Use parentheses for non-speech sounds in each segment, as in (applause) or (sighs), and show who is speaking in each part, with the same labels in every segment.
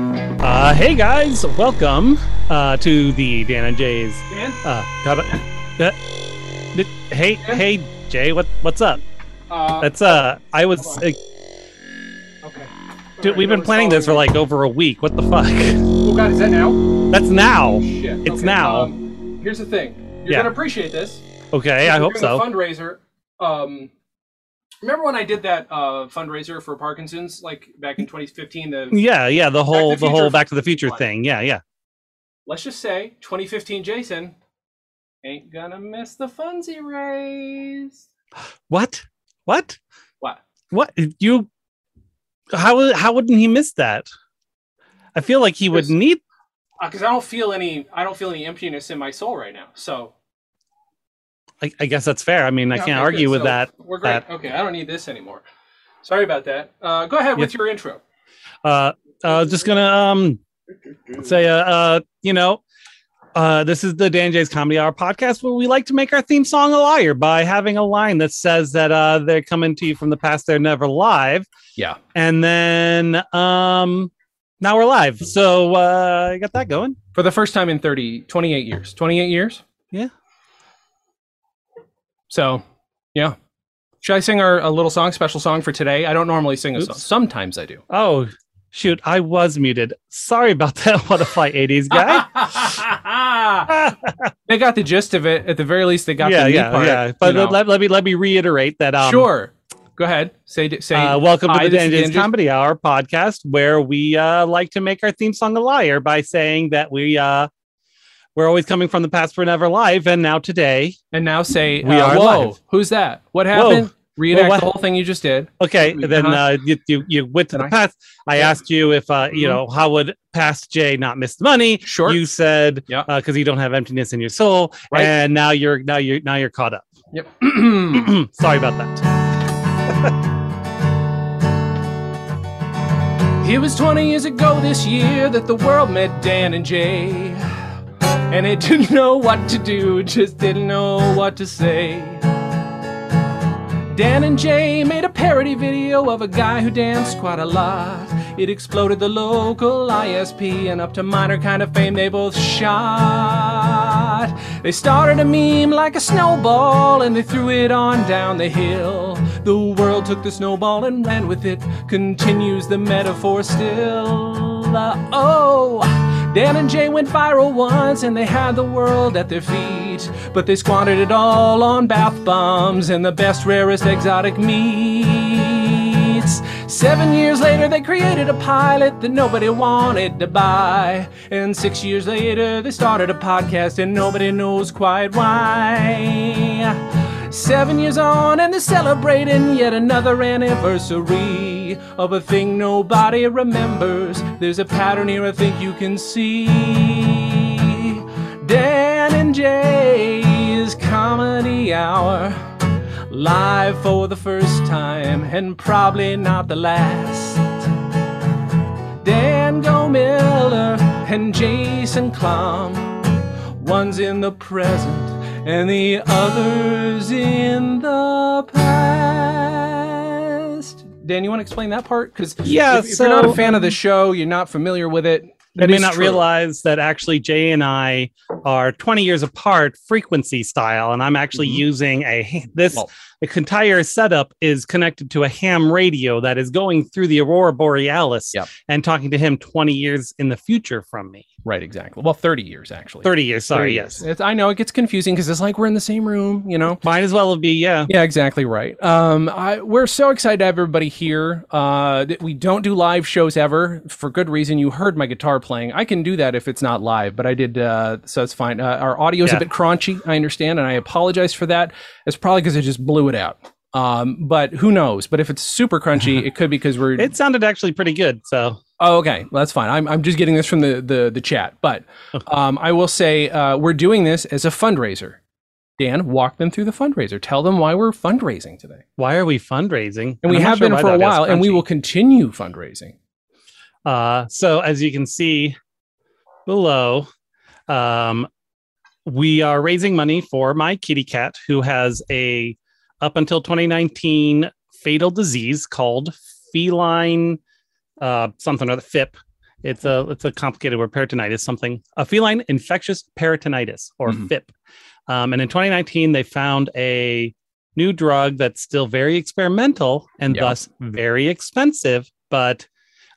Speaker 1: Uh, hey guys, welcome uh, to the Dan and Jay's.
Speaker 2: Dan?
Speaker 1: Uh, how about- uh, did- hey, hey, Jay, what what's up?
Speaker 2: Uh,
Speaker 1: That's uh, I was. Uh,
Speaker 2: okay.
Speaker 1: dude, we've been planning this for like over a week. What the fuck? (laughs)
Speaker 2: Oh god, is that now?
Speaker 1: That's now.
Speaker 2: Shit.
Speaker 1: It's
Speaker 2: okay,
Speaker 1: now.
Speaker 2: Um, here's the thing. You're
Speaker 1: Yeah.
Speaker 2: gonna appreciate this.
Speaker 1: Okay, I
Speaker 2: We're
Speaker 1: hope
Speaker 2: doing a
Speaker 1: so.
Speaker 2: fundraiser. Um, remember when I did that uh, fundraiser for Parkinson's, like back in 2015? The
Speaker 1: Yeah, yeah, the whole the
Speaker 2: Future
Speaker 1: whole Back to the Future
Speaker 2: one.
Speaker 1: thing. Yeah, yeah.
Speaker 2: let's just say 2015 Jason ain't gonna miss the funds he raised.
Speaker 1: What? What?
Speaker 2: What?
Speaker 1: What? You? How how wouldn't he miss that? I feel like he would
Speaker 2: There's-
Speaker 1: need.
Speaker 2: Because Uh, I don't feel any, I don't feel any emptiness in my soul right now. So
Speaker 1: I, I guess that's fair. I mean, I
Speaker 2: Yeah,
Speaker 1: can't
Speaker 2: okay,
Speaker 1: argue
Speaker 2: good.
Speaker 1: with
Speaker 2: So
Speaker 1: that.
Speaker 2: We're great.
Speaker 1: that-
Speaker 2: Okay, I don't need this anymore. Sorry about that. Uh, go ahead with your intro.
Speaker 1: uh, I was just gonna um say uh, uh you know uh this is the Dan Jay's Comedy Hour podcast where we like to make our theme song a liar by having a line that says that uh they're coming to you from the past they're never live
Speaker 3: Yeah.
Speaker 1: and then um now we're live so uh I got that going
Speaker 2: For the first time in 30, 28 years. 28 years?
Speaker 1: Yeah.
Speaker 2: So, yeah. Should I sing our a little song, special song for today? I don't normally sing a
Speaker 1: Oops.
Speaker 2: song. Sometimes I do.
Speaker 1: oh shoot I was muted sorry about that (laughs) what a flight 80s guy
Speaker 2: (laughs) they (laughs) got the gist of it. At the very least, they got
Speaker 1: yeah
Speaker 2: the me
Speaker 1: yeah
Speaker 2: part.
Speaker 1: yeah
Speaker 2: you
Speaker 1: but
Speaker 2: know.
Speaker 1: let, let me let me reiterate that um
Speaker 2: sure. Go ahead. Say say.
Speaker 1: Uh, welcome
Speaker 2: Hi,
Speaker 1: to the
Speaker 2: this is
Speaker 1: Dungeons
Speaker 2: Dan Jay-
Speaker 1: Comedy Hour podcast, where we uh, like to make our theme song a liar by saying that we uh, we're always coming from the past, we're never live, and now today.
Speaker 2: and now say.
Speaker 1: We
Speaker 2: uh,
Speaker 1: are
Speaker 2: whoa.
Speaker 1: live.
Speaker 2: Who's that? What happened? Reenact
Speaker 1: Whoa, what-
Speaker 2: the whole thing you just did.
Speaker 1: Okay,
Speaker 2: Mhm.
Speaker 1: then uh, you, you you went to
Speaker 2: Did
Speaker 1: the
Speaker 2: I-
Speaker 1: past. I
Speaker 2: Yeah.
Speaker 1: asked you if uh, you
Speaker 2: Mhm.
Speaker 1: know how would past Jay not miss the money.
Speaker 2: Sure.
Speaker 1: You said
Speaker 2: Yeah.
Speaker 1: because you don't have emptiness in your soul,
Speaker 2: Right.
Speaker 1: and now you're now you're now you're caught up. (clears throat)
Speaker 2: Yep. (clears throat)
Speaker 1: Sorry about that.
Speaker 2: It was 20 years ago this year that the world met Dan and Jay. And it (laughs) didn't know what to do, just didn't know what to say. Dan and Jay made a parody video of a guy who danced quite a lot. It exploded the local ISP and up to minor kind of fame they both shot. They started a meme like a snowball and they threw it on down the hill. The world took the snowball and ran with it, continues the metaphor still. Uh, oh! Dan and Jay went viral once and they had the world at their feet. But they squandered it all on bath bombs and the best, rarest exotic meats. Seven years later, they created a pilot that nobody wanted to buy. And six years later, they started a podcast and nobody knows quite why. Seven years on, and they're celebrating yet another anniversary of a thing nobody remembers. There's a pattern here I think you can see. Dan and Jay's Comedy Hour, live for the first time, and probably not the last. Dan Go Miller and Jason Klum. One's in the present and the other's in the past. Dan, you want to explain that part? Because
Speaker 1: Yeah,
Speaker 2: if, if you're not
Speaker 1: so,
Speaker 2: a fan of the show, you're not familiar with it.
Speaker 1: You
Speaker 2: that
Speaker 1: may
Speaker 2: is
Speaker 1: not
Speaker 2: true.
Speaker 1: realize that actually Jay and I are 20 years apart, frequency style, and I'm actually
Speaker 2: Mhm.
Speaker 1: using a ha- this
Speaker 3: Well-
Speaker 1: the entire setup is connected to a ham radio that is going through the aurora borealis
Speaker 3: Yep.
Speaker 1: and talking to him 20 years in the future from me,
Speaker 3: Right, exactly. Well, 30 years actually.
Speaker 1: 30 years. Sorry,
Speaker 2: 30
Speaker 1: yes,
Speaker 2: It's, I know it gets confusing because it's like we're in the same room, you know?
Speaker 1: might as well be yeah.
Speaker 2: Yeah, exactly right. Um, I, we're so excited to have everybody here. Uh, that we don't do live shows ever for good reason. You heard my guitar playing. I can do that if it's not live, but I did, uh, so it's fine. Uh, our audio's
Speaker 1: Yeah.
Speaker 2: a bit crunchy, I understand, and I apologize for that. It's probably because I just blew it out. Um, but who knows? But if it's super crunchy, it could be because we're
Speaker 1: It sounded actually pretty good, so
Speaker 2: Oh, okay. Well, that's fine. I'm, I'm just getting this from the, the, the chat. But um, I will say uh, we're doing this as a fundraiser. Dan, walk them through the fundraiser. Tell them why we're fundraising today.
Speaker 1: why are we fundraising?
Speaker 2: And we
Speaker 1: I'm not
Speaker 2: have
Speaker 1: sure
Speaker 2: been
Speaker 1: why
Speaker 2: for a
Speaker 1: that is
Speaker 2: while, and we
Speaker 1: crunchy.
Speaker 2: will continue fundraising.
Speaker 1: Uh, so as you can see below, um, we are raising money for my kitty cat who has a up until 2019 fatal disease called feline uh, something or other FIP. It's a it's a complicated word. Peritonitis, something a feline infectious peritonitis or
Speaker 2: Mhm.
Speaker 1: FIP. Um, and in 2019, they found a new drug that's still very experimental and
Speaker 2: Yeah.
Speaker 1: thus very expensive. But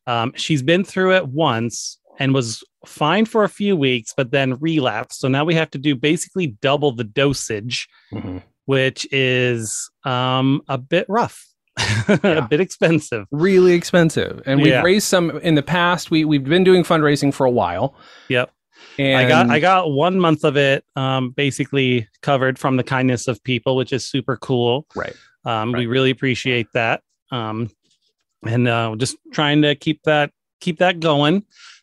Speaker 1: um, she's been through it once and was fine for a few weeks, but then relapsed. So now we have to do basically double the dosage
Speaker 2: Mhm.
Speaker 1: which is um, a bit rough, (laughs)
Speaker 2: Yeah.
Speaker 1: a bit expensive.
Speaker 2: Really expensive, and we've
Speaker 1: Yeah.
Speaker 2: raised some in the past. We we've been doing fundraising for a while.
Speaker 1: Yep.
Speaker 2: And
Speaker 1: I got I got one month of it um, basically covered from the kindness of people, which is super cool.
Speaker 2: Right.
Speaker 1: Um, We
Speaker 2: Right.
Speaker 1: really appreciate that, um, and uh, just trying to keep that keep that going.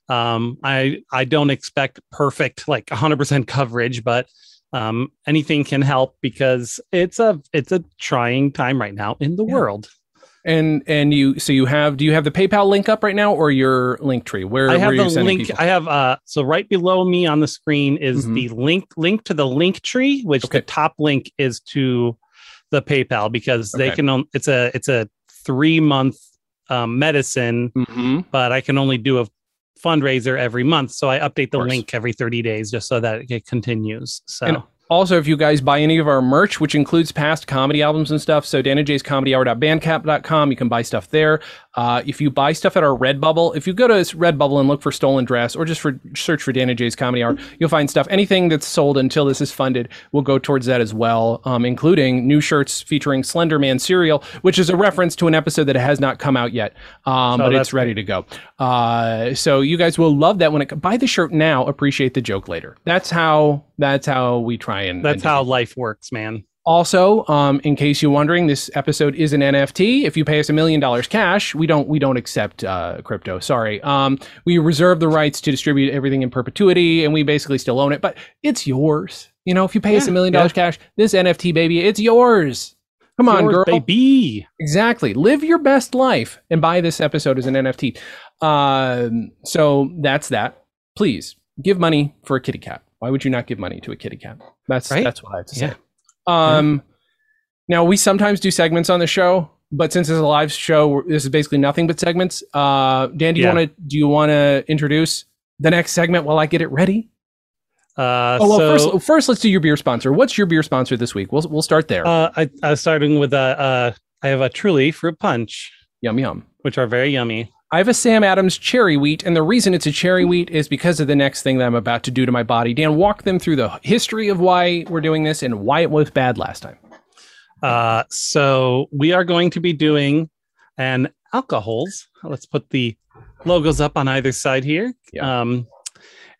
Speaker 1: Um, I I don't expect perfect like 100% coverage, but um, anything can help because it's a it's a trying time right now in the
Speaker 2: Yeah.
Speaker 1: world.
Speaker 2: and and you so you have do you have the PayPal link up right now or your link tree? Where
Speaker 1: I
Speaker 2: where
Speaker 1: have
Speaker 2: are you
Speaker 1: the
Speaker 2: sending
Speaker 1: link.
Speaker 2: people?
Speaker 1: I have uh so right below me on the screen is
Speaker 2: Mhm.
Speaker 1: the link link to the link tree, which
Speaker 2: Okay.
Speaker 1: the top link is to the PayPal because they
Speaker 2: Okay.
Speaker 1: can on- it's a it's a three month um, medicine,
Speaker 2: Mhm.
Speaker 1: but I can only do a fundraiser every month. So I update the
Speaker 2: course.
Speaker 1: link every 30 days just so that it continues. So
Speaker 2: And Also, if you guys buy any of our merch, which includes past comedy albums and stuff, so J's Comedy Hour.bandcap.com, you can buy stuff there. Uh, if you buy stuff at our Redbubble, if you go to s- Redbubble and look for Stolen Dress or just for search for Dana J's Comedy Hour, you'll find stuff. Anything that's sold until this is funded will go towards that as well, um, including new shirts featuring Slender Man cereal, which is a reference to an episode that has not come out yet, um,
Speaker 1: So
Speaker 2: but
Speaker 1: that's
Speaker 2: it's ready to go. Uh, so you guys will love that when it buy the shirt now, appreciate the joke later. That's how that's how we try and and
Speaker 1: that's
Speaker 2: do
Speaker 1: how life works, man.
Speaker 2: also, um, in case you're wondering, this episode is an NFT. If you pay us a million dollars cash, we don't we don't accept uh, crypto. Sorry, um, we reserve the rights to distribute everything in perpetuity, and we basically still own it. But it's yours. You know, if you pay us a
Speaker 1: Yeah,
Speaker 2: million dollars cash, this NFT baby, it's yours. Come on,
Speaker 1: Yours,
Speaker 2: girl.
Speaker 1: baby.
Speaker 2: Exactly. Live your best life and buy this episode as an NFT. Um, so that's that. Please give money for a kitty cat. Why would you not give money to a kitty cat? That's
Speaker 1: Right?
Speaker 2: that's what I have to say.
Speaker 1: Yeah.
Speaker 2: Um, Now we sometimes do segments on the show, but since it's a live show, we're- this is basically nothing but segments. Uh, Dan, do you
Speaker 1: Yeah.
Speaker 2: want to do you want to introduce the next segment while I get it ready?
Speaker 1: Uh,
Speaker 2: oh well,
Speaker 1: so,
Speaker 2: first first let's do your beer sponsor. What's your beer sponsor this week? We'll we'll start there.
Speaker 1: uh, I, I was starting with a, uh, I have a truly fruit punch,
Speaker 2: yum yum.
Speaker 1: which are very yummy.
Speaker 2: I have a Sam Adams cherry wheat, and the reason it's a cherry wheat is because of the next thing that I'm about to do to my body. Dan, walk them through the history of why we're doing this and why it was bad last time.
Speaker 1: Uh, so we are going to be doing an alcohols. Let's put the logos up on either side here.
Speaker 2: Yeah.
Speaker 1: Um,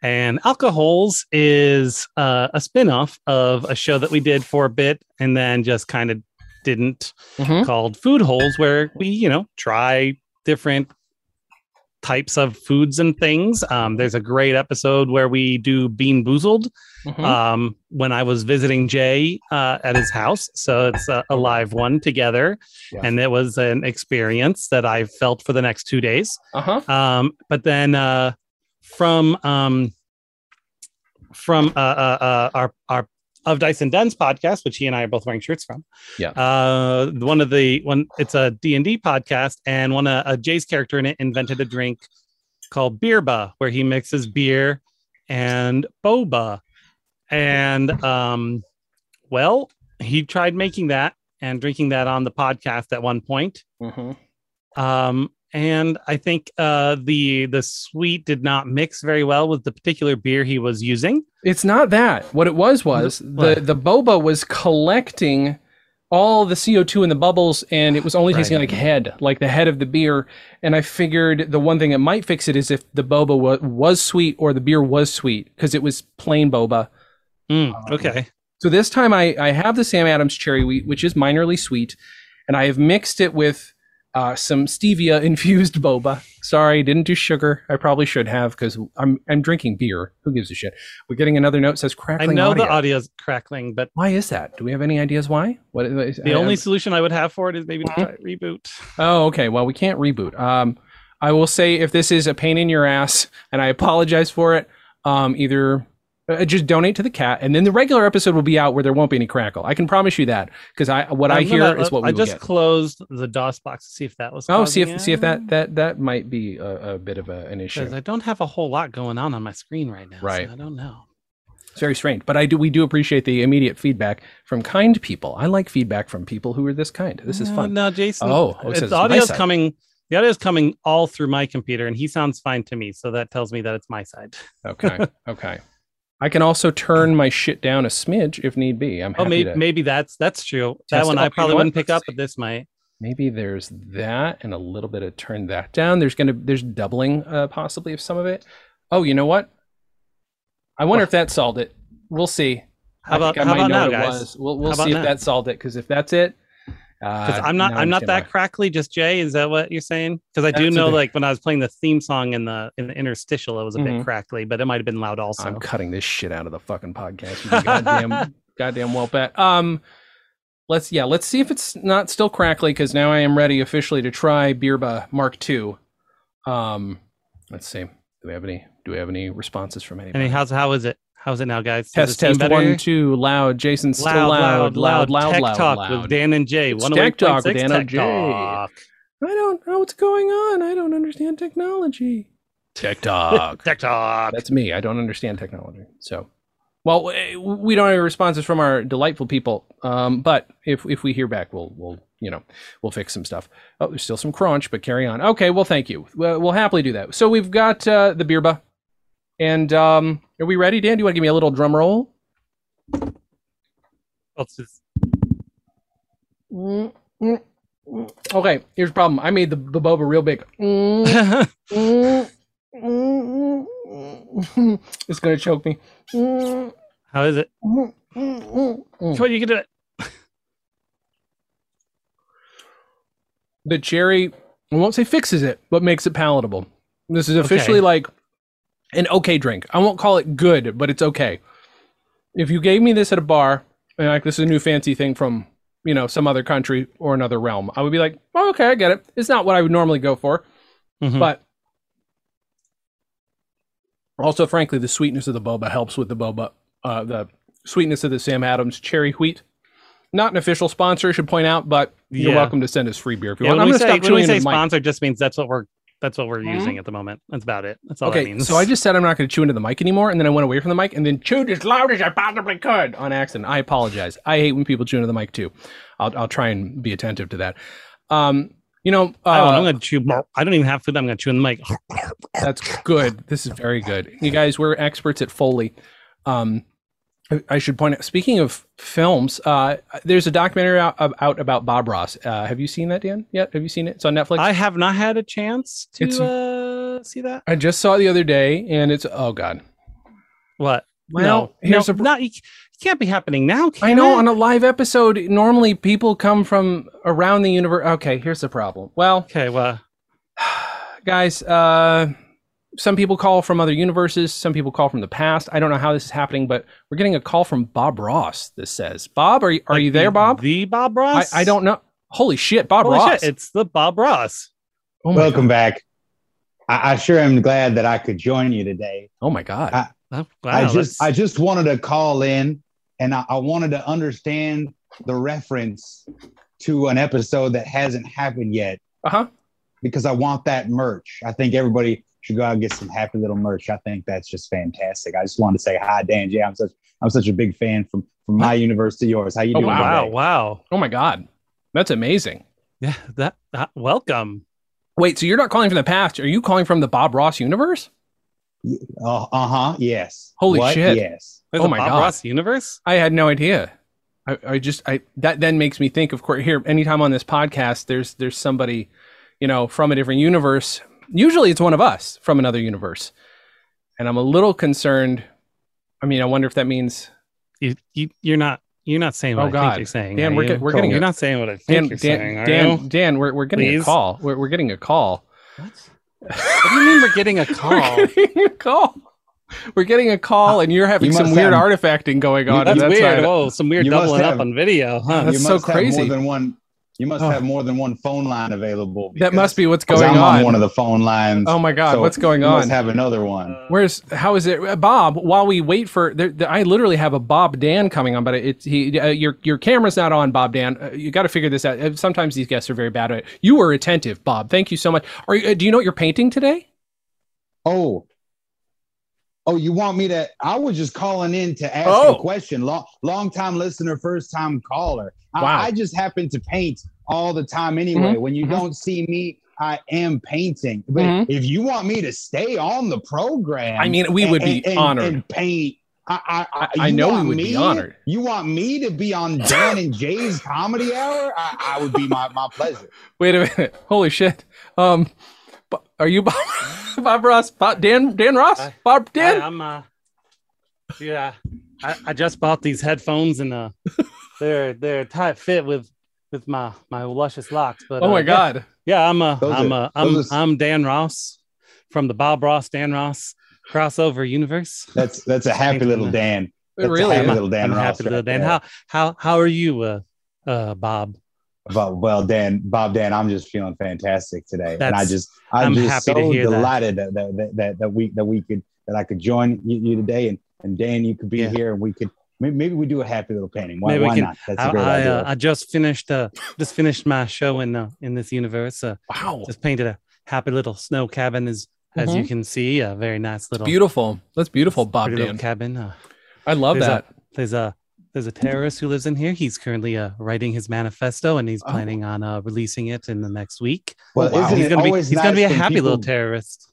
Speaker 1: and alcohols is uh, a spin-off of a show that we did for a bit and then just kind of didn't
Speaker 2: Mhm.
Speaker 1: called food holes where we you know try different types of foods and things um, there's a great episode where we do bean boozled
Speaker 2: Mm-hmm.
Speaker 1: um, when I was visiting Jay uh, at his house. So it's a, a live one together.
Speaker 2: Yeah.
Speaker 1: And it was an experience that I felt for the next two days.
Speaker 2: Uh huh.
Speaker 1: Um, but then uh, from um, from uh, uh, uh, our, our of Dice and Duns podcast, which he and I are both wearing shirts from.
Speaker 2: Yeah.
Speaker 1: Uh, one of the one it's a D and D podcast, and one uh, uh, Jay's character in it invented a drink called Beerba, where he mixes beer and boba, and um, well, he tried making that and drinking that on the podcast at one point, um, and I think uh, the the sweet did not mix very well with the particular beer he was using.
Speaker 2: It's not that. What it was was the
Speaker 1: What?
Speaker 2: the boba was collecting all the CO2 in the bubbles, and it was only tasting
Speaker 1: Right.
Speaker 2: like head, like the head of the beer. And I figured the one thing that might fix it is if the boba wa- was sweet or the beer was sweet because it was plain boba.
Speaker 1: Mm,
Speaker 2: Um,
Speaker 1: okay,
Speaker 2: So this time I, I have the Sam Adams cherry wheat, which is minorly sweet, and I have mixed it with uh, some stevia (laughs) infused boba. Sorry, didn't do sugar. I probably should have because I'm I'm drinking beer. Who gives a shit? We're getting another note that says
Speaker 1: I
Speaker 2: crackling.
Speaker 1: know
Speaker 2: audio.
Speaker 1: the audio's crackling, but
Speaker 2: Why is that? Do we have any ideas why? What is,
Speaker 1: the only solution I would have for it is maybe to try
Speaker 2: Mm-hmm.
Speaker 1: reboot.
Speaker 2: Oh, okay. Well, we can't reboot. Um, I will say if this is a pain in your ass, and I apologize for it. Um, either Uh, just donate to the cat, and then the regular episode will be out where there won't be any crackle. I can promise you that because I what i
Speaker 1: I'm
Speaker 2: hear
Speaker 1: gonna-
Speaker 2: is what
Speaker 1: Um,
Speaker 2: we
Speaker 1: I
Speaker 2: will
Speaker 1: just
Speaker 2: get.
Speaker 1: closed the DOS box to see if that was.
Speaker 2: Oh, see if
Speaker 1: causing
Speaker 2: see
Speaker 1: it.
Speaker 2: if that that that might be a, a bit of a, an issue.
Speaker 1: Because I don't have a whole lot going on on my screen right now. so
Speaker 2: Right.
Speaker 1: I don't know.
Speaker 2: It's very strange, but I do. We do appreciate the immediate feedback from kind people. I like feedback from people who are this kind. This is
Speaker 1: No,
Speaker 2: fun.
Speaker 1: No, Jason.
Speaker 2: Oh, oh, it
Speaker 1: it's,
Speaker 2: says
Speaker 1: the
Speaker 2: my
Speaker 1: audio's
Speaker 2: side.
Speaker 1: coming. The audio's coming all through my computer, and he sounds fine to me. So that tells me that it's my side.
Speaker 2: Okay, okay. I can also turn my shit down a smidge if need be. I'm
Speaker 1: Oh,
Speaker 2: happy
Speaker 1: maybe
Speaker 2: to-
Speaker 1: maybe that's that's true.
Speaker 2: Test-
Speaker 1: That one
Speaker 2: oh,
Speaker 1: I
Speaker 2: you know
Speaker 1: probably
Speaker 2: what?
Speaker 1: wouldn't pick
Speaker 2: Let's
Speaker 1: up, but this might.
Speaker 2: maybe there's that and a little bit of turn that down there's gonna there's doubling uh, possibly of some of it oh you know what i wonder if that solved it we'll see
Speaker 1: How
Speaker 2: I
Speaker 1: about
Speaker 2: think I
Speaker 1: how
Speaker 2: might
Speaker 1: about
Speaker 2: know
Speaker 1: now,
Speaker 2: what it
Speaker 1: guys?
Speaker 2: was. we'll, we'll
Speaker 1: How about
Speaker 2: see if
Speaker 1: now?
Speaker 2: that solved it because if that's it uh,
Speaker 1: Because I'm not
Speaker 2: now
Speaker 1: I'm
Speaker 2: just
Speaker 1: not that
Speaker 2: gonna-
Speaker 1: crackly. Just Jay. Is that what you're saying? Because I do
Speaker 2: That's a
Speaker 1: know,
Speaker 2: bit-
Speaker 1: like when I was playing the theme song in the in the interstitial, it was a
Speaker 2: Mhm.
Speaker 1: bit crackly, but it might have been loud also.
Speaker 2: i'm cutting this shit out of the fucking podcast you
Speaker 1: (laughs)
Speaker 2: can goddamn goddamn well bet um let's yeah let's see if it's not still crackly because now i am ready officially to try birba mark ii um let's see do we have any do we have any responses from anybody
Speaker 1: And he- how's how is it? How's it now, guys? Does
Speaker 2: Test
Speaker 1: it seem
Speaker 2: test
Speaker 1: better?
Speaker 2: one two loud. Jason still
Speaker 1: Loud, loud, loud,
Speaker 2: loud
Speaker 1: Tech
Speaker 2: loud,
Speaker 1: Talk
Speaker 2: loud.
Speaker 1: with Dan and Jay.
Speaker 2: It's Tech Talk
Speaker 1: 108.6
Speaker 2: with Dan and
Speaker 1: Tech
Speaker 2: Jay.
Speaker 1: Talk.
Speaker 2: I don't know what's going on. I don't understand technology. Tech talk.
Speaker 1: Tech
Speaker 2: (laughs)
Speaker 1: Talk.
Speaker 2: That's me. I don't understand technology. So, well, w- we don't have any responses from our delightful people. Um, but if if we hear back, we'll we'll you know we'll fix some stuff. Oh, there's still some crunch, but carry on. Okay, well, thank you. We'll, we'll happily do that. So we've got uh, the birba, and um, are we ready, Dan? Do you want to give me a little drum roll?
Speaker 1: Well, it's just- (laughs)
Speaker 2: Mm, mm, mm. Okay, here's the problem. I made the, the boba real big. Mm, mm, mm, mm. it's gonna choke me. Mm,
Speaker 1: How is it?
Speaker 2: mm, mm, mm, mm.
Speaker 1: Come on, you can do it.
Speaker 2: The cherry, I won't say fixes it, but makes it palatable. This is officially
Speaker 1: Okay.
Speaker 2: like an okay drink. I won't call it good, but it's okay. If you gave me this at a bar, and like this is a new fancy thing from you know some other country or another realm, I would be like, oh, okay, I get it. It's not what I would normally go for.
Speaker 1: Mhm.
Speaker 2: but also frankly the sweetness of the boba helps with the boba uh, the sweetness of the sam adams cherry wheat not an official sponsor I should point out but you're
Speaker 1: Yeah.
Speaker 2: welcome to send us free beer if you
Speaker 1: Yeah,
Speaker 2: want
Speaker 1: when
Speaker 2: i'm
Speaker 1: we
Speaker 2: gonna
Speaker 1: say,
Speaker 2: stop
Speaker 1: when we
Speaker 2: chewing
Speaker 1: say
Speaker 2: into the mic
Speaker 1: sponsor, just means that's what we're that's what we're
Speaker 2: Mhm.
Speaker 1: using at the moment. That's about it. That's all that
Speaker 2: okay
Speaker 1: means.
Speaker 2: so i just said i'm not going to chew into the mic anymore and then i went away from the mic and then chewed as loud as i possibly could on accident i apologize i hate when people chew into the mic too i'll, I'll try and be attentive to that um you know uh,
Speaker 1: I don't, know, I'm gonna chew. I don't even have food. I'm gonna chew in the mic.
Speaker 2: That's good. This is very good. You guys, we're experts at Foley. Um, I- I should point out, speaking of films, uh, there's a documentary out, out about Bob Ross. Uh, have you seen that, Dan, yet? Have you seen it? It's on Netflix.
Speaker 1: I have not had a chance to
Speaker 2: It's-
Speaker 1: uh, see that.
Speaker 2: I just saw it the other day, and it's, oh, God.
Speaker 1: What?
Speaker 2: Well,
Speaker 1: no,
Speaker 2: here's
Speaker 1: no,
Speaker 2: a-
Speaker 1: not- you c- it can't be happening now. Can
Speaker 2: I know
Speaker 1: it?
Speaker 2: on a live episode, normally people come from around the universe. Okay, here's the problem. Well,
Speaker 1: okay. Well,
Speaker 2: guys, uh, some people call from other universes, some people call from the past. I don't know how this is happening, but we're getting a call from Bob Ross. This says, Bob, are you, are
Speaker 1: like
Speaker 2: you
Speaker 1: the-
Speaker 2: there, Bob?
Speaker 1: The Bob
Speaker 2: I,
Speaker 1: Ross.
Speaker 2: I don't know. Holy shit, Bob
Speaker 1: Holy
Speaker 2: Ross.
Speaker 1: shit! It's the Bob Ross.
Speaker 2: oh, my
Speaker 4: (laughs)
Speaker 2: God.
Speaker 4: Welcome back. I, I sure am glad that I could join you today.
Speaker 2: Oh my God.
Speaker 4: I-
Speaker 1: Oh, wow,
Speaker 4: I
Speaker 1: that's-
Speaker 4: just I just wanted to call in and I, I wanted to understand the reference to an episode that hasn't happened yet
Speaker 2: Uh huh.
Speaker 4: because I want that merch. I think everybody should go out and get some happy little merch. I think that's just fantastic. I just wanted to say hi, Dan J. I'm such I'm such a big fan from from my universe to yours. How you
Speaker 2: Oh,
Speaker 4: doing?
Speaker 1: wow,
Speaker 4: today?
Speaker 1: wow.
Speaker 2: Oh my God. That's amazing.
Speaker 1: Yeah, that uh, welcome.
Speaker 2: Wait, so you're not calling from the past. Are you calling from the Bob Ross universe?
Speaker 4: Uh huh. Yes.
Speaker 2: Holy
Speaker 4: What?
Speaker 2: shit.
Speaker 4: Yes.
Speaker 1: There's
Speaker 2: Oh
Speaker 1: a
Speaker 2: my
Speaker 1: Bob
Speaker 2: God.
Speaker 1: Ross universe.
Speaker 2: I had no idea. I, I just I that then makes me think. Of course, here anytime on this podcast, there's there's somebody, you know, from a different universe. Usually, it's one of us from another universe, and I'm a little concerned. I mean, I wonder if that means
Speaker 1: You, you you're not you're not saying what
Speaker 2: Oh,
Speaker 1: I
Speaker 2: God.
Speaker 1: think you're saying.
Speaker 2: Dan,
Speaker 1: are
Speaker 2: we're
Speaker 1: you?
Speaker 2: get- we're getting
Speaker 1: You're
Speaker 2: a-
Speaker 1: not saying what I think
Speaker 2: Dan.
Speaker 1: you're
Speaker 2: Dan,
Speaker 1: saying.
Speaker 2: Dan,
Speaker 1: are
Speaker 2: (laughs) Dan,
Speaker 1: you?
Speaker 2: we're we're getting a
Speaker 1: Please?
Speaker 2: call. We're we're getting a call.
Speaker 1: What?
Speaker 2: (laughs)
Speaker 1: What do you mean we're getting a (laughs) call?
Speaker 2: We're getting a call. We're getting a call, and you're having
Speaker 4: You
Speaker 2: some
Speaker 4: must
Speaker 2: weird
Speaker 4: have-
Speaker 2: artifacting going
Speaker 4: You
Speaker 2: on.
Speaker 1: That's
Speaker 2: and that's
Speaker 1: weird.
Speaker 2: not-
Speaker 1: Whoa, some weird
Speaker 4: You must
Speaker 1: doubling up
Speaker 4: have-
Speaker 1: on video, huh?
Speaker 2: That's
Speaker 4: you
Speaker 2: so
Speaker 4: must have
Speaker 2: crazy.
Speaker 4: more than one You must
Speaker 2: Oh.
Speaker 4: have more than one phone line available.
Speaker 2: That
Speaker 4: because-
Speaker 2: must be what's
Speaker 4: 'cause
Speaker 2: going
Speaker 4: I'm
Speaker 2: on.
Speaker 4: on one of the phone lines.
Speaker 2: oh my God,
Speaker 4: so
Speaker 2: what's going
Speaker 4: you
Speaker 2: on?
Speaker 4: Must have another one.
Speaker 2: Where's how is it, uh, Bob? While we wait for, there, there- I literally have a Bob Dan coming on, but it's he. Uh, your your camera's not on, Bob Dan. Uh, you got to figure this out. Uh, Sometimes these guests are very bad at it. You were attentive, Bob. Thank you so much. Are you, uh, do you know what you're painting today?
Speaker 4: Oh. Oh, you want me to? I was just calling in to ask
Speaker 2: Oh.
Speaker 4: a question. Long, long time listener, first time caller.
Speaker 2: Wow.
Speaker 4: I, I just happen to paint all the time anyway. When you
Speaker 2: Mhm.
Speaker 4: don't see me, I am painting. But
Speaker 2: Mhm.
Speaker 4: if you want me, to stay on the program,
Speaker 2: I mean, we
Speaker 4: and-
Speaker 2: would be
Speaker 4: and- and-
Speaker 2: honored.
Speaker 4: And paint. I, I,
Speaker 2: I- I
Speaker 4: you
Speaker 2: know we
Speaker 4: want
Speaker 2: would be
Speaker 4: me-
Speaker 2: honored.
Speaker 4: You want me to be on Dan and Jay's comedy hour? I, I would be my, my pleasure.
Speaker 2: Wait a minute. (laughs) Holy shit. Um, Bo- are you (laughs) Bob, Bob Ross? Bob, Dan Dan Ross?
Speaker 1: Hi.
Speaker 2: Bob Dan?
Speaker 1: Hi, I'm uh yeah. I, I just bought these headphones and uh they're they're tight fit with with my my luscious locks. But
Speaker 2: oh
Speaker 1: uh,
Speaker 2: my
Speaker 1: yeah.
Speaker 2: God.
Speaker 1: Yeah, I'm uh
Speaker 4: Those
Speaker 1: I'm
Speaker 4: are-
Speaker 1: uh I'm
Speaker 4: those are-
Speaker 1: I'm Dan Ross from the Bob Ross Dan Ross crossover universe.
Speaker 4: That's that's a happy little Dan. That's a
Speaker 2: really?
Speaker 4: happy
Speaker 2: is.
Speaker 4: little Dan
Speaker 1: I'm
Speaker 4: Ross
Speaker 1: happy to
Speaker 4: right
Speaker 1: Dan.
Speaker 4: there.
Speaker 1: How how how are you uh uh Bob?
Speaker 4: But, well, Dan, Bob, Dan, I'm just feeling fantastic today, and I
Speaker 1: That's-
Speaker 4: just, I'm,
Speaker 1: I'm
Speaker 4: just
Speaker 1: happy to
Speaker 4: so
Speaker 1: hear that.
Speaker 4: delighted that that, that that that we that we could that I could join you, you today, and and Dan, you could be
Speaker 1: Yeah.
Speaker 4: here, and we could maybe, maybe we do a happy little painting. Why,
Speaker 1: Maybe we
Speaker 4: why
Speaker 1: can-
Speaker 4: not? That's
Speaker 1: I,
Speaker 4: a great
Speaker 1: I,
Speaker 4: idea.
Speaker 1: uh, I just finished uh just finished my show in uh, in this universe. Uh,
Speaker 2: Wow.
Speaker 1: just painted a happy little snow cabin as as you can see. A very nice little
Speaker 2: Mm-hmm. Beautiful. That's beautiful, Bob
Speaker 1: pretty little
Speaker 2: Dan.
Speaker 1: cabin. Uh,
Speaker 2: I love
Speaker 1: There's a-
Speaker 2: that.
Speaker 1: there's a there's a terrorist who lives in here. He's currently uh, writing his manifesto, and he's
Speaker 2: Oh.
Speaker 1: planning on uh, releasing it in the next week.
Speaker 4: well,
Speaker 2: wow.
Speaker 4: isn't
Speaker 1: He's
Speaker 4: it
Speaker 1: gonna be
Speaker 4: always
Speaker 1: he's gonna be a
Speaker 4: nice when
Speaker 1: happy little
Speaker 4: people-
Speaker 1: terrorist.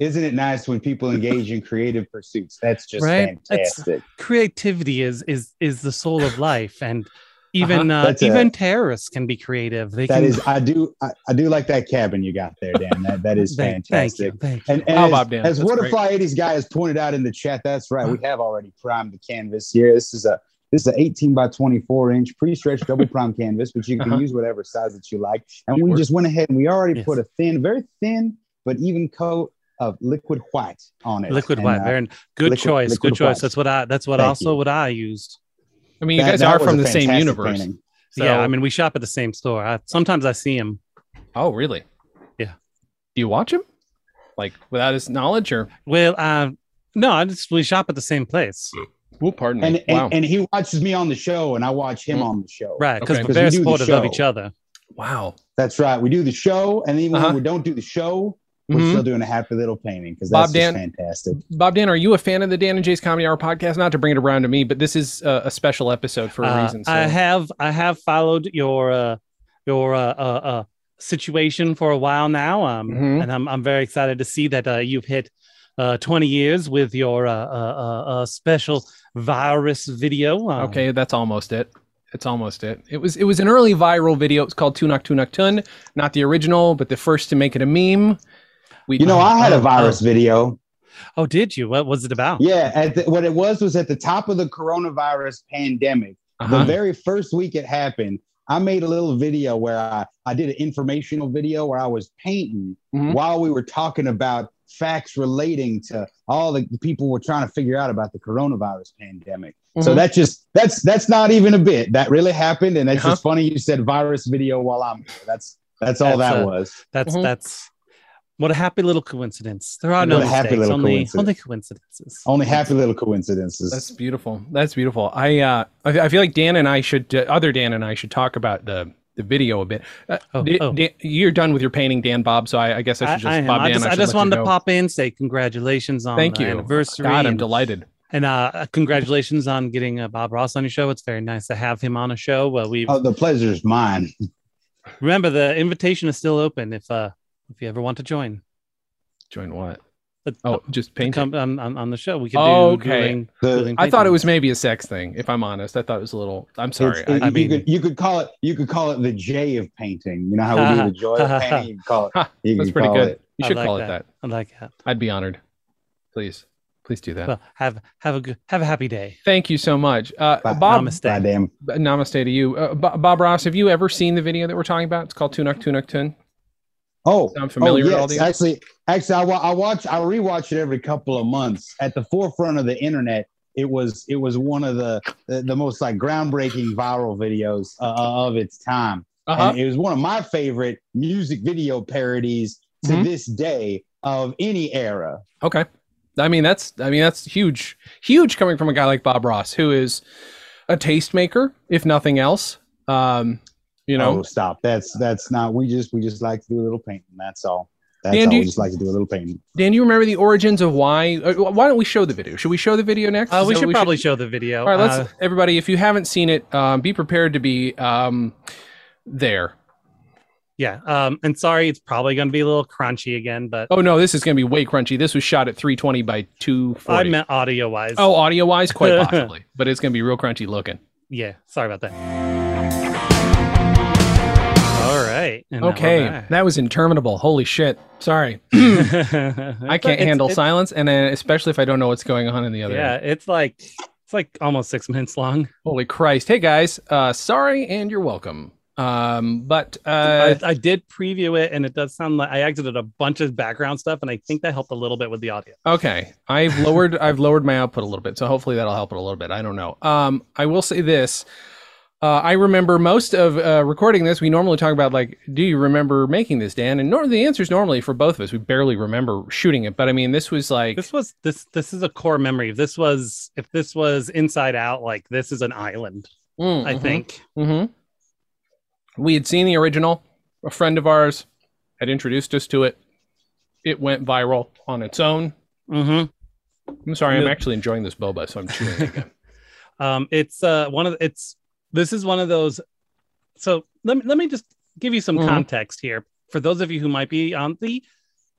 Speaker 4: Isn't it nice when people engage in creative pursuits? That's just
Speaker 1: Right? That's-
Speaker 4: fantastic.
Speaker 1: Creativity is is is the soul of life,
Speaker 4: (laughs)
Speaker 1: and even uh
Speaker 4: Uh-huh. That's
Speaker 1: even terrorists can be creative. They
Speaker 4: That
Speaker 1: can.
Speaker 4: is, I do, I, I do like that cabin you got there, Dan. That that is
Speaker 1: they-
Speaker 4: fantastic.
Speaker 1: (laughs) Thank you. Thank you.
Speaker 4: And, and
Speaker 2: Wow,
Speaker 4: as,
Speaker 2: Bob Dan,
Speaker 4: as
Speaker 2: that's
Speaker 4: what
Speaker 2: great.
Speaker 4: a fly 80s guy has pointed out in the chat, that's right. We have already primed the canvas here. This is a this is an 18 by 24 inch pre-stretched double
Speaker 2: (laughs)
Speaker 4: prime canvas, but you can
Speaker 2: Uh-huh.
Speaker 4: use whatever size that you like. And
Speaker 2: It
Speaker 4: we
Speaker 2: works.
Speaker 4: just went ahead and we already
Speaker 1: Yes.
Speaker 4: put a thin, very thin but even coat of liquid white on it.
Speaker 1: Liquid
Speaker 4: And,
Speaker 1: white,
Speaker 4: uh,
Speaker 1: very good
Speaker 4: liquid-
Speaker 1: choice.
Speaker 4: liquid
Speaker 1: good choice.
Speaker 4: white.
Speaker 1: That's what I. That's what
Speaker 4: Thank
Speaker 1: also
Speaker 4: you.
Speaker 1: what I used.
Speaker 2: I mean, you
Speaker 4: that-
Speaker 2: guys
Speaker 4: that
Speaker 2: are
Speaker 4: was
Speaker 2: from
Speaker 4: a
Speaker 2: the same
Speaker 4: fantastic
Speaker 2: universe.
Speaker 4: painting.
Speaker 2: So-
Speaker 1: yeah, I mean, we shop at the same store. I, sometimes I see him.
Speaker 2: Oh, really?
Speaker 1: Yeah.
Speaker 2: Do you watch him? Like without his knowledge or?
Speaker 1: Well, uh, no, I just we shop at the same place,
Speaker 2: Oh, pardon me.
Speaker 4: And, and,
Speaker 2: wow.
Speaker 4: and he watches me on the show and I watch him
Speaker 2: Mm.
Speaker 4: on the show.
Speaker 1: right? Because
Speaker 2: Okay.
Speaker 1: we're
Speaker 4: 'Cause
Speaker 1: very
Speaker 4: we do the
Speaker 1: supportive of
Speaker 4: show.
Speaker 1: each other.
Speaker 2: wow.
Speaker 4: That's right. We do the show, and then when
Speaker 2: Uh-huh.
Speaker 4: we don't do the show, we're
Speaker 2: Mhm.
Speaker 4: still doing a happy little painting because
Speaker 2: Bob
Speaker 4: that's
Speaker 2: Dan-
Speaker 4: just fantastic.
Speaker 2: Bob Dan, are you a fan of the Dan and Jay's Comedy Hour podcast? Not to bring it around to me, but this is a, a special episode for a
Speaker 1: Uh,
Speaker 2: reason. So.
Speaker 1: I have I have followed your uh, your uh, uh, uh, situation for a while now, um,
Speaker 2: Mhm.
Speaker 1: and I'm I'm very excited to see that uh, you've hit uh, 20 years with your uh, uh, uh, uh, special virus video. Um,
Speaker 2: Okay, that's almost it. It's almost it. It was it was an early viral video. It's called Tunak Tunak Tun, not the original, but the first to make it a meme. We, Uh-huh.
Speaker 4: You know, I had
Speaker 1: oh,
Speaker 4: a virus
Speaker 1: oh.
Speaker 4: video.
Speaker 1: Oh, did you? What was it about?
Speaker 4: Yeah, at the, what it was was at the top of the coronavirus pandemic, the
Speaker 2: Uh-huh.
Speaker 4: very first week it happened. I made a little video where I, I did an informational video where I was painting
Speaker 2: Mhm.
Speaker 4: while we were talking about facts relating to all the people were trying to figure out about the coronavirus pandemic. So
Speaker 2: Mhm.
Speaker 4: that just that's that's not even a bit. That really happened, and that's
Speaker 2: Uh-huh.
Speaker 4: just funny. You said virus video while I'm here. That's that's all
Speaker 1: That's,
Speaker 4: that
Speaker 1: uh,
Speaker 4: was.
Speaker 1: That's
Speaker 2: Mhm.
Speaker 1: that's what a happy little coincidence. There are no
Speaker 4: What a happy
Speaker 1: mistakes,
Speaker 4: little
Speaker 1: only
Speaker 4: coincidence.
Speaker 1: only coincidences.
Speaker 2: Oh,
Speaker 4: Only happy little coincidences.
Speaker 2: That's beautiful. That's beautiful. I uh, I, I feel like Dan and I should, uh, other Dan and I should talk about the the video a bit. Uh,
Speaker 1: Oh,
Speaker 2: Dan-
Speaker 1: oh.
Speaker 2: Dan- you're done with your painting, Dan Bob. So I, I guess I
Speaker 1: I,
Speaker 2: should
Speaker 1: I
Speaker 2: just
Speaker 1: am.
Speaker 2: Bob
Speaker 1: I
Speaker 2: Dan.
Speaker 1: just, I
Speaker 2: should
Speaker 1: just
Speaker 2: let you
Speaker 1: wanted to
Speaker 2: go.
Speaker 1: pop in, say congratulations on
Speaker 2: Thank
Speaker 1: the
Speaker 2: you.
Speaker 1: anniversary,
Speaker 2: God, I'm
Speaker 1: and,
Speaker 2: delighted.
Speaker 1: and uh, congratulations on getting uh, Bob Ross on your show. It's very nice to have him on a show. Well, we
Speaker 4: oh, the pleasure's mine.
Speaker 1: remember the invitation is still open if uh, if you ever want to join.
Speaker 2: Join what?
Speaker 1: But,
Speaker 2: Oh, just
Speaker 1: to
Speaker 2: painting.
Speaker 1: come on, on on the show. We could do
Speaker 2: Okay.
Speaker 1: dueling-
Speaker 4: The-
Speaker 1: dueling
Speaker 2: I thought it
Speaker 1: paintings.
Speaker 2: was maybe a sex thing. If I'm honest, I thought it was a little. I'm sorry.
Speaker 4: It's- it-
Speaker 1: I
Speaker 4: you
Speaker 1: mean-
Speaker 4: could you could call it you could call it the J of painting. You know how we do the joy of painting. You could call it.
Speaker 2: I,
Speaker 4: You
Speaker 2: Uh-huh. (laughs) that's
Speaker 4: could
Speaker 2: pretty
Speaker 4: call
Speaker 2: good.
Speaker 4: It.
Speaker 2: You
Speaker 1: I
Speaker 2: should
Speaker 1: like
Speaker 2: call it
Speaker 1: that.
Speaker 2: that.
Speaker 1: I like that.
Speaker 2: I'd be honored. Please, please do that.
Speaker 1: Well, have have a good have a happy day.
Speaker 2: Thank you so much, uh,
Speaker 4: Bye.
Speaker 2: Bob.
Speaker 1: Namaste.
Speaker 4: God damn.
Speaker 2: b- Namaste to you, uh, B- Bob Ross. Have you ever seen the video that we're talking about? It's called Tunak Tunak Tun.
Speaker 4: Oh,
Speaker 2: Sound familiar
Speaker 4: oh,
Speaker 2: at all to you?
Speaker 4: Actually, actually, I, wa- I watch I rewatch it every couple of months. At the forefront of the internet, it was it was one of the the, the most like groundbreaking viral videos uh, of its time.
Speaker 2: Uh-huh.
Speaker 4: and it was one of my favorite music video parodies to
Speaker 2: Mhm.
Speaker 4: this day of any era.
Speaker 2: Okay. I mean that's I mean that's huge huge coming from a guy like Bob Ross who is a tastemaker if nothing else. Um you know.
Speaker 4: oh, stop! That's that's not. We just we just like to do a little painting. That's all. That's
Speaker 2: Dan,
Speaker 4: all.
Speaker 2: do
Speaker 4: we
Speaker 2: you-
Speaker 4: just like to do a little painting.
Speaker 2: Dan, you remember the origins of why uh, why don't we show the video? Should we show the video next?
Speaker 1: Uh,
Speaker 2: Is
Speaker 1: we
Speaker 2: that
Speaker 1: should
Speaker 2: what
Speaker 1: probably show the video.
Speaker 2: All right, let's
Speaker 1: Uh,
Speaker 2: everybody if you haven't seen it, um, be prepared to be um there.
Speaker 1: yeah. Um, and sorry, it's probably going to be a little crunchy again, but
Speaker 2: Oh no, this is going to be way crunchy. This was shot at 320 by 240.
Speaker 1: I meant audio wise.
Speaker 2: oh, audio wise
Speaker 1: (laughs)
Speaker 2: quite possibly, but it's going to be real crunchy looking.
Speaker 1: yeah. Sorry about that. All right. and now we're
Speaker 2: Okay,
Speaker 1: back.
Speaker 2: that was interminable. Holy shit. Sorry. (clears throat) I
Speaker 1: But
Speaker 2: can't
Speaker 1: it's-
Speaker 2: handle
Speaker 1: it's-
Speaker 2: silence, and uh, especially if I don't know what's going on in the other.
Speaker 1: Yeah,
Speaker 2: end.
Speaker 1: it's like it's like almost six minutes long.
Speaker 2: Holy Christ! Hey guys, uh, sorry, and you're welcome. Um, but uh,
Speaker 1: I, I did preview it, and it does sound like I exited a bunch of background stuff, and I think that helped a little bit with the audio.
Speaker 2: okay, I've lowered I've lowered my output a little bit, so hopefully that'll help it a little bit. I don't know. Um, I will say this. Uh, I remember most of uh, recording this. We normally talk about like, do you remember making this, Dan? And nor- the answer is normally for both of us. We barely remember shooting it, but I mean, this was like
Speaker 1: This was this this is a core memory. If this was if this was Inside Out, like this is an island.
Speaker 2: Mm,
Speaker 1: I
Speaker 2: mhm.
Speaker 1: think
Speaker 2: hmm We had seen the original. A friend of ours had introduced us to it. It went viral on its own.
Speaker 1: hmm
Speaker 2: I'm sorry, I'm
Speaker 1: Yeah.
Speaker 2: actually enjoying this boba, so I'm chewing
Speaker 1: (laughs)
Speaker 2: it again.
Speaker 1: um, it's uh, one of it's this is one of those. So let me let me just give you some
Speaker 2: Mhm.
Speaker 1: context here for those of you who might be on the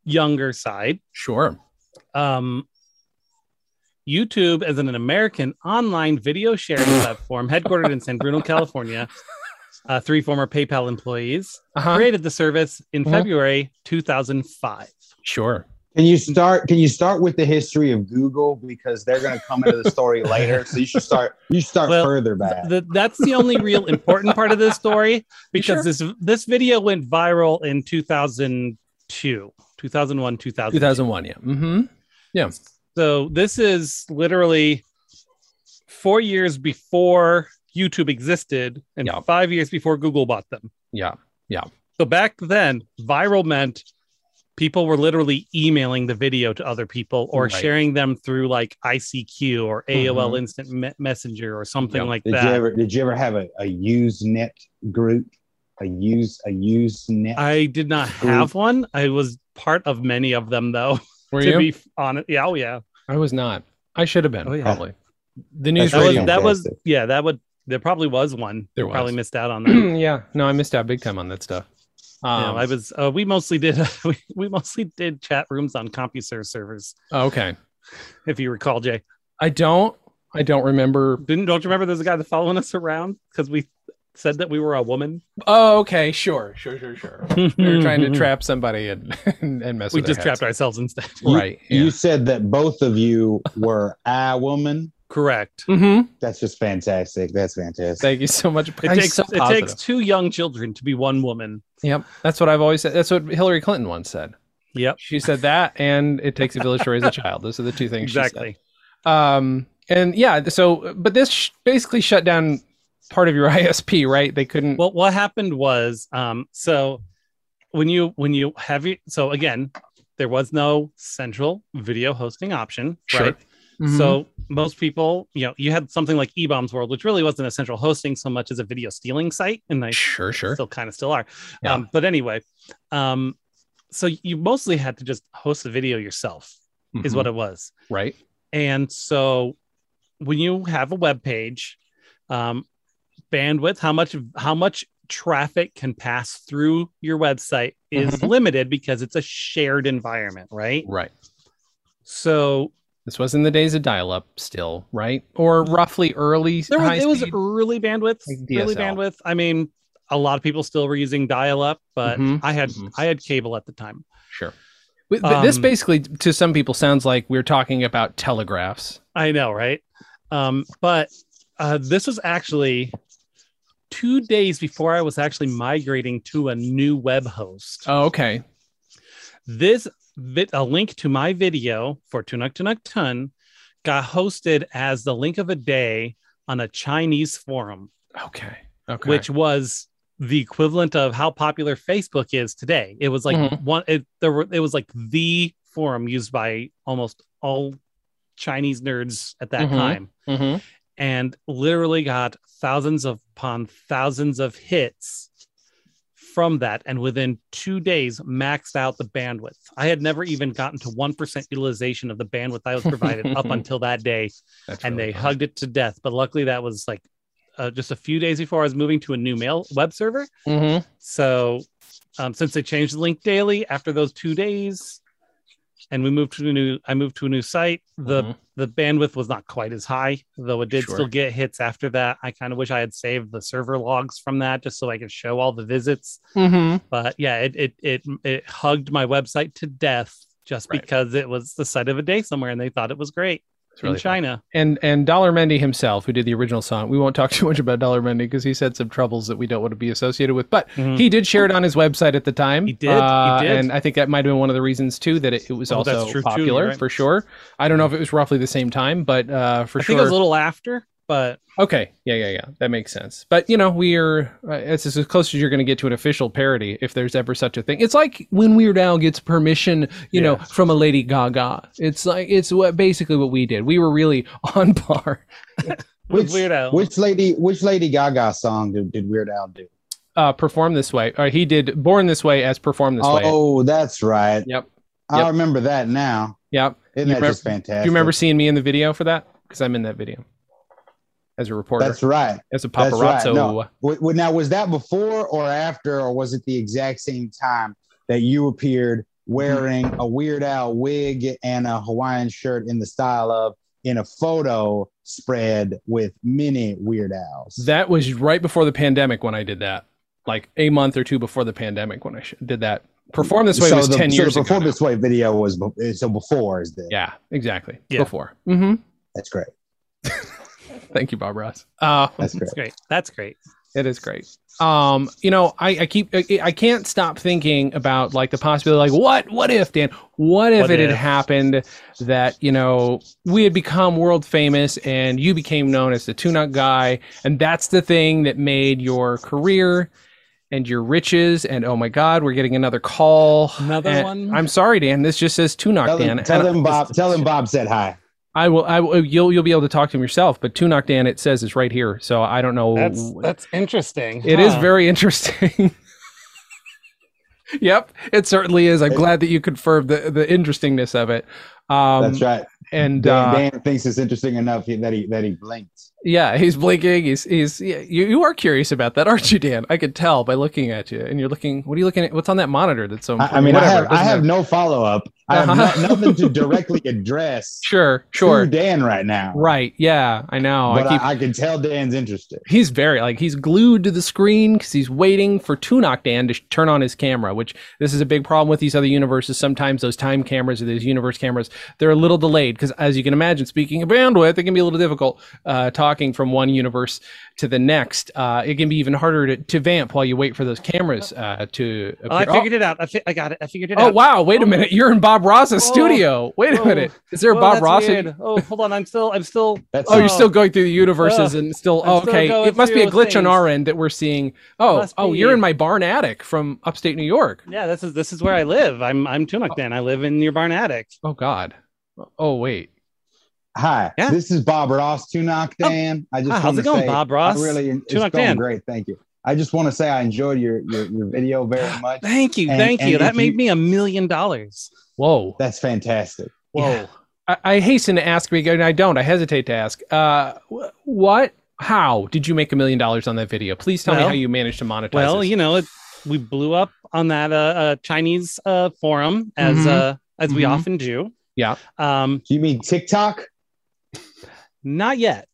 Speaker 1: younger side.
Speaker 2: Sure.
Speaker 1: um, YouTube as an American online video
Speaker 2: (laughs)
Speaker 1: sharing platform headquartered in San Bruno, California. Uh, three former PayPal employees
Speaker 2: Uh-huh.
Speaker 1: created the service in
Speaker 2: Mhm.
Speaker 1: February 2005.
Speaker 2: Sure.
Speaker 4: Can you start? Can you start with the history of Google because they're going to come into the (laughs) story later. So you should start. You should start
Speaker 1: Well,
Speaker 4: further back.
Speaker 1: Th- that's the only
Speaker 2: (laughs)
Speaker 1: real important part of this story because
Speaker 2: sure?
Speaker 1: this this video went viral in 2002, 2001, 2002.
Speaker 2: 2001, yeah. Mm-hmm.
Speaker 1: So this is literally four years before YouTube existed and
Speaker 2: Yeah.
Speaker 1: five years before Google bought them.
Speaker 2: Yeah.
Speaker 1: So back then, viral meant people were literally emailing the video to other people or
Speaker 2: Right.
Speaker 1: sharing them through like ICQ or AOL
Speaker 2: Mhm.
Speaker 1: Instant Me- Messenger or something
Speaker 2: Yep.
Speaker 1: like
Speaker 4: did
Speaker 1: that.
Speaker 4: you ever? Did you ever have a, a Usenet group? A use a Usenet.
Speaker 1: I did not have one. I was part of many of them though.
Speaker 2: Were
Speaker 1: to
Speaker 2: you?
Speaker 1: be f- honest, yeah, oh yeah,
Speaker 2: I was not. I should have been,
Speaker 1: Oh, yeah.
Speaker 2: probably. The news
Speaker 1: that
Speaker 4: That's
Speaker 1: was
Speaker 2: radio.
Speaker 4: right.
Speaker 1: that was
Speaker 4: Fantastic.
Speaker 1: yeah that would there probably was one.
Speaker 2: There
Speaker 1: probably
Speaker 2: was. Um,
Speaker 1: missed out
Speaker 2: (clears throat)
Speaker 1: on that.
Speaker 2: yeah. No, I missed out big time on that stuff. Um,
Speaker 1: Yeah, I was. Uh, we mostly did. (laughs) we, we mostly did chat rooms on CompuServe servers,
Speaker 2: okay.
Speaker 1: if you recall, Jay.
Speaker 2: I don't. I don't remember
Speaker 1: Didn't don't you remember there's a guy that following us around because we said that we were a woman.
Speaker 2: Oh, okay, sure, sure, sure, sure.
Speaker 1: (laughs) we
Speaker 2: We were trying to trap somebody and (laughs) and, and mess
Speaker 1: Mm-hmm. We
Speaker 2: with their
Speaker 1: just
Speaker 2: heads.
Speaker 1: trapped ourselves (laughs) instead.
Speaker 2: right.
Speaker 4: You said that both of you were I woman.
Speaker 1: Correct.
Speaker 2: Mm-hmm.
Speaker 4: That's just fantastic. That's fantastic.
Speaker 2: Thank you so much.
Speaker 1: It
Speaker 2: I'm
Speaker 1: takes
Speaker 2: so
Speaker 1: it
Speaker 2: positive.
Speaker 1: takes two young children to be one woman.
Speaker 2: Yep, that's what I've always said. That's what Hillary Clinton once said.
Speaker 1: Yep.
Speaker 2: She said that, and it takes a village to raise a child. Those are the two things.
Speaker 1: Exactly.
Speaker 2: She said. Um, and yeah, so but this sh- basically shut down part of your (laughs) ISP, right? They couldn't.
Speaker 1: Well, what happened was, um, so when you when you have your so again, there was no central video hosting option,
Speaker 2: Sure.
Speaker 1: right?
Speaker 2: Mhm.
Speaker 1: So most people, you know, you had something like eBombs World, which really wasn't a central hosting so much as a video stealing site, and I
Speaker 2: sure, sure.
Speaker 1: still kind of still are.
Speaker 2: Yeah.
Speaker 1: Um, but anyway, um, so you mostly had to just host the video yourself, is what it was.
Speaker 2: Mhm. right.
Speaker 1: And so when you have a web page, um, bandwidth, how much how much traffic can pass through your website is
Speaker 2: Mm-hmm.
Speaker 1: limited because it's a shared environment, right?
Speaker 2: Right.
Speaker 1: So
Speaker 2: This was in the days of dial-up, still, right? Or roughly early.
Speaker 1: there was,
Speaker 2: high
Speaker 1: it was
Speaker 2: speed?
Speaker 1: early bandwidth
Speaker 2: Like
Speaker 1: early
Speaker 2: DSL.
Speaker 1: bandwidth i mean a lot of people still were using dial-up but
Speaker 2: Mhm,
Speaker 1: i had
Speaker 2: mhm.
Speaker 1: i had cable at the time
Speaker 2: Sure. But th- this
Speaker 1: Um,
Speaker 2: basically, to some people, sounds like we're talking about telegraphs.
Speaker 1: i know right um, but uh, this was actually two days before i was actually migrating to a new web host
Speaker 2: Oh, okay.
Speaker 1: this vi- a link to my video for tunuk tunuk tun got hosted as the link of a day on a chinese forum
Speaker 2: Okay. Okay.
Speaker 1: which was the equivalent of how popular Facebook is today. It was like
Speaker 2: Mhm.
Speaker 1: one. It there were. It was like the forum used by almost all Chinese nerds at that
Speaker 2: Mhm.
Speaker 1: time,
Speaker 2: Mhm.
Speaker 1: Mm-hmm. and literally got thousands of- upon thousands of hits from that. And within two days, maxed out the bandwidth. I had never even gotten to one percent utilization of the bandwidth I was provided
Speaker 2: (laughs)
Speaker 1: up until that day
Speaker 2: That's
Speaker 1: and
Speaker 2: really
Speaker 1: they
Speaker 2: funny.
Speaker 1: hugged it to death. But luckily, that was like uh, just a few days before I was moving to a new mail web server. Mm-hmm.
Speaker 2: Mhm.
Speaker 1: So, um, since they changed the link daily after those two days, and we moved to a new, I moved to a new site. The
Speaker 2: Mhm.
Speaker 1: the bandwidth was not quite as high, though it did
Speaker 2: Sure.
Speaker 1: still get hits after that. I kind of wish I had saved the server logs from that just so I could show all the visits.
Speaker 2: Mhm.
Speaker 1: But yeah, it it it, it hugged my website to death just
Speaker 2: Right.
Speaker 1: because it was the site of a day somewhere, and they thought it was great
Speaker 2: It's really
Speaker 1: in
Speaker 2: funny.
Speaker 1: China.
Speaker 2: and and Dollar Mendy himself, who did the original song. We won't talk (laughs) too much about Dollar Mendy because he's had some troubles that we don't want to be associated with. But
Speaker 1: Mhm.
Speaker 2: he did share it on his website at the time.
Speaker 1: He did, he
Speaker 2: Uh,
Speaker 1: did.
Speaker 2: and I think that might have been one of the reasons too that it, it was
Speaker 1: Oh, that's
Speaker 2: also
Speaker 1: true, too,
Speaker 2: popular
Speaker 1: you're right.
Speaker 2: for sure. I don't know if it was roughly the same time, but uh, for
Speaker 1: I
Speaker 2: sure.
Speaker 1: think it was a little after, but
Speaker 2: Okay. Yeah, yeah, yeah. That makes sense. But you know, we are uh, it's as close as you're going to get to an official parody, if there's ever such a thing. It's like when Weird Al gets permission, you know,
Speaker 1: Yeah.
Speaker 2: from a Lady Gaga. It's like it's what basically what we did. We were really (laughs) on par.
Speaker 1: with
Speaker 4: Which-
Speaker 1: Weird Al.
Speaker 4: Which lady? Which Lady Gaga song did, did Weird Al do?
Speaker 2: Uh, perform this way. Uh, he did Born This Way as Perform This Way.
Speaker 4: Oh, that's right.
Speaker 2: Yep.
Speaker 4: I remember that now.
Speaker 2: Yep.
Speaker 4: Isn't
Speaker 2: You
Speaker 4: that
Speaker 2: remember-
Speaker 4: just fantastic?
Speaker 2: Do you remember seeing me in the video for that? Because I'm in that video as a reporter,
Speaker 4: That's right.
Speaker 2: as a
Speaker 4: that's right.
Speaker 2: paparazzo.
Speaker 4: No. W- w- now, was that before or after, or was it the exact same time that you appeared wearing a Weird Al wig and a Hawaiian shirt in the style of in a photo spread with many Weird Al's?
Speaker 2: That was right before the pandemic when I did that, like a month or two before the pandemic when I sh- did that. Perform this way was
Speaker 4: the,
Speaker 2: ten years
Speaker 4: so the
Speaker 2: ago.
Speaker 4: Perform
Speaker 2: now.
Speaker 4: This Way video was be- so before is this.
Speaker 2: Yeah, exactly.
Speaker 1: Yeah.
Speaker 2: Before. hmm
Speaker 4: That's great.
Speaker 2: Thank you, Bob Ross. Uh,
Speaker 4: That's great.
Speaker 1: That's great. That's great.
Speaker 2: it is great. Um, you know, I, I keep I, I can't stop thinking about like the possibility, like what what if Dan, what if
Speaker 1: What
Speaker 2: it had
Speaker 1: if?
Speaker 2: happened that you know we had become world famous and you became known as the tune-up guy, and that's the thing that made your career and your riches and oh my God, we're getting another call.
Speaker 1: Another
Speaker 2: And
Speaker 1: one?
Speaker 2: I'm sorry, Dan. This just says
Speaker 4: Tell
Speaker 2: tune-up, Dan.
Speaker 4: them, tell
Speaker 2: And I-
Speaker 4: them Bob. Tell them Bob said hi.
Speaker 2: I will. I will, you'll you'll be able to talk to him yourself. But Tunok Dan, it says is right here. So I don't
Speaker 4: Oh,
Speaker 2: know. It is
Speaker 1: that's interesting.
Speaker 2: very interesting. (laughs) yep, it certainly is. I'm glad that you confirmed the the interestingness of it. Um,
Speaker 4: That's right.
Speaker 2: And uh,
Speaker 4: Dan, Dan thinks it's interesting enough he- that he that he blinked.
Speaker 2: yeah, he's blinking. He's he's yeah, you you are curious about that, aren't you, Dan? I could tell by looking at you. And you're looking. What are you looking at? What's on that monitor? That's so.
Speaker 4: I, I mean, I
Speaker 2: whatever,
Speaker 4: have
Speaker 2: it
Speaker 4: I
Speaker 2: doesn't
Speaker 4: have
Speaker 2: matter.
Speaker 4: no follow up. I have
Speaker 2: Uh-huh.
Speaker 4: no- nothing to directly
Speaker 1: (laughs)
Speaker 4: address
Speaker 2: Sure,
Speaker 4: to
Speaker 2: sure.
Speaker 4: Dan right now.
Speaker 2: Right. Yeah, I
Speaker 1: Oh,
Speaker 2: know.
Speaker 4: but
Speaker 2: I
Speaker 4: I,
Speaker 2: keep
Speaker 4: I can tell Dan's interested.
Speaker 2: he's very like he's glued to the screen because he's waiting for Tunok Dan to sh- turn on his camera, which this is a big problem with these other universes. Sometimes those time cameras or those universe cameras, they're a little delayed because, as you can imagine, speaking of bandwidth, it can be a little difficult uh, talking from one universe to the next. Uh, it can be even harder to, to vamp while you wait for those cameras uh, to appear.
Speaker 1: Oh, I
Speaker 2: Oh,
Speaker 1: figured it out. I, fi- I got it. I figured it
Speaker 2: oh,
Speaker 1: out.
Speaker 2: wow! Wait a minute, you're in Bob Ross's
Speaker 1: Whoa.
Speaker 2: studio. Wait a
Speaker 1: Whoa.
Speaker 2: minute, is there a
Speaker 1: Whoa,
Speaker 2: Bob
Speaker 1: that's
Speaker 2: Ross? in-
Speaker 1: weird. Oh, hold on. I'm still. I'm still.
Speaker 4: That's
Speaker 2: Oh, you're
Speaker 1: Oh.
Speaker 2: still going through the universes and still.
Speaker 1: I'm
Speaker 2: Oh,
Speaker 1: still
Speaker 2: okay.
Speaker 1: going
Speaker 2: it must be a
Speaker 1: through
Speaker 2: glitch on
Speaker 1: things.
Speaker 2: our end that we're seeing. Oh,
Speaker 1: Must
Speaker 2: oh,
Speaker 1: be.
Speaker 2: you're in my barn attic from upstate New York.
Speaker 1: Yeah. This is this is where I live. I'm I'm Tunuk Dan. I live in your barn attic.
Speaker 2: Oh God. Oh wait.
Speaker 4: hi.
Speaker 1: Yeah.
Speaker 4: This is Bob Ross. Tunok
Speaker 1: Oh.
Speaker 4: Dan. I just
Speaker 1: Ah,
Speaker 4: want
Speaker 1: how's
Speaker 4: to
Speaker 1: it going,
Speaker 4: say,
Speaker 1: Bob Ross?
Speaker 4: I really it's
Speaker 1: Tunok
Speaker 4: going
Speaker 1: Dan.
Speaker 4: great. Thank you. I just want to say I enjoyed your your, your
Speaker 1: (sighs)
Speaker 4: video very much.
Speaker 1: Thank you.
Speaker 4: And-
Speaker 1: thank
Speaker 4: and
Speaker 1: you.
Speaker 4: if
Speaker 1: That made
Speaker 4: you-
Speaker 1: me a million dollars.
Speaker 2: Whoa.
Speaker 4: That's fantastic.
Speaker 1: Whoa.
Speaker 2: Yeah. I, I hasten to ask because I don't. I hesitate to ask. Uh, wh- what? How did you make a million dollars on that video? Please tell me
Speaker 1: Well-
Speaker 2: how you managed to monetize.
Speaker 1: Well,
Speaker 2: this.
Speaker 1: you know, it, we blew up on that uh, uh Chinese uh forum as
Speaker 4: Mm-hmm.
Speaker 2: Mhm.
Speaker 1: uh as we
Speaker 2: Mhm.
Speaker 1: often do.
Speaker 2: Yeah.
Speaker 1: Um.
Speaker 4: Do you mean TikTok?
Speaker 1: Not yet.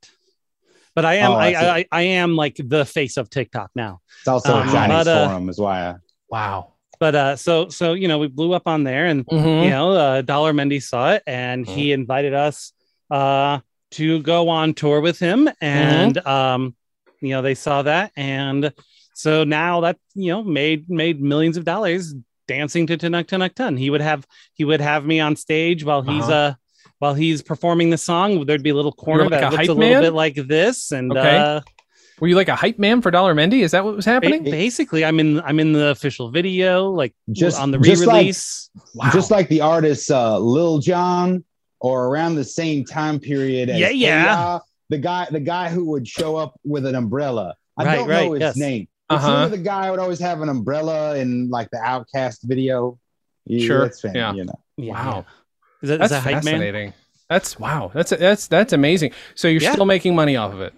Speaker 1: But I am.
Speaker 4: Oh, I
Speaker 1: I,
Speaker 4: see.
Speaker 1: I, I I am like the face of TikTok now.
Speaker 4: It's also
Speaker 2: Um,
Speaker 4: a Chinese
Speaker 1: but, uh,
Speaker 4: forum, is why. I,
Speaker 2: wow.
Speaker 1: but uh so so you know we blew up on there and
Speaker 2: Mhm.
Speaker 1: you know uh, dollar mendy saw it and he
Speaker 2: Mm-hmm.
Speaker 1: invited us uh to go on tour with him and
Speaker 2: Mm-hmm.
Speaker 1: um you know they saw that and so now that you know made made millions of dollars dancing to Tunuk Tunuk Tun. He would have he would have me on stage while he's
Speaker 2: Uh-huh.
Speaker 1: uh while he's performing the song. There'd be a little corner
Speaker 2: like a
Speaker 1: that looks
Speaker 2: hype
Speaker 1: a little
Speaker 2: man?
Speaker 1: bit like this and
Speaker 2: Okay.
Speaker 1: uh
Speaker 2: Were you like a hype man for Dollar Mendy? Is that what was happening?
Speaker 1: Ba- basically, I'm in I'm in the official video, like
Speaker 4: Just-
Speaker 1: on the
Speaker 4: just like-
Speaker 1: re-release.
Speaker 2: Wow.
Speaker 4: Just like the artist uh, Lil Jon, or around the same time period. As
Speaker 1: Yeah, yeah.
Speaker 4: A$AP, the guy, the guy who would show up with an umbrella. I
Speaker 1: Right,
Speaker 4: don't
Speaker 1: right,
Speaker 4: know his
Speaker 1: yes.
Speaker 4: name. It's
Speaker 2: Uh-huh.
Speaker 4: either the guy who would always have an umbrella in like the Outcast video. Yeah,
Speaker 2: Sure,
Speaker 4: that's fan,
Speaker 2: yeah.
Speaker 4: You know.
Speaker 1: Yeah.
Speaker 2: wow.
Speaker 1: Is that, is
Speaker 2: That's
Speaker 1: that hype man?
Speaker 2: fascinating. That's wow. That's that's that's amazing. So you're
Speaker 1: Yeah.
Speaker 2: still making money off of it.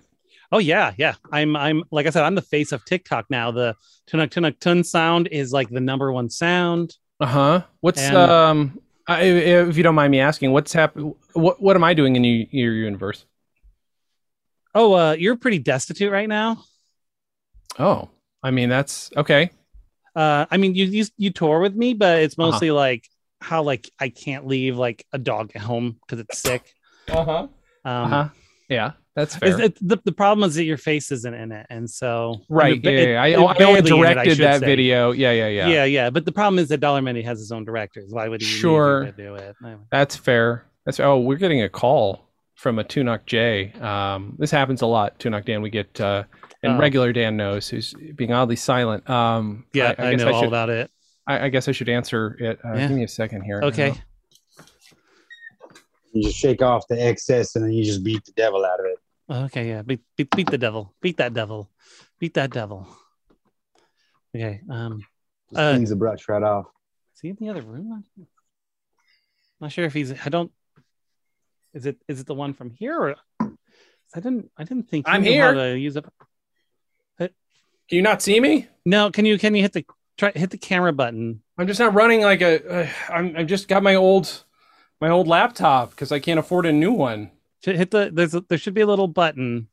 Speaker 1: Oh yeah, yeah. I'm I'm like I said, I'm the face of TikTok now. The tunuk tunuk tun sound is like the number one sound.
Speaker 2: Uh huh. What's
Speaker 1: And-
Speaker 2: um? I, if you don't mind me asking, what's happening? What what am I doing in your, your universe?
Speaker 1: Oh, uh, you're pretty destitute right now.
Speaker 2: Oh, I mean that's okay.
Speaker 1: Uh, I mean, you you you tour with me, but it's
Speaker 2: Uh-huh.
Speaker 1: mostly like how like I can't leave like a dog at home because it's sick.
Speaker 2: Uh huh. Uh
Speaker 1: Um,
Speaker 2: huh. Yeah, that's fair.
Speaker 1: is it, the the problem is that your face isn't in it, and so
Speaker 2: right. Yeah,
Speaker 1: It-
Speaker 2: yeah, yeah. I,
Speaker 1: it-
Speaker 2: I
Speaker 1: it
Speaker 2: know I
Speaker 1: barely in it, I
Speaker 2: directed
Speaker 1: should
Speaker 2: that
Speaker 1: say.
Speaker 2: video. Yeah, yeah, yeah.
Speaker 1: Yeah. yeah, But the problem is that Dollar Menu has his own directors. Why would he need
Speaker 2: Sure.
Speaker 1: you to do it?
Speaker 2: That's fair. That's oh, we're getting a call from a Tunok J. Um, this happens a lot, Tunok Dan. We get uh, and
Speaker 1: Oh.
Speaker 2: regular Dan knows who's being oddly silent. Um,
Speaker 1: Yeah, I, know
Speaker 2: I
Speaker 1: all
Speaker 2: should,
Speaker 1: about it.
Speaker 2: I, I guess I should answer it. Uh,
Speaker 1: Yeah.
Speaker 2: Give me a second here.
Speaker 1: Okay.
Speaker 4: You just shake off the excess and then you just beat the devil out of it.
Speaker 1: Okay, yeah. Beat, beat beat the devil. Beat that devil. Beat that devil. Okay. Um
Speaker 4: Just
Speaker 1: Uh,
Speaker 4: cleans the brush right off.
Speaker 1: is he in the other room? Not sure if he's I don't is it is it the one from here or I didn't I didn't think he
Speaker 2: I'm
Speaker 1: knew how
Speaker 2: here.
Speaker 1: to use up
Speaker 2: Can you not see me?
Speaker 1: No, can you can you hit the try hit the camera button?
Speaker 2: I'm just not running like a. Uh, I'm. I've just got my old, my old laptop because I can't afford a new one.
Speaker 1: Should hit the there's a, there should be a little button.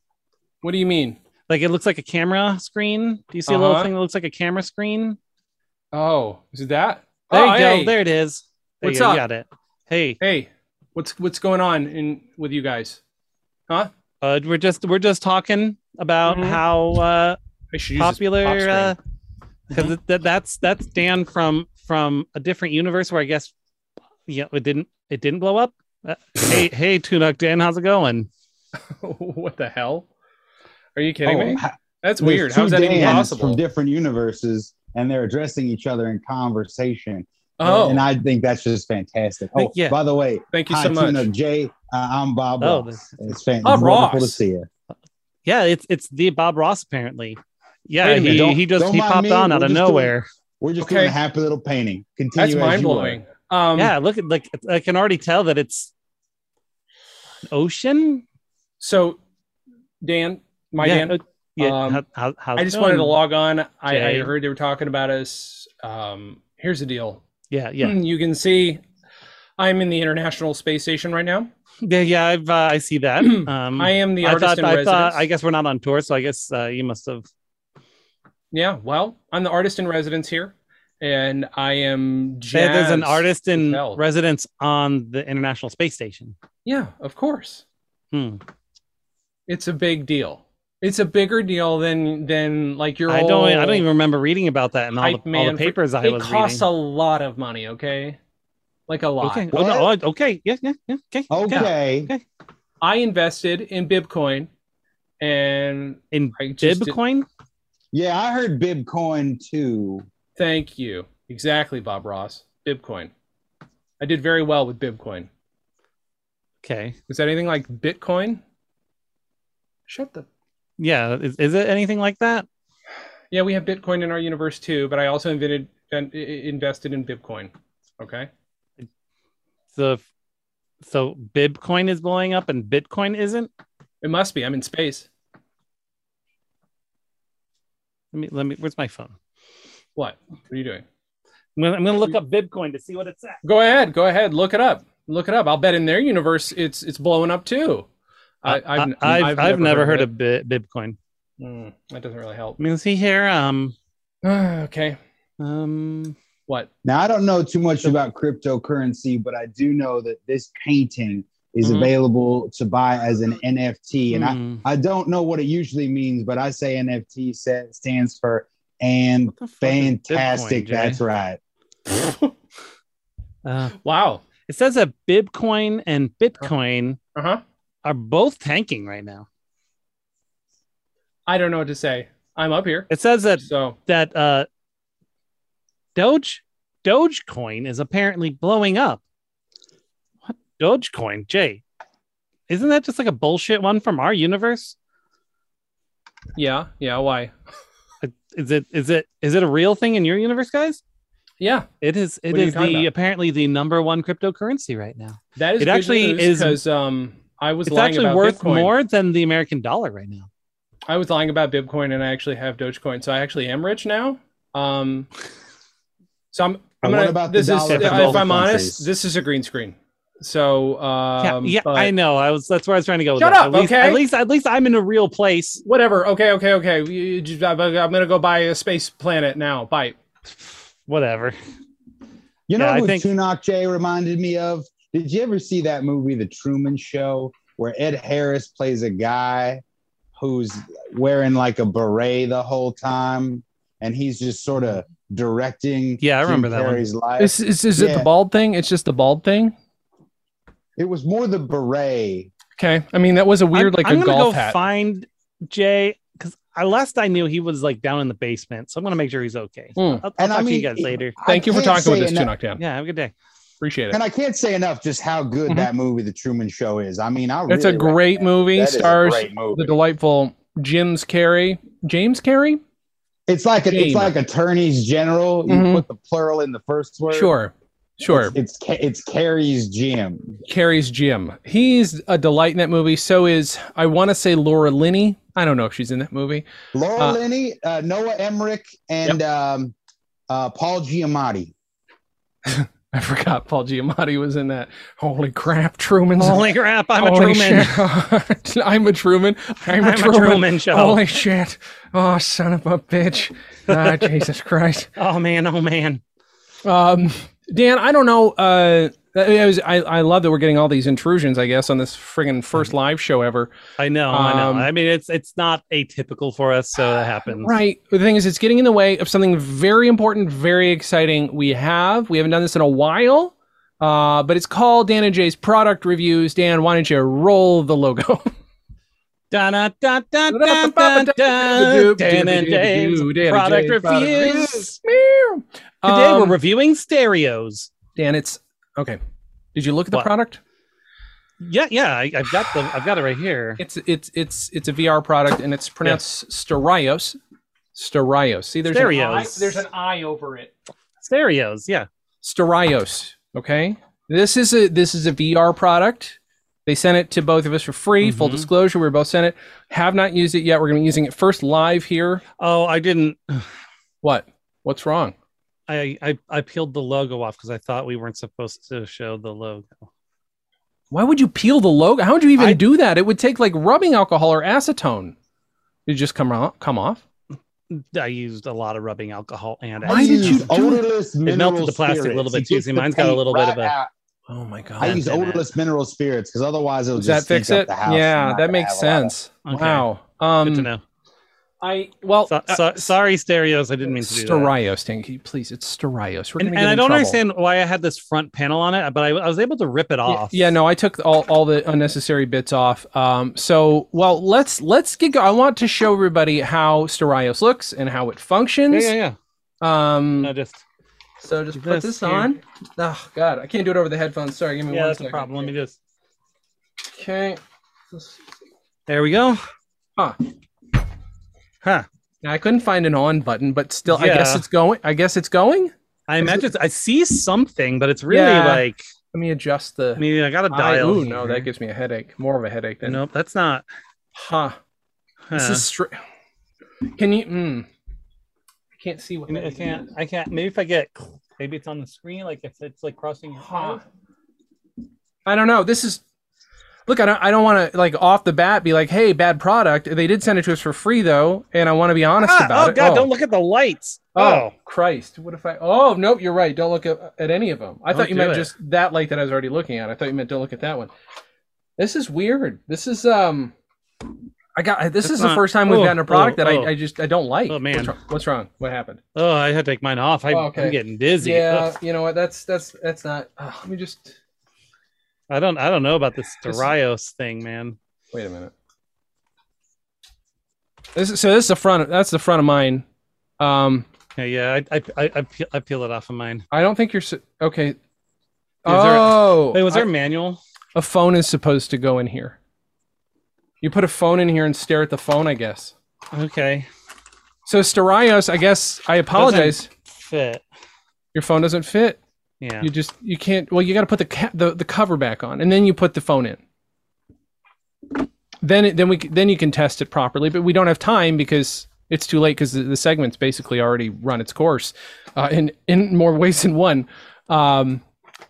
Speaker 2: What do you mean?
Speaker 1: Like it looks like a camera screen. Do you see a little
Speaker 2: Uh-huh.
Speaker 1: thing that looks like a camera screen?
Speaker 2: Oh, is it that?
Speaker 1: There
Speaker 2: oh,
Speaker 1: you go.
Speaker 2: hey.
Speaker 1: There it is. There
Speaker 2: What's
Speaker 1: you, go.
Speaker 2: up?
Speaker 1: You got it. Hey,
Speaker 2: Hey, what's what's going on in with you guys? Huh?
Speaker 1: uh, we're just we're just talking about
Speaker 2: Mhm.
Speaker 1: how uh,
Speaker 2: I should use this pop
Speaker 1: popular
Speaker 2: screen. Mm-hmm.
Speaker 1: uh, because that, that's that's Dan from from a different universe where I guess yeah it didn't it didn't blow up.
Speaker 2: (laughs)
Speaker 1: Uh, hey hey Tunuk Dan, how's it going?
Speaker 2: what the hell? Are you kidding
Speaker 4: uh, Oh,
Speaker 2: me?
Speaker 4: ha-
Speaker 2: That's
Speaker 4: there's
Speaker 2: weird. How's
Speaker 4: two
Speaker 2: that even
Speaker 4: Dans
Speaker 2: possible?
Speaker 4: From different universes, and they're addressing each other in conversation.
Speaker 2: oh,
Speaker 4: and I think that's just fantastic.
Speaker 1: Thank-
Speaker 4: Oh,
Speaker 1: yeah.
Speaker 4: yeah. By the way,
Speaker 2: thank you
Speaker 4: hi,
Speaker 2: so much.
Speaker 4: Tuna Jay. Uh, I'm Bob.
Speaker 1: Oh,
Speaker 4: Ross.
Speaker 1: this-
Speaker 4: it's fan-
Speaker 2: Bob
Speaker 4: it's wonderful
Speaker 2: Ross.
Speaker 4: to see you.
Speaker 1: Yeah, it's it's the Bob Ross apparently.
Speaker 2: Wait
Speaker 1: Yeah,
Speaker 2: a
Speaker 1: he,
Speaker 2: minute.
Speaker 4: Don't-
Speaker 1: he just
Speaker 4: don't
Speaker 1: he
Speaker 4: mind
Speaker 1: popped
Speaker 4: me.
Speaker 1: on out
Speaker 4: We're
Speaker 1: of
Speaker 4: just doing-
Speaker 1: nowhere.
Speaker 4: We're just
Speaker 2: Okay.
Speaker 4: doing a happy little painting. Continue
Speaker 2: That's
Speaker 4: as you
Speaker 2: mind blowing.
Speaker 4: are.
Speaker 2: Um,
Speaker 1: yeah, look at like I can already tell that it's an ocean.
Speaker 2: So, Dan, my
Speaker 1: yeah,
Speaker 2: Dan,
Speaker 1: uh, yeah.
Speaker 2: Um,
Speaker 1: how, how, how's
Speaker 2: I
Speaker 1: it
Speaker 2: just wanted to
Speaker 1: going?
Speaker 2: log on. I, I
Speaker 1: Jay.
Speaker 2: heard they were talking about us. Um, here's the deal. Hmm,
Speaker 1: Yeah, yeah,
Speaker 2: You can see I'm in the International Space Station right now.
Speaker 1: yeah, yeah. I've uh, I see that. Um,
Speaker 2: Hmm. I am the
Speaker 1: I
Speaker 2: artist
Speaker 1: thought,
Speaker 2: in
Speaker 1: I
Speaker 2: residence.
Speaker 1: thought, I guess we're not on tour, so I guess uh, you must have.
Speaker 2: Yeah, well, I'm the artist in residence here, and I am
Speaker 1: There-
Speaker 2: jazz.
Speaker 1: There's an artist in
Speaker 2: Hell.
Speaker 1: residence on the International Space Station.
Speaker 2: Yeah, of course.
Speaker 1: Hmm.
Speaker 2: It's a big deal. It's a bigger deal than than like your
Speaker 1: I
Speaker 2: old
Speaker 1: don't, I don't even remember reading about that in all,
Speaker 2: hype
Speaker 1: the, all
Speaker 2: man
Speaker 1: the
Speaker 2: for-
Speaker 1: papers I
Speaker 2: it
Speaker 1: was
Speaker 2: costs
Speaker 1: reading.
Speaker 2: a lot of money, okay? Like a lot.
Speaker 1: okay. Oh, no, I- okay. Yeah, yeah, yeah. Okay.
Speaker 4: Oh, Okay.
Speaker 1: Okay.
Speaker 2: I invested in Bitcoin and
Speaker 1: In
Speaker 2: I just did-
Speaker 1: Bitcoin?
Speaker 4: Yeah, I heard Bibcoin too.
Speaker 2: Thank you. Exactly, Bob Ross. Bitcoin. I did very well with Bitcoin.
Speaker 1: Okay.
Speaker 2: Is that anything like Bitcoin? Shut the
Speaker 1: Yeah. Is, is it anything like that?
Speaker 2: Yeah, we have Bitcoin in our universe too, but I also invented in- invested in Bitcoin. Okay.
Speaker 1: So, if- so Bitcoin is blowing up and Bitcoin isn't.
Speaker 2: It must be. I'm in space.
Speaker 1: Let me. Let me. Where's my phone?
Speaker 2: What? What are you doing?
Speaker 1: I'm gonna, I'm gonna look up Bitcoin to see what it's at.
Speaker 2: Go ahead. Go ahead. Look it up. Look it up. I'll bet in their universe it's it's blowing up too. I,
Speaker 1: I- I've, I've, never heard of Bi- Bitcoin.
Speaker 2: it. Mm, that doesn't really help. (sighs)
Speaker 1: I mean, see here. Um.
Speaker 2: okay.
Speaker 1: Um.
Speaker 2: What? (laughs)
Speaker 4: Now I don't know too much about cryptocurrency, but I do know that this painting is
Speaker 2: Mhm.
Speaker 4: available to buy as an NFT, and I.
Speaker 2: Mm.
Speaker 1: hmm.
Speaker 4: I don't know what it usually means, but I say NFT sa- stands for and
Speaker 1: What the fuck is
Speaker 4: fantastic.
Speaker 1: Bitcoin, Jay?
Speaker 4: That's right.
Speaker 1: Uh,
Speaker 2: wow.
Speaker 1: it says that Bitcoin and Bitcoin
Speaker 2: Uh huh.
Speaker 1: are both tanking right now.
Speaker 2: I don't know what to say. I'm up here.
Speaker 1: It says that
Speaker 2: So
Speaker 1: that uh, Doge Dogecoin is apparently blowing up. What Dogecoin, Jay? Isn't that just like a bullshit one from our universe?
Speaker 2: yeah, yeah. Why?
Speaker 1: Uh, Is it is it is it a real thing in your universe, guys?
Speaker 2: Yeah,
Speaker 1: It is. It
Speaker 2: What are you
Speaker 1: is
Speaker 2: talking
Speaker 1: the
Speaker 2: about?
Speaker 1: apparently the number one cryptocurrency right now.
Speaker 2: that is.
Speaker 1: It
Speaker 2: good
Speaker 1: actually
Speaker 2: news
Speaker 1: is-
Speaker 2: 'cause, um, I was
Speaker 1: It's
Speaker 2: lying
Speaker 1: actually
Speaker 2: about
Speaker 1: worth
Speaker 2: Bitcoin.
Speaker 1: more than the American dollar right now.
Speaker 2: I was lying about Bitcoin, and I actually have Dogecoin, so I actually am rich now. Um, so I'm. I'm
Speaker 4: And
Speaker 2: gonna,
Speaker 4: what about the
Speaker 2: this is
Speaker 4: dollar
Speaker 1: for
Speaker 2: if
Speaker 1: both
Speaker 2: I'm honest,
Speaker 4: countries?
Speaker 2: this is a green screen. So um,
Speaker 1: yeah, yeah
Speaker 2: but-
Speaker 1: I know. I was. That's where I was trying to go. With
Speaker 2: Shut
Speaker 1: that.
Speaker 2: up,
Speaker 1: At least,
Speaker 2: okay?
Speaker 1: At least, at least I'm in a real place.
Speaker 2: whatever. Okay, okay, okay. You- you just- I'm gonna go buy a space planet now. Bye.
Speaker 1: Whatever.
Speaker 4: You know
Speaker 1: Yeah, I
Speaker 4: who
Speaker 1: think-
Speaker 4: Tunok Jay reminded me of? Did you ever see that movie, The Truman Show, where Ed Harris plays a guy who's wearing like a beret the whole time, and he's just sort of directing?
Speaker 1: Yeah, I
Speaker 4: Jim
Speaker 1: remember that one.
Speaker 4: Carrey's life.
Speaker 2: Is, is, is it
Speaker 4: Yeah.
Speaker 2: the bald thing? It's just the bald thing.
Speaker 4: It was more the beret.
Speaker 2: Okay. I mean, that was a weird,
Speaker 1: I'm,
Speaker 2: like
Speaker 1: I'm
Speaker 2: a
Speaker 1: gonna
Speaker 2: golf
Speaker 1: go
Speaker 2: hat.
Speaker 1: Find Jay because I last I knew he was like down in the basement. So I'm gonna make sure he's okay.
Speaker 2: Hmm.
Speaker 1: I'll, I'll
Speaker 4: And I
Speaker 1: talk to you
Speaker 4: mean,
Speaker 1: guys
Speaker 4: it-
Speaker 1: later.
Speaker 2: Thank
Speaker 4: I
Speaker 2: you for
Speaker 4: can't
Speaker 2: talking with
Speaker 4: say
Speaker 2: us,
Speaker 4: enough-
Speaker 2: Tunock Down.
Speaker 1: Yeah, have a good day.
Speaker 2: Appreciate it.
Speaker 4: And I can't say enough just how good
Speaker 2: Mhm.
Speaker 4: that movie, The Truman Show, is. I mean, I
Speaker 2: It's
Speaker 4: Oh, really
Speaker 2: a great movie.
Speaker 4: recommend- that is a
Speaker 2: Stars
Speaker 4: great movie.
Speaker 2: the delightful Jim's Carey. James Carey?
Speaker 4: It's like a,
Speaker 2: Game.
Speaker 4: it's like attorneys general. You
Speaker 2: Mhm.
Speaker 4: put the plural in the first word.
Speaker 2: Sure. Sure.
Speaker 4: It's Ca- it's Carrie's gym.
Speaker 2: Carrie's Jim. He's a delight in that movie. So is I want to say Laura Linney. I don't know if she's in that movie. (laughs)
Speaker 4: Laura
Speaker 2: Uh,
Speaker 4: Linney, uh, Noah Emmerich, and um, uh, Paul Giamatti.
Speaker 2: I forgot Paul Giamatti was in that. Holy crap, Truman's
Speaker 1: Holy crap! I'm
Speaker 2: (laughs) Holy
Speaker 1: a Truman.
Speaker 2: shit. (laughs) I'm a Truman. I'm,
Speaker 1: I'm
Speaker 2: a Truman.
Speaker 1: show.
Speaker 2: Holy shit. Oh, son of a bitch. Ah, Jesus Christ.
Speaker 1: Oh man! Oh man!
Speaker 2: Um, Dan, I don't know. Uh, I, I was, I, I love that we're getting all these intrusions, I guess, on this friggin' first live show ever.
Speaker 1: I know. I know.
Speaker 2: Um,
Speaker 1: I mean, it's it's not atypical for us, so that happens.
Speaker 2: Right. The thing is, it's getting in the way of something very important, very exciting. We have, we haven't done this in a while, uh, but it's called Dan and Jay's Product Reviews. Dan, why don't you roll the logo?
Speaker 1: Dun, dun, dun, dun, dun, dun, dun. Dan and Dave's product reviews.
Speaker 2: Meow.
Speaker 1: Today we're
Speaker 2: Um,
Speaker 1: reviewing stereos.
Speaker 2: Dan, it's okay. Did you look at the
Speaker 1: What?
Speaker 2: product?
Speaker 1: Yeah, yeah. I, I've got the. I've got it right here.
Speaker 2: It's it's it's it's a VR product, and it's pronounced Sterios. Sterios. See, there's an I,
Speaker 1: Stereos.
Speaker 2: there's an I over it.
Speaker 1: Stereos. Yeah.
Speaker 2: Sterios. Okay. This is a this is a VR product. They sent it to both of us for free. Full
Speaker 1: Mhm.
Speaker 2: disclosure, we were both sent it. Have not used it yet. We're gonna be using it first live here.
Speaker 1: Oh, I didn't.
Speaker 2: What? What's wrong?
Speaker 1: I I, I peeled the logo off because I thought we weren't supposed to show the logo.
Speaker 2: Why would you peel the logo? How would you even
Speaker 1: I-
Speaker 2: do that? It would take like rubbing alcohol or acetone. It just come off. Come off.
Speaker 1: I used a lot of rubbing alcohol and
Speaker 4: I
Speaker 2: Why did you
Speaker 4: use
Speaker 2: do it?
Speaker 4: odorless
Speaker 1: melted
Speaker 4: mineral
Speaker 1: the plastic a
Speaker 4: spirits.
Speaker 1: little bit
Speaker 4: You
Speaker 1: too,
Speaker 4: get
Speaker 1: see,
Speaker 4: the
Speaker 1: mine's got a
Speaker 4: paint
Speaker 1: little bit
Speaker 4: right
Speaker 1: of a-
Speaker 4: out.
Speaker 2: Oh my god.
Speaker 4: I use
Speaker 1: Damn it.
Speaker 4: odorless mineral spirits because otherwise it'll
Speaker 2: Does that
Speaker 4: just
Speaker 2: fix
Speaker 4: stink
Speaker 2: it?
Speaker 4: up the house.
Speaker 2: Yeah,
Speaker 4: Not
Speaker 2: that
Speaker 4: gonna
Speaker 2: makes
Speaker 4: have a lot of-
Speaker 2: sense.
Speaker 1: Okay.
Speaker 2: Wow.
Speaker 1: good to
Speaker 2: Um,
Speaker 1: know.
Speaker 2: I well,
Speaker 1: So,
Speaker 2: uh,
Speaker 1: so- sorry, stereos. I didn't mean to do that.
Speaker 2: Sterios, Tinky, please. It's Sterios. We're
Speaker 1: And,
Speaker 2: gonna
Speaker 1: and
Speaker 2: get
Speaker 1: I don't
Speaker 2: in trouble.
Speaker 1: understand why I had this front panel on it, but I, I was able to rip it
Speaker 2: Y-
Speaker 1: off.
Speaker 2: Yeah, no, I took all, all the unnecessary bits off. Um, so well, let's let's get. Go- I want to show everybody how Sterios looks and how it
Speaker 1: Yeah,
Speaker 2: functions.
Speaker 1: yeah, yeah.
Speaker 2: Um,
Speaker 1: No, just
Speaker 2: so just put
Speaker 1: this
Speaker 2: this,
Speaker 1: here.
Speaker 2: on. Oh God, I can't do it over the headphones. Sorry, give me
Speaker 1: yeah.
Speaker 2: one
Speaker 1: That's a
Speaker 2: second.
Speaker 1: problem. Let me just.
Speaker 2: Okay.
Speaker 1: There we go.
Speaker 2: Huh.
Speaker 1: Huh.
Speaker 2: I couldn't find an on button, but still, I guess
Speaker 1: Yeah.
Speaker 2: it's going. I guess it's going.
Speaker 1: I imagine it's- I see something, but it's really
Speaker 2: Yeah.
Speaker 1: like.
Speaker 2: Let me adjust the.
Speaker 1: I mean, I got a
Speaker 2: I-
Speaker 1: dial.
Speaker 2: ooh, no,
Speaker 1: here.
Speaker 2: that gives me a headache. More of a headache than.
Speaker 1: Nope, that's not.
Speaker 2: Huh. This
Speaker 1: huh.
Speaker 2: is straight. Can you? Mm, I can't see what.
Speaker 1: I mean, I
Speaker 2: that
Speaker 1: can't.
Speaker 2: is.
Speaker 1: I can't. Maybe if I get, maybe it's on the screen. Like if it's like crossing your
Speaker 2: Huh.
Speaker 1: eyes.
Speaker 2: I don't know. This is. Look, I don't. I don't want to like off the bat be like, "Hey, bad product." They did send it to us for free though, and I want to be honest
Speaker 1: Ah,
Speaker 2: about
Speaker 1: oh
Speaker 2: it.
Speaker 1: God! Don't look at the lights.
Speaker 2: Oh, Christ! What if I? Oh nope, you're right. Don't look at, at any of them. I
Speaker 1: Don't
Speaker 2: thought you
Speaker 1: do
Speaker 2: meant
Speaker 1: it.
Speaker 2: just that light that I was already looking at. I thought you meant don't look at that one. This is weird. This is um, I got this
Speaker 1: That's
Speaker 2: is the
Speaker 1: not-
Speaker 2: first time we've
Speaker 1: oh,
Speaker 2: gotten a product
Speaker 1: oh,
Speaker 2: that
Speaker 1: oh.
Speaker 2: I, I just I don't like.
Speaker 1: Oh, man.
Speaker 2: what's wrong? What's wrong? What happened?
Speaker 1: oh, I had to take mine off. I,
Speaker 2: Oh, okay.
Speaker 1: I'm getting dizzy.
Speaker 2: Yeah,
Speaker 1: (laughs) Ugh.
Speaker 2: you know what? That's that's that's not. Uh, let me just
Speaker 1: I don't. I don't know about this
Speaker 2: This-
Speaker 1: Darios thing, man.
Speaker 2: wait a minute. This is, so this is the front. That's the front of mine. Um,
Speaker 1: Yeah, yeah. I I I, I, peel, I peel it off of mine.
Speaker 2: I don't think you're su- okay.
Speaker 1: there a-
Speaker 2: oh,
Speaker 1: Wait, was
Speaker 2: I-
Speaker 1: there a manual?
Speaker 2: a phone is supposed to go in here. You put a phone in here and stare at the phone, I guess.
Speaker 1: Okay,
Speaker 2: So Starios, I guess I apologize.
Speaker 1: fit.
Speaker 2: Your phone doesn't fit.
Speaker 1: Yeah.
Speaker 2: You just you can't. Well, you got to put the, ca- the the cover back on, and then you put the phone in. Then it, then we c- then you can test it properly, but we don't have time because it's too late because the, the segment's basically already run its course, uh, in in more ways than one. Um,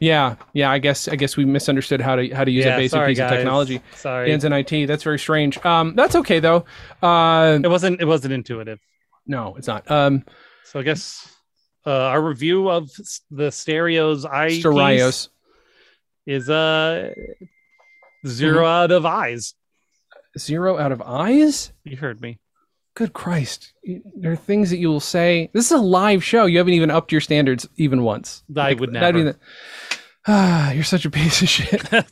Speaker 2: yeah, yeah. I guess I guess we misunderstood how to how to use
Speaker 1: yeah,
Speaker 2: a basic
Speaker 1: sorry,
Speaker 2: piece of
Speaker 1: guys.
Speaker 2: technology.
Speaker 1: Sorry,
Speaker 2: Dan's in IT. That's very strange. Um, that's okay though. Uh,
Speaker 1: it wasn't. It wasn't intuitive.
Speaker 2: no, it's not. Um,
Speaker 1: So I guess uh, our review of s- the stereos I
Speaker 2: Starios.
Speaker 1: is uh 0
Speaker 2: Mm-hmm.
Speaker 1: out of eyes.
Speaker 2: zero out of eyes.
Speaker 1: You heard me. (laughs)
Speaker 2: Good Christ! You- There are things that you will say. This is a live show. You haven't even upped your standards even once.
Speaker 1: I would
Speaker 2: That'd be
Speaker 1: never.
Speaker 2: the- (sighs) ah, you're such a piece of (laughs) shit. I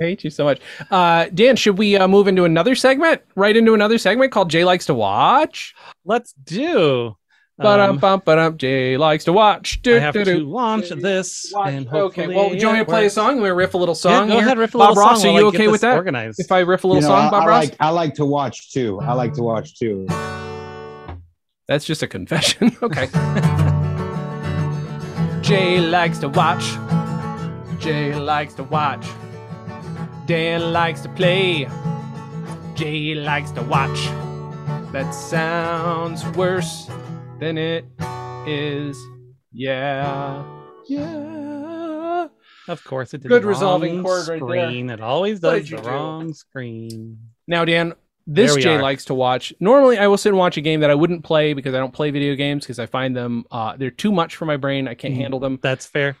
Speaker 2: hate you so much. Uh, Dan, should we uh, move into another segment? Right into another segment called Jay likes to watch.
Speaker 1: Let's do.
Speaker 2: But um,
Speaker 1: Um,
Speaker 2: bum, ba-dum, Jay likes to watch.
Speaker 1: I
Speaker 2: Do,
Speaker 1: have
Speaker 2: do,
Speaker 1: to
Speaker 2: do.
Speaker 1: launch this. And
Speaker 2: okay.
Speaker 1: hopefully
Speaker 2: Well, do you want me
Speaker 1: it
Speaker 2: to play a
Speaker 1: works.
Speaker 2: song? We riff a little
Speaker 1: Yeah,
Speaker 2: song.
Speaker 1: go
Speaker 2: here?
Speaker 1: ahead, riff a
Speaker 2: Bob
Speaker 1: little
Speaker 2: Ross,
Speaker 1: song
Speaker 2: are
Speaker 1: while
Speaker 2: you
Speaker 1: I get
Speaker 2: okay with
Speaker 1: this
Speaker 2: that?
Speaker 1: Organized.
Speaker 2: If I riff a
Speaker 4: You
Speaker 2: little
Speaker 4: know,
Speaker 2: song,
Speaker 4: I,
Speaker 2: Bob
Speaker 4: I
Speaker 2: Ross.
Speaker 4: like I like to watch too. I like to watch too.
Speaker 2: That's just a confession. (laughs) okay. Jay likes to watch. Jay likes to watch. Dan likes to play. Jay likes to watch. That sounds worse than it is. Yeah. Yeah.
Speaker 1: Of course, it did.
Speaker 2: Good
Speaker 1: the
Speaker 2: resolving
Speaker 1: wrong
Speaker 2: chord right there.
Speaker 1: screen. It always
Speaker 2: What
Speaker 1: does
Speaker 2: did you
Speaker 1: the
Speaker 2: do?
Speaker 1: wrong screen.
Speaker 2: Now, Dan, this
Speaker 1: There we
Speaker 2: Jay
Speaker 1: are.
Speaker 2: likes to watch. Normally, I will sit and watch a game that I wouldn't play because I don't play video games because I find them uh, they're too much for my brain. I can't
Speaker 1: Mhm.
Speaker 2: handle them.
Speaker 1: That's fair.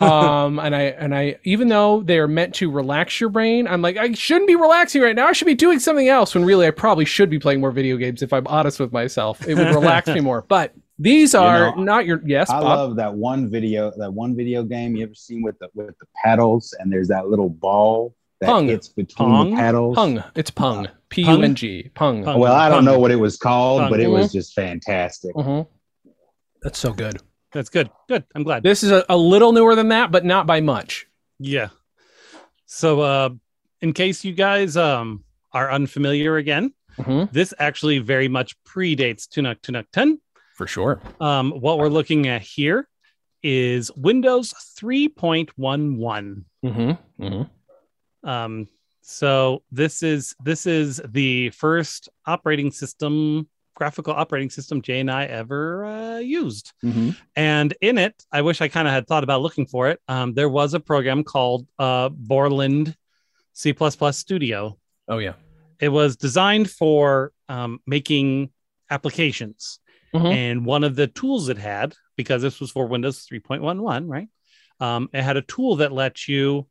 Speaker 2: um, and I and I even though they are meant to relax your brain, I'm like I shouldn't be relaxing right now. I should be doing something else. When really, I probably should be playing more video games. If I'm honest with myself, it would relax me (laughs) more. But these
Speaker 4: You
Speaker 2: are
Speaker 4: know,
Speaker 2: not your yes,
Speaker 4: I
Speaker 2: Bob.
Speaker 4: love that one video, that one video game you ever seen with the with the paddles, and there's that little ball that
Speaker 2: Pong.
Speaker 4: hits between
Speaker 1: Pong.
Speaker 4: the paddles.
Speaker 2: pung. It's pung. P U N G. Pung.
Speaker 1: Pung.
Speaker 4: Well, I don't
Speaker 1: Pong.
Speaker 4: know what it was called,
Speaker 1: Pong.
Speaker 4: but it was just fantastic.
Speaker 2: Mhm. That's so good.
Speaker 1: That's good. Good. I'm glad.
Speaker 2: This is a, a little newer than that, but not by much.
Speaker 1: Yeah. So, uh, in case you guys um, are unfamiliar again,
Speaker 2: Mhm.
Speaker 1: this actually very much predates Tunuk Tunuk 10.
Speaker 2: For sure.
Speaker 1: Um, what we're looking at here is Windows 3.11.
Speaker 2: Mm-hmm. Mm-hmm.
Speaker 1: Um, so this is this is the first operating system, graphical operating system Jay and I ever uh, used.
Speaker 4: Mm-hmm.
Speaker 1: And in it, I wish I kind of had thought about looking for it. Um, there was a program called uh, Borland C++ Studio.
Speaker 2: Oh yeah.
Speaker 1: It was designed for um, making applications.
Speaker 2: Mhm.
Speaker 1: And one of the tools it had, because this was for Windows 3.11, right? Um, it had a tool that lets you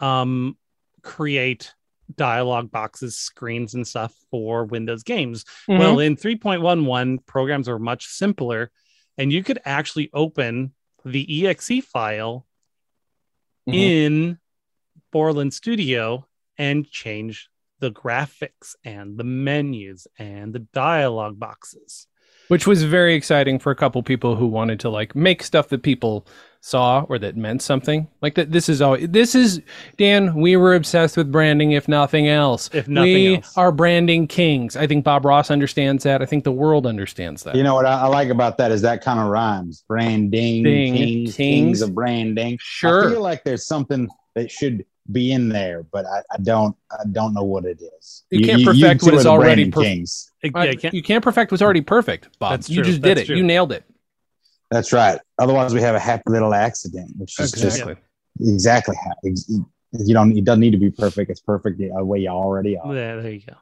Speaker 1: um, create dialog boxes, screens, and stuff for Windows games.
Speaker 2: Mm-hmm.
Speaker 1: Well, in 3.11, programs are much simpler, and you could actually open the exe file
Speaker 2: Mhm.
Speaker 1: in Borland Studio and change the graphics and the menus and the dialog boxes.
Speaker 2: which was very exciting for a couple people who wanted to like make stuff that people saw or that meant something like that this is all this is dan we were obsessed with branding if nothing else
Speaker 1: If nothing
Speaker 2: we
Speaker 1: else.
Speaker 2: are branding kings i think bob ross understands that i think the world understands that
Speaker 4: You know what I, I like about that is that kind of rhymes. Branding,
Speaker 2: Ding,
Speaker 4: kings,
Speaker 2: kings.
Speaker 4: kings, of branding. I feel
Speaker 2: sure
Speaker 4: like there's something that should be in there, but I, I don't. I don't know what it is.
Speaker 2: You can't perfect
Speaker 4: two
Speaker 2: what
Speaker 4: are
Speaker 2: is
Speaker 4: the
Speaker 2: already
Speaker 4: branding
Speaker 2: perf-
Speaker 4: kings.
Speaker 1: It-
Speaker 2: I-
Speaker 1: yeah, it can't-
Speaker 2: Uh, you can't perfect what's already perfect bob
Speaker 1: That's
Speaker 2: you
Speaker 1: true.
Speaker 2: just did
Speaker 1: That's
Speaker 2: it
Speaker 1: true.
Speaker 2: you nailed it
Speaker 4: That's right. Otherwise, we have a happy little accident, which is just
Speaker 2: exactly
Speaker 4: exactly how ex- you don't. It doesn't need to be perfect. It's perfect the way you already are.
Speaker 1: there, there you go.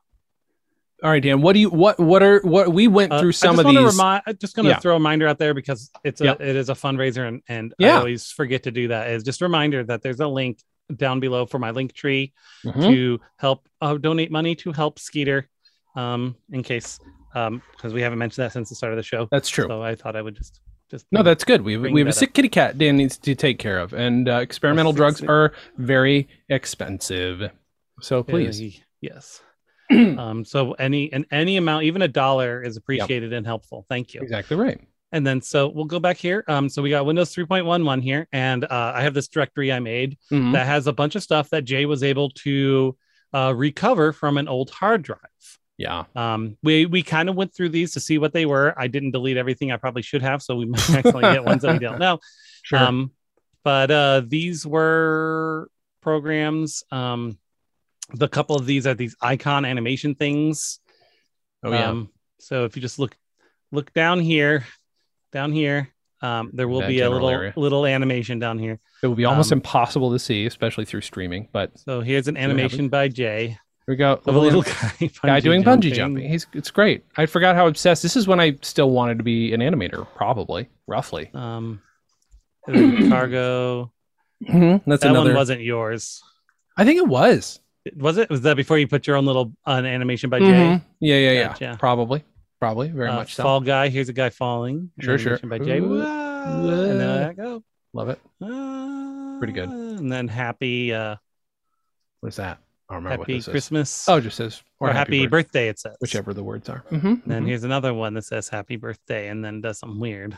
Speaker 2: all right dan what do you what what are what we went
Speaker 1: Uh,
Speaker 2: through some
Speaker 1: I
Speaker 2: of
Speaker 1: just wanna
Speaker 2: these
Speaker 1: remi- I'm just going to
Speaker 2: Yeah.
Speaker 1: throw a reminder out there because it's a
Speaker 2: Yeah.
Speaker 1: it is a fundraiser and and I
Speaker 2: Yeah.
Speaker 1: always forget to do that. Is just a reminder that there's a link down below for my link tree
Speaker 2: Mhm.
Speaker 1: to help uh, donate money to help Skeeter, um, in case um because we haven't mentioned that since the start of the show.
Speaker 2: that's true
Speaker 1: So I thought I would just just
Speaker 2: No, that's good. We have,
Speaker 1: bring
Speaker 2: we have a
Speaker 1: that
Speaker 2: sick kitty cat Dan needs to take care of, and uh, experimental
Speaker 1: sick
Speaker 2: drugs
Speaker 1: sick-
Speaker 2: are very expensive. So
Speaker 1: Uh,
Speaker 2: (clears throat) please,
Speaker 1: yes. um, so any and any amount, even a dollar, is appreciated and helpful. Thank you.
Speaker 2: Exactly right.
Speaker 1: And then so we'll go back here. Um, so we got Windows 3.11 here, and uh, I have this directory I made
Speaker 2: Mhm.
Speaker 1: that has a bunch of stuff that Jay was able to uh, recover from an old hard drive.
Speaker 2: Yeah.
Speaker 1: Um, we we kind of went through these to see what they were. I didn't delete everything. I probably should have, so we
Speaker 2: (laughs)
Speaker 1: might actually get ones that we don't know.
Speaker 2: Sure.
Speaker 1: Um, but uh, these were programs. Um, the couple of these are these icon animation things.
Speaker 2: oh yeah.
Speaker 1: Um, so if you just look look down here, down here, um, there will
Speaker 2: That
Speaker 1: be a
Speaker 2: general
Speaker 1: little
Speaker 2: area.
Speaker 1: little animation down here.
Speaker 2: it would be almost
Speaker 1: um,
Speaker 2: impossible to see, especially through streaming. But here
Speaker 1: So here's an
Speaker 2: have
Speaker 1: animation by Jay
Speaker 2: we go.
Speaker 1: of a little guy, (laughs)
Speaker 2: guy doing bungee jumping. He's it's great. I forgot how obsessed. This is when I still wanted to be an animator, probably, roughly.
Speaker 1: Um, there's a cargo.
Speaker 2: That's
Speaker 1: Mm-hmm. that
Speaker 2: another.
Speaker 1: one wasn't yours.
Speaker 2: I think it was.
Speaker 1: Was it? Was that before you put your own little uh, animation by Jay?
Speaker 2: Mhm. Yeah, yeah, yeah.
Speaker 1: Gotcha.
Speaker 2: Probably, probably, very
Speaker 1: Uh,
Speaker 2: much so.
Speaker 1: Fall guy. Here's a guy falling. An
Speaker 2: Sure, sure.
Speaker 1: animation By Jay.
Speaker 2: Ooh,
Speaker 1: Whoa. And then I go.
Speaker 2: Love it. Pretty good.
Speaker 1: "Ah," And then happy, uh,
Speaker 2: What is that? I don't remember
Speaker 1: happy
Speaker 2: what this is.
Speaker 1: Christmas.
Speaker 2: Oh, it just says
Speaker 1: or, happy,
Speaker 2: birth-
Speaker 1: birthday. It says.
Speaker 2: whichever the words are. Mm-hmm.
Speaker 1: And then here's another one that says happy birthday, and then does something weird.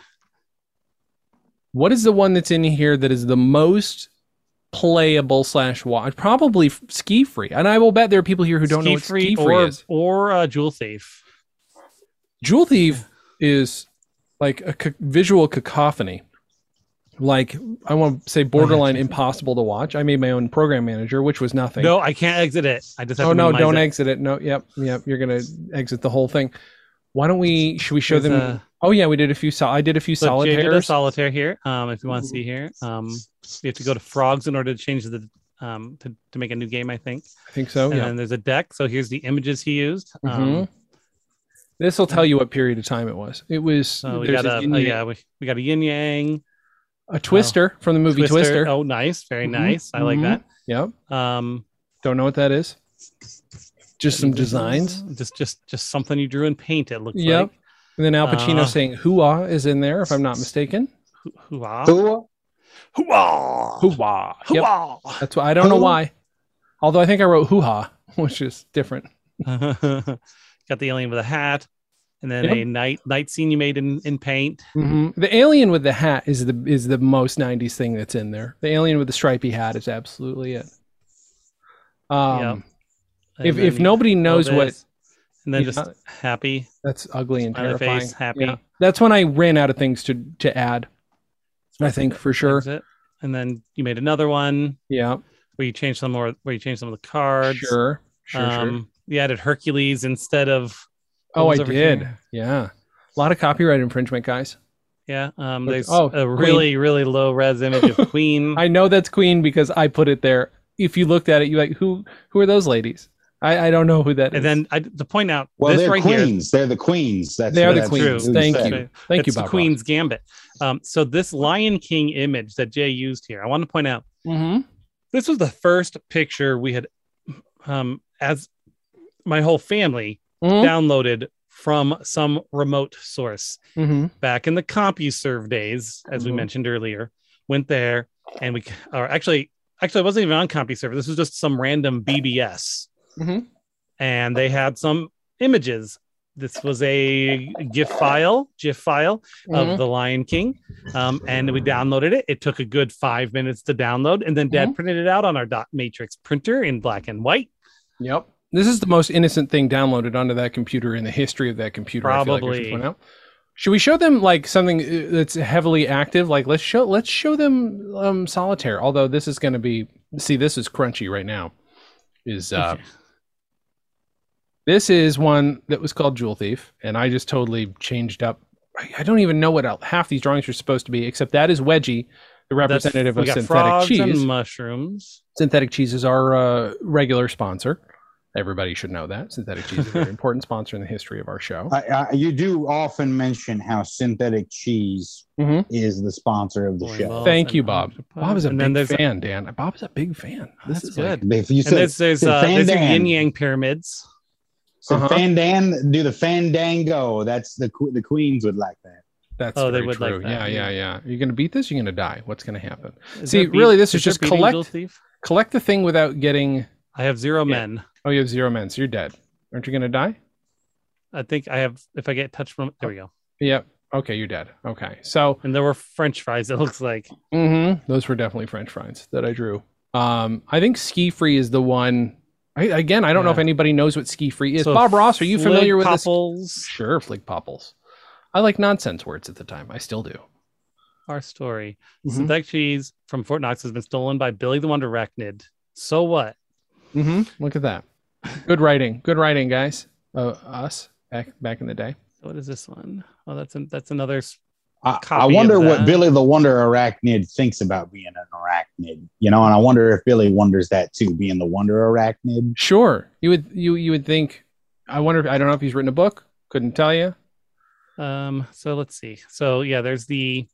Speaker 2: What is the one that's in here that is the most playable slash watch? Probably ski free. And I will bet there are people here who don't know what ski free
Speaker 1: or
Speaker 2: is.
Speaker 1: or uh, jewel thief.
Speaker 2: Jewel Thief is like a ca- visual cacophony. Like I want to say, borderline impossible to watch. I made my own program manager, which was nothing.
Speaker 1: No, I can't exit it. I just have
Speaker 2: oh
Speaker 1: to
Speaker 2: no,
Speaker 1: minimize
Speaker 2: don't
Speaker 1: it.
Speaker 2: exit it. No, yep, yep. You're gonna exit the whole thing. Why don't we? Should we show
Speaker 1: There's
Speaker 2: them?
Speaker 1: a-
Speaker 2: oh yeah, we did a few. Sol- I did a few
Speaker 1: So Jay did a
Speaker 2: solitaires.
Speaker 1: solitaire here. Um, if you want to see here,
Speaker 2: Mm-hmm.
Speaker 1: um, you have to go to frogs in order to change the um to, to make a new game, I think.
Speaker 2: I think so.
Speaker 1: and
Speaker 2: Oh, Yeah. Mm-hmm.
Speaker 1: then there's a deck. So here's the images he used. Um,
Speaker 2: This will tell you what period of time it was. It was
Speaker 1: so we
Speaker 2: there's
Speaker 1: got a,
Speaker 2: a, yin-
Speaker 1: uh, yeah we, we got a yin yang
Speaker 2: a twister from the movie Twister.
Speaker 1: Oh, nice, very
Speaker 2: Mhm,
Speaker 1: nice. I like
Speaker 2: mhm. Yep.
Speaker 1: that. Um,
Speaker 2: Don't know what that is. Just some designs.
Speaker 1: Just just just something you drew in paint. It looks
Speaker 2: Yep.
Speaker 1: like.
Speaker 2: And then Al Pacino
Speaker 1: Uh.
Speaker 2: saying "hoo-ah" is in there, if I'm not mistaken.
Speaker 1: Hoo- Hoo-ah. (laughs)
Speaker 4: Cool.
Speaker 1: Hoo-ah.
Speaker 2: Hoo-ah. Yep.
Speaker 1: Hoo-ah.
Speaker 2: That's why I don't know
Speaker 4: Hoo.
Speaker 2: why. Although I think I wrote hoo-ha, (laughs) which is different.
Speaker 1: got the alien with a hat, and then
Speaker 2: Yep.
Speaker 1: a night night scene you made in in paint.
Speaker 2: Mhm. The alien with the hat is the is the most '90s thing that's in there. The alien with the stripy hat is absolutely it. Um,
Speaker 1: And
Speaker 2: If
Speaker 1: then
Speaker 2: if
Speaker 1: you-
Speaker 2: nobody
Speaker 1: all
Speaker 2: knows what
Speaker 1: this, and then
Speaker 2: Yeah.
Speaker 1: just happy.
Speaker 2: That's ugly and
Speaker 1: Smiley face,
Speaker 2: terrifying.
Speaker 1: happy.
Speaker 2: That's when I ran out of things to to add. I think for sure.
Speaker 1: That's it. And then you made another one
Speaker 2: Yeah.
Speaker 1: where you changed some more, where you changed some of the cards.
Speaker 2: Sure. Sure. sure.
Speaker 1: Um, You added Hercules instead of. what
Speaker 2: Oh, I
Speaker 1: was over
Speaker 2: did.
Speaker 1: here?
Speaker 2: Yeah. A lot of copyright infringement, guys.
Speaker 1: Yeah. Um,
Speaker 2: Look-
Speaker 1: there's
Speaker 2: oh,
Speaker 1: a
Speaker 2: Queen.
Speaker 1: really, really low res image
Speaker 2: (laughs)
Speaker 1: of Queen.
Speaker 2: I know that's Queen because I put it there. If you looked at it, you like who who are those ladies? I, I don't know who that is.
Speaker 1: and then I, to point out
Speaker 4: Well,
Speaker 1: this
Speaker 4: they're
Speaker 1: right here.
Speaker 4: queens. They're the queens. That's
Speaker 2: They are
Speaker 4: what
Speaker 2: the
Speaker 4: that's
Speaker 2: queens.
Speaker 4: who
Speaker 2: Thank
Speaker 4: said.
Speaker 2: you.
Speaker 1: Right.
Speaker 2: thank you,
Speaker 1: it's
Speaker 2: Bob.
Speaker 1: the Queen's Gambit. Um, so this Lion King image that Jay used here, I want to point out
Speaker 2: hmm
Speaker 1: this was the first picture we had, um, as my whole family
Speaker 2: Mm-hmm.
Speaker 1: downloaded from some remote source
Speaker 2: hmm
Speaker 1: back in the CompuServe days, as we
Speaker 2: Mhm.
Speaker 1: mentioned earlier. Went there and we, or actually, actually, it wasn't even on CompuServe. This was just some random BBS,
Speaker 2: Mhm.
Speaker 1: and they had some images. This was a GIF file, GIF file
Speaker 2: Mm-hmm.
Speaker 1: of The Lion King, um, and we downloaded it. It took a good five minutes to download, and then
Speaker 2: Mm-hmm.
Speaker 1: Dad printed it out on our dot matrix printer in black and white.
Speaker 2: Yep. This is the most innocent thing downloaded onto that computer in the history of that computer. I feel like I
Speaker 1: Probably.
Speaker 2: should, point out. should we show them like something uh, that's heavily active? Like let's show let's show them um, solitaire. Although this is going to be see this is crunchy right now. Is uh, this is one that was called Jewel Thief, and I just totally changed up. I, I don't even know what el- half these drawings are supposed to be, except that is Wedgie, the
Speaker 1: That's-
Speaker 2: representative
Speaker 1: we
Speaker 2: of
Speaker 1: got
Speaker 2: synthetic
Speaker 1: frogs
Speaker 2: cheese.
Speaker 1: and mushrooms.
Speaker 2: Synthetic Cheese is our uh, regular sponsor. Everybody should know that. Synthetic Cheese is
Speaker 1: (laughs)
Speaker 2: a very important sponsor in the history of our show.
Speaker 4: I, I, you do often mention how synthetic cheese
Speaker 2: Mhm.
Speaker 5: Mm-hmm.
Speaker 4: is the sponsor of the
Speaker 1: Corn
Speaker 4: show.
Speaker 1: balls
Speaker 2: Thank you,
Speaker 1: and
Speaker 2: Bob.
Speaker 1: octopus.
Speaker 2: Bob is a
Speaker 1: and then
Speaker 2: big
Speaker 1: there's, Oh,
Speaker 2: fan, Dan. Bob is a big fan. This
Speaker 1: That's
Speaker 2: is like-
Speaker 1: good.
Speaker 4: If you
Speaker 1: And
Speaker 4: said,
Speaker 1: there's there's
Speaker 4: said
Speaker 1: uh, there's your
Speaker 4: Fandan.
Speaker 1: yin yang pyramids.
Speaker 4: so
Speaker 2: Uh-huh.
Speaker 4: Fandan, do the Fandango. That's the que- the queens would like that.
Speaker 2: that's
Speaker 1: Oh, they
Speaker 2: very
Speaker 1: would like
Speaker 2: true.
Speaker 1: that,
Speaker 2: Yeah, yeah,
Speaker 1: yeah.
Speaker 2: yeah. You're going to beat this. You're going to die. What's going to happen?
Speaker 1: Is
Speaker 2: See,
Speaker 1: there beat-
Speaker 2: really, this is
Speaker 1: there
Speaker 2: just
Speaker 1: beating
Speaker 2: collect-
Speaker 1: Jewel Thief?
Speaker 2: Collect the thing without getting.
Speaker 1: I have zero
Speaker 2: Yeah.
Speaker 1: men.
Speaker 2: Oh, you have zero men, so you're dead. Aren't you going to die?
Speaker 1: I think I have. If I get touched from, there we go.
Speaker 2: Yep. Okay, you're dead. Okay. So,
Speaker 1: And there were French fries. (laughs) It looks like
Speaker 2: mhm, those were definitely French fries that I drew. Um, I think Ski Free is the one. I, again, I don't know
Speaker 1: Yeah.
Speaker 2: if anybody knows what Ski Free is.
Speaker 1: So
Speaker 2: Bob Ross, are you familiar with this?
Speaker 1: Flickpopple's
Speaker 2: Sure, Flick Popples. I like nonsense words at the time. I still do.
Speaker 1: Our story.
Speaker 2: Mhm.
Speaker 1: Synthetic cheese from Fort Knox has been stolen by Billy the Wonder Arachnid. So what?
Speaker 2: Mm-hmm. Look at that. Good writing. Good writing, guys. Uh, us back back in the day.
Speaker 1: What is this one? Oh, that's an that's another. s-
Speaker 4: I, I
Speaker 1: Copy of
Speaker 4: wonder
Speaker 1: that.
Speaker 4: what Billy the Wonder Arachnid thinks about being an arachnid, you know, and I wonder if Billy wonders that too, being the Wonder Arachnid.
Speaker 2: Sure. You would you you would think. I wonder. If, I don't know if he's written a book. Couldn't tell you.
Speaker 1: Um. So let's see. So yeah, there's the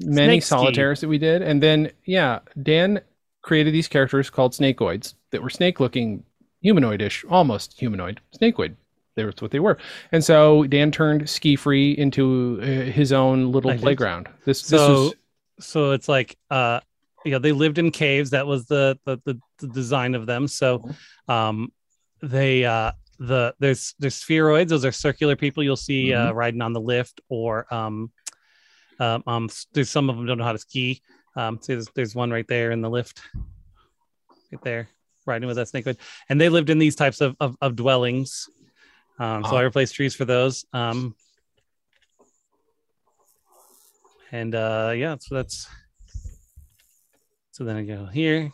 Speaker 2: Many
Speaker 1: Snake ski.
Speaker 2: solitaires that we did, and then yeah, Dan created these characters called snakeoids that were snake-looking, humanoid-ish, almost humanoid, snakeoid. That's what they were. And so Dan turned Ski Free into uh, his own little
Speaker 1: I think-
Speaker 2: playground. This this
Speaker 1: so
Speaker 2: was
Speaker 1: so it's like uh you know they lived in caves that was the the, the, the design of them so
Speaker 2: Uh-huh.
Speaker 1: um they uh the there's there's spheroids those are circular people you'll see uh riding on the lift or um um, um s- there's some of them don't know how to ski um so there's, there's one right there in the lift right there riding with that snake and they lived in these types of of, of dwellings um so
Speaker 2: Ah.
Speaker 1: i replaced trees for those um and uh yeah so that's so then i go here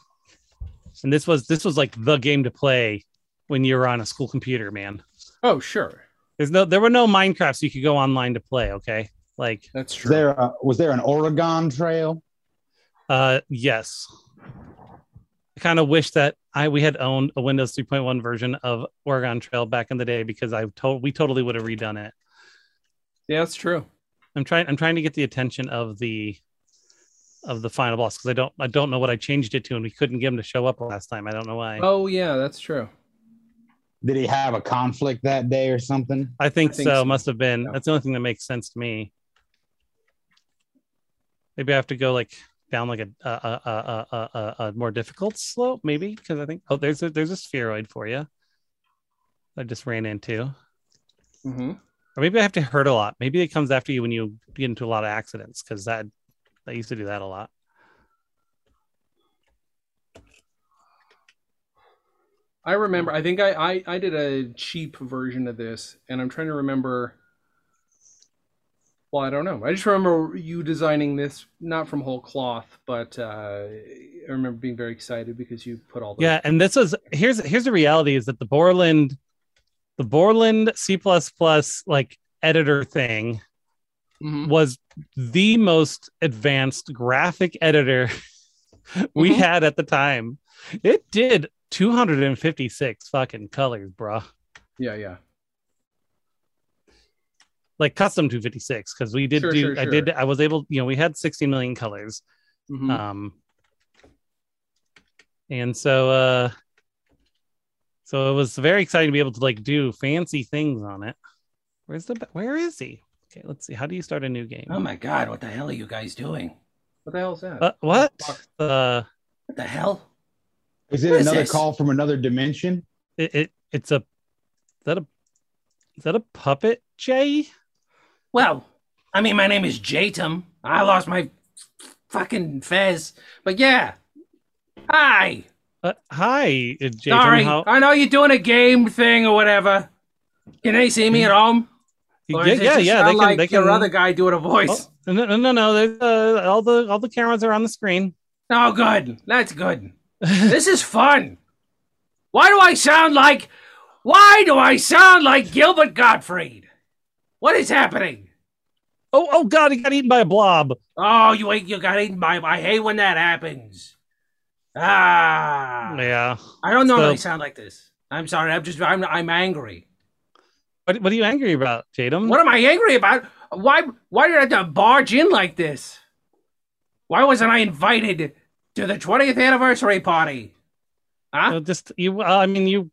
Speaker 1: and this was this was like the game to play when you were on a school computer man
Speaker 2: oh sure
Speaker 1: there's no there were no minecrafts you could go online to play okay like
Speaker 2: that's
Speaker 4: Was there a, was there an Oregon Trail?
Speaker 1: uh yes i kind of wish that i we had owned a windows 3.1 version of oregon trail back in the day because i told we totally would have redone it
Speaker 2: Yeah, that's true.
Speaker 1: I'm trying. I'm trying to get the attention of the of the final boss because I don't. I don't know what I changed it to, and we couldn't get him to show up last time. I don't know why.
Speaker 2: Oh yeah, that's true.
Speaker 4: Did he have a conflict that day or something?
Speaker 1: I think,
Speaker 2: I think
Speaker 1: so,
Speaker 2: so.
Speaker 1: Must have been.
Speaker 2: Yeah.
Speaker 1: That's the only thing that makes sense to me. Maybe I have to go like down like a a a a, a, a, a more difficult slope, maybe because I think oh there's a there's a spheroid for you. I just ran into,
Speaker 2: Mm-hmm.
Speaker 1: or maybe I have to hurt a lot. Maybe it comes after you when you get into a lot of accidents because that I used to do that a lot.
Speaker 2: I remember. I think I, I I did a cheap version of this, and I'm trying to remember. Well, I don't know. I just remember you designing this not from whole cloth, but uh, I remember being very excited because you put all the
Speaker 1: yeah and this was here's here's the reality is that the borland the borland c++ like editor thing
Speaker 2: Mhm.
Speaker 1: was the most advanced graphic editor (laughs) we
Speaker 2: Mhm.
Speaker 1: had at the time it did 256 fucking colors bruh
Speaker 2: yeah yeah
Speaker 1: like custom 256 because we did
Speaker 2: Sure,
Speaker 1: do
Speaker 2: sure,
Speaker 1: i did
Speaker 2: sure.
Speaker 1: i was able you know we had 60 million colors
Speaker 2: Mhm.
Speaker 5: Uh,
Speaker 1: um and so uh so it was very exciting to be able to like do fancy things on it where's the ba- where is he okay let's see how do you start a new game
Speaker 5: Oh my god, what the hell are you guys doing?
Speaker 2: What the hell's that?
Speaker 1: uh, what
Speaker 2: Fuck.
Speaker 1: uh
Speaker 5: What the hell?
Speaker 4: Is it
Speaker 5: What is
Speaker 4: another
Speaker 5: this?
Speaker 4: call from another dimension?
Speaker 1: it, it it's a is that a is that a puppet jay
Speaker 5: Well, I mean, my name is Jatum. I lost my f- fucking fez, but yeah. Hi.
Speaker 1: uh, hi uh, jay
Speaker 5: Sorry,
Speaker 1: How,
Speaker 5: Oh, I know you're doing a game thing or whatever. Can they see me at home? Or
Speaker 1: yeah
Speaker 5: does it
Speaker 1: yeah
Speaker 5: just
Speaker 1: yeah
Speaker 5: sound
Speaker 1: they can
Speaker 5: like
Speaker 1: they can
Speaker 5: your other guy doing a voice.
Speaker 1: oh, no no no, no there's, uh, all the all the cameras are on the screen
Speaker 5: Oh, good. That's good. this is fun. Why do I sound like? Why do I sound like Gilbert Gottfried? What is happening?
Speaker 1: oh oh god he got eaten by a blob
Speaker 5: Oh, you ate. You got eaten by. I hate when that happens. Ah,
Speaker 1: yeah
Speaker 5: I don't
Speaker 1: So-
Speaker 5: normally sound like this. I'm sorry. I'm just. I'm. I'm angry.
Speaker 1: What, what are you angry about, Jadem?
Speaker 5: What am I angry about? Why? Why did I have to barge in like this? Why wasn't I invited to the 20th anniversary party? Huh?
Speaker 1: Uh, just you. Uh, I mean, you,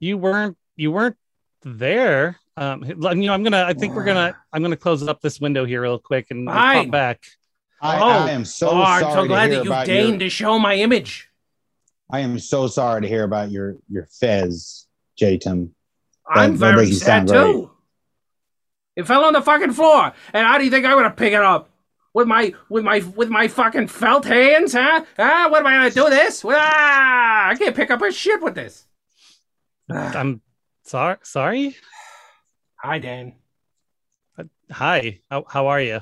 Speaker 1: you weren't, you weren't there. Um, you know, I'm gonna. I think we're gonna.
Speaker 5: Ah.
Speaker 1: I'm gonna close up this window here real quick and we'll pop
Speaker 5: Fine.
Speaker 1: back.
Speaker 4: I,
Speaker 5: Oh.
Speaker 4: I am so
Speaker 5: oh, I'm
Speaker 4: sorry
Speaker 5: so glad
Speaker 4: to hear
Speaker 5: that you
Speaker 4: about your-
Speaker 5: deigned to show my image.
Speaker 4: I am so sorry to hear about your your fez, Jatum.
Speaker 5: I'm
Speaker 4: That- that
Speaker 5: very
Speaker 4: doesn't
Speaker 5: sad
Speaker 4: sound right.
Speaker 5: too. It fell on the fucking floor, and how do you think I'm gonna pick it up? With my with my with my fucking felt hands, huh? Ah, what am I gonna do this? Ah, I can't pick up a shit with this. (sighs) Ah,
Speaker 1: I'm sorry. Sorry.
Speaker 5: Hi, Dan.
Speaker 1: Hi. How, how are you?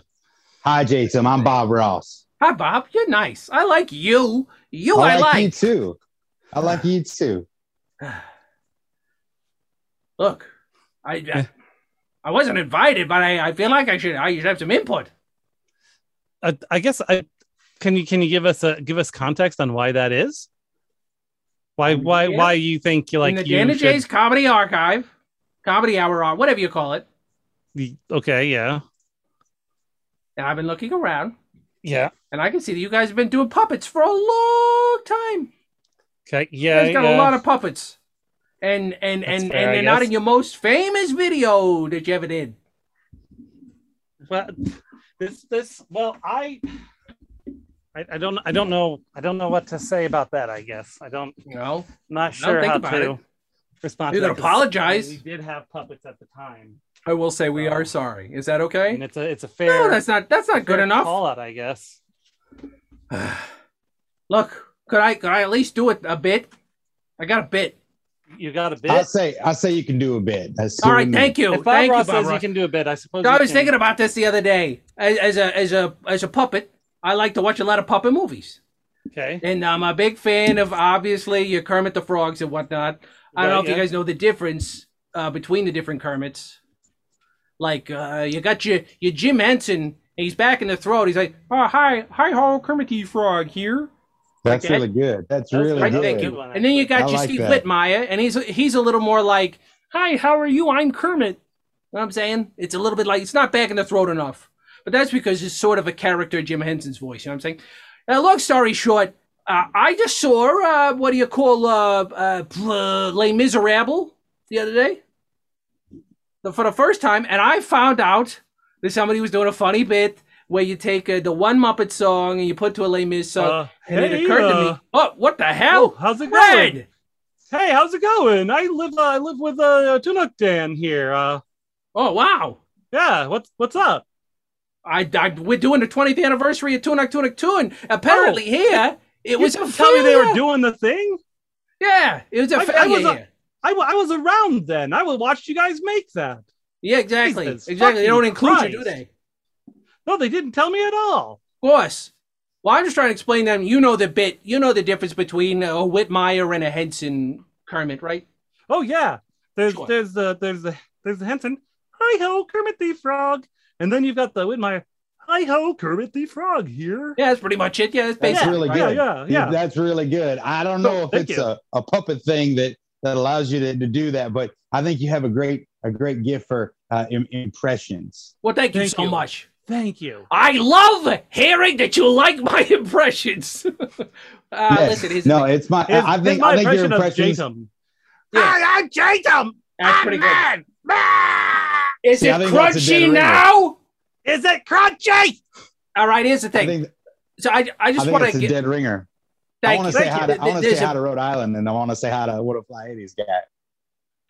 Speaker 4: Hi, Jason. I'm Bob Ross.
Speaker 5: Hi, Bob. You're nice. I like you. You,
Speaker 4: I
Speaker 5: I,
Speaker 4: like you
Speaker 5: like.
Speaker 4: too. I like you too.
Speaker 5: Look, I I, I wasn't invited, but I, I feel like I should I should have some input.
Speaker 1: I, I guess I can you can you give us a give us context on why that is? Why
Speaker 5: Um,
Speaker 1: why
Speaker 5: yeah.
Speaker 1: why you think you like
Speaker 5: in the
Speaker 1: you
Speaker 5: Dana
Speaker 1: should-
Speaker 5: J's Comedy Archive, Comedy Hour, Ar- whatever you call it.
Speaker 1: the- okay yeah
Speaker 5: And I've been looking around,
Speaker 1: yeah
Speaker 5: and I can see that you guys have been doing puppets for a long time.
Speaker 1: okay
Speaker 5: You
Speaker 1: yeah
Speaker 5: guys got
Speaker 1: yeah.
Speaker 5: a lot of puppets, and and
Speaker 1: That's
Speaker 5: and
Speaker 1: fair,
Speaker 5: and
Speaker 1: I
Speaker 5: they're not
Speaker 1: guess.
Speaker 5: in your most famous video that you ever did.
Speaker 1: well, this this well I, I I don't I don't know I don't know what to say about that I guess I don't
Speaker 5: You know,
Speaker 1: I'm not sure
Speaker 5: think
Speaker 1: how
Speaker 5: about
Speaker 1: to
Speaker 5: it.
Speaker 1: respond.
Speaker 5: You
Speaker 1: to
Speaker 5: can
Speaker 1: that 'cause
Speaker 5: apologize.
Speaker 1: We did have puppets at the time,
Speaker 5: I will say
Speaker 1: we are
Speaker 5: sorry. Is that okay?
Speaker 1: and it's a it's a fair
Speaker 5: No, that's not that's not good
Speaker 1: fair
Speaker 5: enough.
Speaker 1: call out I guess.
Speaker 5: Look, could I could I at least do it a bit? I got a bit.
Speaker 1: You got a bit.
Speaker 4: I say I say you can do a bit. That's
Speaker 5: All right, thank you,
Speaker 1: if Bob
Speaker 5: Uh, thank you,
Speaker 1: Ross
Speaker 5: Bob
Speaker 1: says
Speaker 5: Ross.
Speaker 1: you can do a bit, I suppose.
Speaker 5: So I
Speaker 1: you
Speaker 5: was
Speaker 1: can-
Speaker 5: thinking about this the other day. As, as a as a as a puppet, I like to watch a lot of puppet movies,
Speaker 1: Okay.
Speaker 5: and I'm a big fan of obviously your Kermit the Frogs and whatnot. I don't
Speaker 1: Right,
Speaker 5: know if
Speaker 1: yeah.
Speaker 5: you guys know the difference uh, between the different Kermits. Like uh, you got your your Jim Henson, and he's back in the throat. He's like, "Oh hi, hi ho, Kermit the Frog here."
Speaker 4: That's
Speaker 5: Okay.
Speaker 4: really good. That's,
Speaker 1: That's
Speaker 4: really
Speaker 1: right,
Speaker 5: I
Speaker 4: good.
Speaker 5: thank
Speaker 1: good
Speaker 5: you.
Speaker 1: one,
Speaker 5: And then you
Speaker 4: I
Speaker 5: got your
Speaker 4: like
Speaker 5: Steve
Speaker 4: that.
Speaker 5: Littmeyer, and he's he's a little more like, "Hi, how are you? I'm Kermit." You know what I'm saying it's a little bit like it's not back in the throat enough, but that's because it's sort of a character Jim Henson's voice. You know what I'm saying? Uh, long story short, uh, I just saw uh, what do you call uh, uh, bl- Les Miserables the other day the- for the first time, and I found out that somebody was doing a funny bit where you take uh, the one Muppet song and you put to a Les Mis song.
Speaker 1: Uh,
Speaker 5: and it
Speaker 1: hey,
Speaker 5: occurred to
Speaker 1: uh,
Speaker 5: me, oh, what the
Speaker 1: Oh,
Speaker 5: hell?
Speaker 1: how's it going?
Speaker 5: Red!
Speaker 1: Hey, how's it going? I live uh, I live with uh Tunuk Dan here. Uh
Speaker 5: Oh wow!
Speaker 1: yeah, what's what's up?
Speaker 5: I, I we're doing the 20th anniversary of Tunak Tunak Tune. Apparently here it
Speaker 1: Oh. You
Speaker 5: was a
Speaker 1: didn't tell me they were
Speaker 5: failure.
Speaker 1: doing the thing.
Speaker 5: Yeah, it was a
Speaker 1: I- I
Speaker 5: failure.
Speaker 1: was a-
Speaker 5: here.
Speaker 1: I wa- I was around then. I would watch you guys make that.
Speaker 5: yeah, exactly,
Speaker 1: Jesus
Speaker 5: exactly. They
Speaker 1: fucking
Speaker 5: don't include you, do
Speaker 1: Christ.
Speaker 5: they? Of
Speaker 1: No, they didn't tell me at all.
Speaker 5: course. Well, I'm just trying to explain them. You know the bit. You know the difference between a Whitmire and a Henson Kermit, right?
Speaker 1: Oh yeah, there's
Speaker 5: Sure.
Speaker 1: there's the there's the there's the Henson. Hi ho, Kermit the Frog, and then you've got the Widmeyer. Hi ho, Kermit the Frog here.
Speaker 5: Yeah, that's pretty much it. Yeah, that's
Speaker 4: That's
Speaker 5: basically
Speaker 4: really
Speaker 1: yeah,
Speaker 4: good.
Speaker 1: yeah, yeah.
Speaker 4: That's really good. I don't know if
Speaker 1: thank
Speaker 4: it's
Speaker 1: you.
Speaker 4: a, a puppet thing that that allows you to, to do that, but I think you have a great a great gift for uh, im- impressions.
Speaker 5: Well, thank you
Speaker 1: Thank
Speaker 5: so
Speaker 1: you.
Speaker 5: much.
Speaker 1: Thank you.
Speaker 5: I love hearing that you like (laughs) my impressions. (laughs) uh,
Speaker 4: Yes.
Speaker 5: Listen, here's the
Speaker 4: No,
Speaker 5: thing.
Speaker 4: it's my
Speaker 1: Here's-
Speaker 4: I I
Speaker 1: here's
Speaker 4: think
Speaker 1: my
Speaker 4: I think your
Speaker 1: impression of
Speaker 4: impressions.
Speaker 1: Jacob.
Speaker 5: Yeah.
Speaker 1: Hi, I'm Jacob.
Speaker 5: that's pretty good. Is
Speaker 4: See, I
Speaker 5: it
Speaker 4: think that's a
Speaker 5: crunchy
Speaker 4: dead
Speaker 5: now?
Speaker 1: Is it crunchy?
Speaker 5: All right, here's the
Speaker 4: I
Speaker 5: thing.
Speaker 4: think
Speaker 5: so I, I
Speaker 4: I
Speaker 5: just
Speaker 4: think
Speaker 5: want
Speaker 4: it's
Speaker 5: to
Speaker 4: a
Speaker 5: get
Speaker 4: dead ringer. I
Speaker 5: thank
Speaker 4: want to
Speaker 5: you.
Speaker 4: say
Speaker 5: Thank
Speaker 4: hi
Speaker 5: you.
Speaker 4: to I want to
Speaker 5: There's
Speaker 4: say
Speaker 5: a-
Speaker 4: hi to Rhode Island, and I want to say hi to what a fly 80s guy.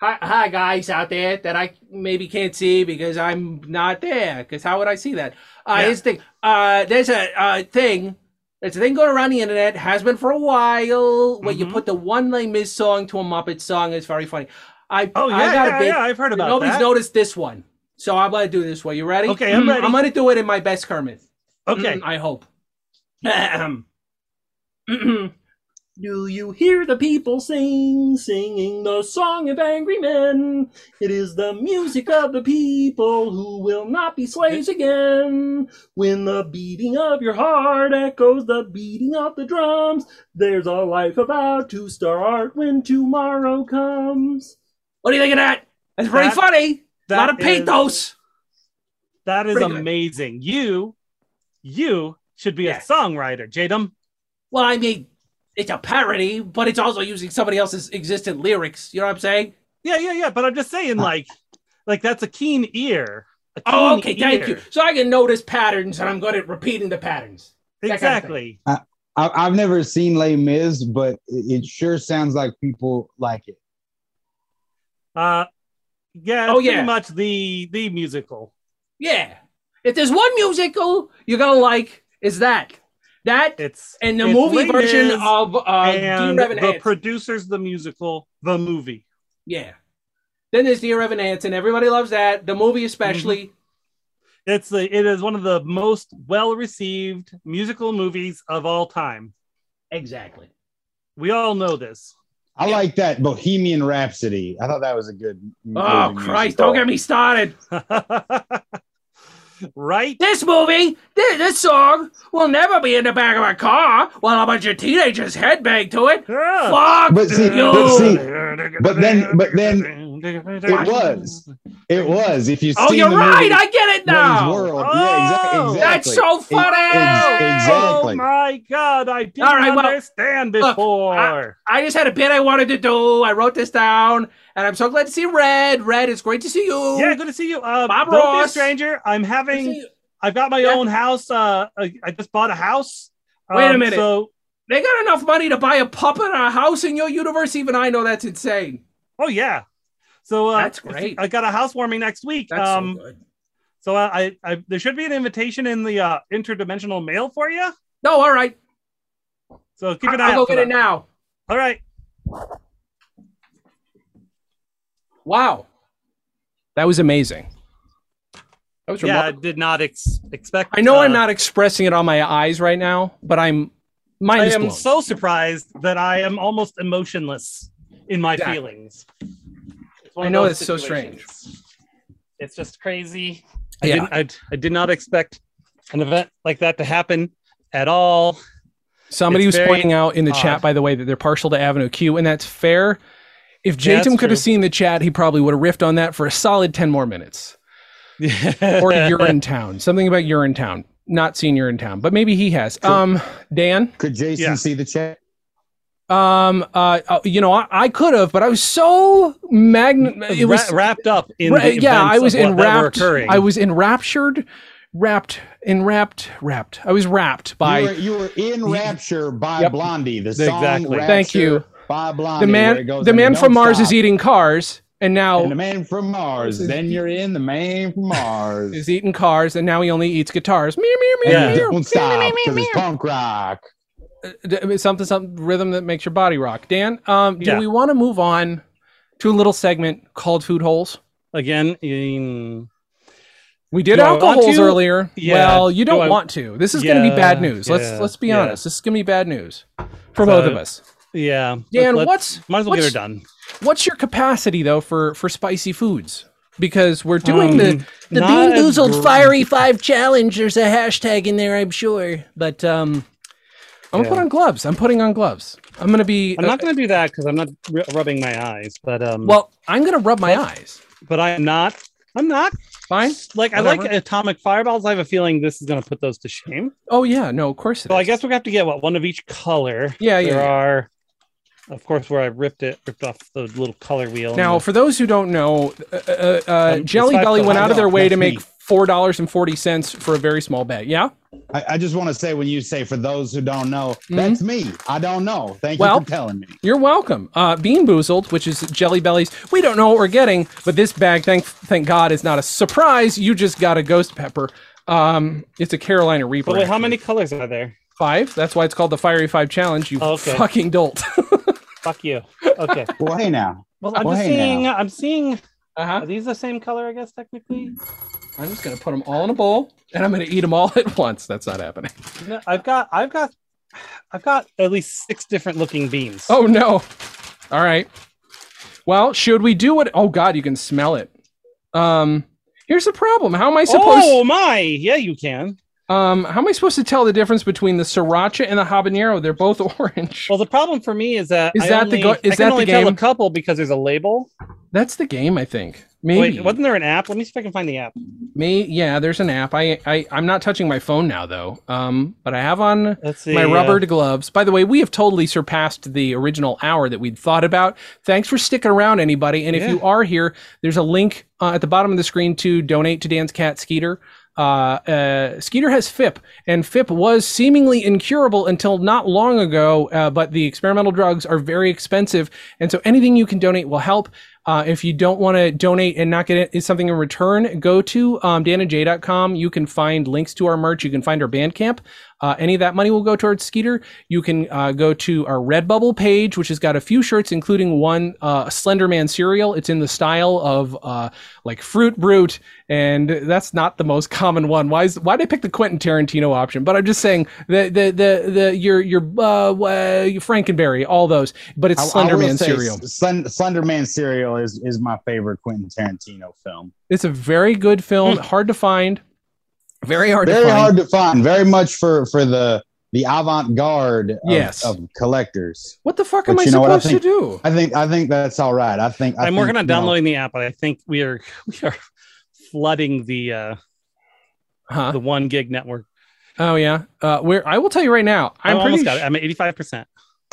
Speaker 5: hi, hi, guys out there that I maybe can't see because I'm not there. Because how would I see that? Uh,
Speaker 1: Yeah.
Speaker 5: Here's the thing. Uh, there's a uh, thing. There's a thing going around the internet. Has been for a while. Where
Speaker 4: Mm-hmm.
Speaker 5: you
Speaker 1: Mhm.
Speaker 5: put the one Les Mis song to a Muppet song. It's very funny. I
Speaker 1: Oh yeah,
Speaker 5: I got
Speaker 1: yeah,
Speaker 5: a bit.
Speaker 1: yeah, I've heard about
Speaker 5: Nobody's
Speaker 1: that.
Speaker 5: noticed this one, so I'm gonna do this one. You ready? Mm,
Speaker 1: Okay, I'm ready.
Speaker 5: I'm gonna do it in my best Kermit.
Speaker 1: okay,
Speaker 5: Mm, I hope. (clears throat) Ahem. Do you hear the people sing, singing the song of angry men? It is the music of the people who will not be slaves again. When the beating of your heart echoes the beating of the drums, there's a life about to start when tomorrow comes. What do you think of that? That's pretty
Speaker 1: That-
Speaker 5: funny. a lot
Speaker 1: That
Speaker 5: of
Speaker 1: is-
Speaker 5: pathos.
Speaker 1: That is
Speaker 5: Pretty good.
Speaker 1: amazing. You, you should be
Speaker 5: Yeah.
Speaker 1: a songwriter, Jadam.
Speaker 5: Well, I mean, it's a parody, but it's also using somebody else's existent lyrics. You know what I'm saying?
Speaker 1: Yeah, yeah, yeah. But I'm just saying, like, like that's a keen ear. A
Speaker 5: Oh,
Speaker 1: keen
Speaker 5: okay, thank
Speaker 1: ear.
Speaker 5: you. So I can notice patterns, and I'm good at repeating the patterns. That kind of thing.
Speaker 1: Exactly.
Speaker 4: I, I've never seen Les Mis, but it, it sure sounds like people like it.
Speaker 1: Uh, yeah,
Speaker 6: Oh,
Speaker 1: oh, yeah.
Speaker 6: yeah.
Speaker 1: pretty much the the musical.
Speaker 6: Yeah. If there's one musical you're gonna like, is that. That
Speaker 1: It's
Speaker 6: and the
Speaker 1: it's
Speaker 6: movie
Speaker 1: Les
Speaker 6: version
Speaker 1: Mis
Speaker 6: of uh,
Speaker 1: and
Speaker 6: Dear Evan
Speaker 1: the
Speaker 6: Hansen.
Speaker 1: producers the musical, the movie.
Speaker 6: yeah. Then there's Dear Evan Hansen. Everybody loves that. The movie
Speaker 1: Mm-hmm.
Speaker 6: especially.
Speaker 1: It's the it is one of the most well received musical movies of all time.
Speaker 6: Exactly.
Speaker 1: We all know this. (laughs)
Speaker 4: I like that Bohemian Rhapsody. I thought that was a good.
Speaker 6: Oh Christ! Don't get me started.
Speaker 1: right?
Speaker 6: This movie, thi- this, song, will never be in the back of a car while a bunch of teenagers headbang to it. Fuck
Speaker 4: But see-
Speaker 6: you!
Speaker 4: but see- but then- but then
Speaker 1: it
Speaker 4: was. It was. If you.
Speaker 6: oh, you're right. I get it now.
Speaker 4: World. Yeah, exactly.
Speaker 1: Oh!
Speaker 4: exactly.
Speaker 6: That's so funny.
Speaker 4: Exactly.
Speaker 1: Oh my god, I didn't
Speaker 6: All right, well,
Speaker 1: understand
Speaker 6: look,
Speaker 1: before.
Speaker 6: I just had a bit I wanted to do. I wrote this down, and I'm so glad to see Red. Red, it's great to see you.
Speaker 1: yeah, good to see you. Uh,
Speaker 6: Bob
Speaker 1: don't be a
Speaker 6: Ross.
Speaker 1: stranger. I'm
Speaker 6: Good to see
Speaker 1: having.
Speaker 6: you.
Speaker 1: I've got my
Speaker 6: Yeah.
Speaker 1: own house. Uh, I, I just bought a house. Um,
Speaker 6: Wait a minute.
Speaker 1: So,
Speaker 6: They got enough money to buy a puppet and a house in your universe. Even I know that's insane.
Speaker 1: oh yeah. So uh,
Speaker 6: That's great.
Speaker 1: I got a housewarming next week.
Speaker 6: That's
Speaker 1: um,
Speaker 6: so good.
Speaker 1: So uh, I, I, I there should be an invitation in the uh, interdimensional mail for you.
Speaker 6: No, all right.
Speaker 1: So keep an
Speaker 6: I-
Speaker 1: eye
Speaker 6: I'll
Speaker 1: out.
Speaker 6: go
Speaker 1: for
Speaker 6: get it
Speaker 1: that.
Speaker 6: now.
Speaker 1: All right.
Speaker 6: Wow.
Speaker 5: That was amazing. That was
Speaker 1: Yeah, I
Speaker 5: remarkable.
Speaker 1: did not ex- expect.
Speaker 5: I know
Speaker 1: uh,
Speaker 5: I'm not expressing it on my eyes right now, but I'm mind
Speaker 1: I
Speaker 5: is
Speaker 1: am
Speaker 5: blown.
Speaker 1: so surprised that I am almost emotionless in my
Speaker 5: Exactly.
Speaker 1: feelings. It's one
Speaker 5: I
Speaker 1: of
Speaker 5: know
Speaker 1: those
Speaker 5: it's so
Speaker 1: situations. It's just crazy.
Speaker 5: Yeah.
Speaker 1: I, didn't, I, I did not expect an event like that to happen at all. (laughs)
Speaker 5: Somebody
Speaker 1: It's
Speaker 5: was
Speaker 1: very
Speaker 5: pointing out in the chat,
Speaker 1: odd.
Speaker 5: by the way, that they're partial to Avenue Q, and that's fair. If
Speaker 1: Yeah, that's
Speaker 5: Jatum could
Speaker 1: true.
Speaker 5: have seen the chat, he probably would have riffed on that for a solid 10 more
Speaker 1: (laughs)
Speaker 5: minutes. Or Urine Town. Something about Urine Town. Not seen Urine Town, but maybe he has.
Speaker 4: True.
Speaker 5: Um, Dan,
Speaker 4: Could Jason
Speaker 1: Yeah.
Speaker 4: see the chat?
Speaker 5: um, uh, uh, you know, I, I could have, but I was so magn. It
Speaker 1: Wra-
Speaker 5: was
Speaker 1: wrapped up in
Speaker 5: Ra-
Speaker 1: the
Speaker 5: yeah, I
Speaker 1: events
Speaker 5: was
Speaker 1: of what- that were
Speaker 5: enwrapped.
Speaker 1: occurring.
Speaker 5: I was enraptured, wrapped, enwrapped, wrapped. I was wrapped by
Speaker 4: you, were, you were in rapture by
Speaker 5: Yep.
Speaker 4: Blondie. The song.
Speaker 1: Exactly.
Speaker 4: Rapture
Speaker 5: Thank you.
Speaker 4: By Blondie.
Speaker 5: the
Speaker 4: where it
Speaker 5: man.
Speaker 4: goes
Speaker 5: The
Speaker 4: on,
Speaker 5: man
Speaker 4: "Don't
Speaker 5: from Mars
Speaker 4: stop."
Speaker 5: is eating cars, and now
Speaker 4: And the man from Mars.
Speaker 5: This is-
Speaker 4: Then you're in the man from Mars.
Speaker 5: is eating cars, and now he only eats guitars. Meow, meow, meow,
Speaker 1: Yeah.
Speaker 5: meow. Uh,
Speaker 4: Don't stop because it's punk rock.
Speaker 5: D- d- Something, something rhythm that makes your body rock. Dan, um, do
Speaker 1: Yeah.
Speaker 5: we want to move on to a little segment called Food Holes?
Speaker 1: again in
Speaker 5: We did
Speaker 1: Do I want
Speaker 5: alcohols
Speaker 1: to?
Speaker 5: earlier.
Speaker 1: Yeah.
Speaker 5: Well, you
Speaker 1: Do
Speaker 5: don't
Speaker 1: I-
Speaker 5: want to. This is going to be
Speaker 1: Yeah,
Speaker 5: bad news. let's
Speaker 1: yeah,
Speaker 5: let's be
Speaker 1: yeah.
Speaker 5: honest. This is going to be bad news for
Speaker 1: So,
Speaker 5: both of us.
Speaker 1: yeah.
Speaker 5: Dan,
Speaker 1: Let's-
Speaker 5: what's
Speaker 1: might as well get
Speaker 5: what's-
Speaker 1: her done.
Speaker 5: What's your capacity though for for spicy foods? Because we're doing
Speaker 1: Um,
Speaker 5: the the
Speaker 1: not
Speaker 5: Bean
Speaker 1: a
Speaker 5: Boozled
Speaker 1: gr-
Speaker 5: Fiery Five Challenge. There's a hashtag in there, I'm sure. But um, I'm gonna put
Speaker 1: Yeah.
Speaker 5: on gloves. I'm putting on gloves. I'm gonna be.
Speaker 1: I'm
Speaker 5: uh,
Speaker 1: not going to do that because I'm not r- rubbing my eyes, but um,
Speaker 5: well, I'm gonna rub my eyes.
Speaker 1: but I'm not. I'm not
Speaker 5: Fine.
Speaker 1: like I like
Speaker 5: Whatever.
Speaker 1: atomic fireballs. I have a feeling this is going to put those to shame.
Speaker 5: Oh yeah, no, of course. it
Speaker 1: So I
Speaker 5: is.
Speaker 1: guess we have to get what one of each color.
Speaker 5: Yeah, Oh, yeah.
Speaker 1: there
Speaker 5: yeah.
Speaker 1: are, of course, where I ripped it, ripped off the little color wheel. and
Speaker 5: Now,
Speaker 1: the-
Speaker 5: for those who don't know, uh, uh, uh,
Speaker 1: Um,
Speaker 5: Jelly
Speaker 1: it's five
Speaker 5: Belly went
Speaker 4: dollars.
Speaker 5: out of their way to
Speaker 4: That's me.
Speaker 5: make four dollars and forty cents for a very small bet. Yeah.
Speaker 4: I, I just want to say when you say for those who don't know, that's me. I don't know. Thank
Speaker 5: Mm-hmm. Well-
Speaker 4: you for telling me.
Speaker 5: You're welcome. Uh, Bean Boozled, which is Jelly Bellies. We don't know what we're getting, but this bag, thank thank God, is not a surprise. You just got a ghost pepper. Um, it's a Carolina Reaper.
Speaker 1: but wait, how
Speaker 5: actually.
Speaker 1: many colors are there?
Speaker 5: Five. That's why it's called the Fiery Five Challenge. You
Speaker 1: Oh, okay.
Speaker 5: fucking dolt.
Speaker 1: Fuck
Speaker 5: (laughs)
Speaker 1: you. Okay.
Speaker 4: Well, hey now.
Speaker 1: Well, I'm
Speaker 4: Why
Speaker 1: just seeing.
Speaker 4: now?
Speaker 1: I'm seeing.
Speaker 5: uh-huh.
Speaker 1: Are these the same color? I guess technically.
Speaker 5: I'm just gonna put them all in a bowl, and I'm gonna eat them all at once. That's not happening.
Speaker 1: No, I've got. I've got. I've got at least six different looking beans.
Speaker 5: (laughs) Oh no. All right. Well, should we do what? Oh God, you can smell it. Um, here's the problem. How am I supposed?
Speaker 1: oh my! Yeah, you can.
Speaker 5: Um, how am I supposed to tell the difference between the sriracha and the habanero? They're both (laughs) orange.
Speaker 1: Well, the problem for me is that
Speaker 5: Is
Speaker 1: I
Speaker 5: that
Speaker 1: only,
Speaker 5: the go- is
Speaker 1: I
Speaker 5: that
Speaker 1: can
Speaker 5: the
Speaker 1: only tell
Speaker 5: game?
Speaker 1: a couple because there's a label.
Speaker 5: That's the game, I think. Maybe.
Speaker 1: Wait, wasn't there an app? Let me see if I can find the app.
Speaker 5: May yeah, there's an app. I, I I'm not touching my phone now though. Um, but I have on
Speaker 1: Let's see.
Speaker 5: my
Speaker 1: uh,
Speaker 5: rubbered gloves. By the way, we have totally surpassed the original hour that we'd thought about. Thanks for sticking around, anybody. And if
Speaker 1: Yeah.
Speaker 5: you are here, there's a link uh, at the bottom of the screen to donate to Dan's cat Skeeter. Uh, uh, Skeeter has FIP, and FIP was seemingly incurable until not long ago. Uh, but the experimental drugs are very expensive, and so anything you can donate will help. Uh, if you don't want to donate and not get it, something in return, go to um, danaj.com. You can find links to our merch. You can find our Bandcamp. Uh, any of that money will go towards Skeeter. You can uh, go to our Redbubble page, which has got a few shirts, including one uh, Slenderman cereal. It's in the style of uh, like Fruit Brute, and that's not the most (laughs) common one. Why is why did I pick the Quentin Tarantino option? But I'm just saying the the the, the your your uh, uh, your Frankenberry, all those. But it's
Speaker 4: I- I will
Speaker 5: Slenderman
Speaker 4: say
Speaker 5: cereal.
Speaker 4: S- Slend- Slenderman cereal is is my favorite Quentin Tarantino film.
Speaker 5: It's a very good
Speaker 1: Hmm.
Speaker 5: film, hard to find, very hard
Speaker 4: Very
Speaker 5: to find.
Speaker 4: hard to find. Very much for for the the avant garde of,
Speaker 5: Yes.
Speaker 4: of collectors.
Speaker 5: What the fuck
Speaker 4: But
Speaker 5: am I
Speaker 4: you know what? I
Speaker 5: supposed to do?
Speaker 4: I think I think that's all right. I think I
Speaker 1: I'm
Speaker 4: think,
Speaker 1: working on
Speaker 4: you know,
Speaker 1: downloading the app, but I think we are (laughs) we are flooding the uh
Speaker 5: Huh?
Speaker 1: the one gig network.
Speaker 5: Oh yeah. Uh, where I will tell you right now,
Speaker 1: I'm
Speaker 5: I'm
Speaker 1: I
Speaker 5: pretty.
Speaker 1: almost got it. I'm at 85. percent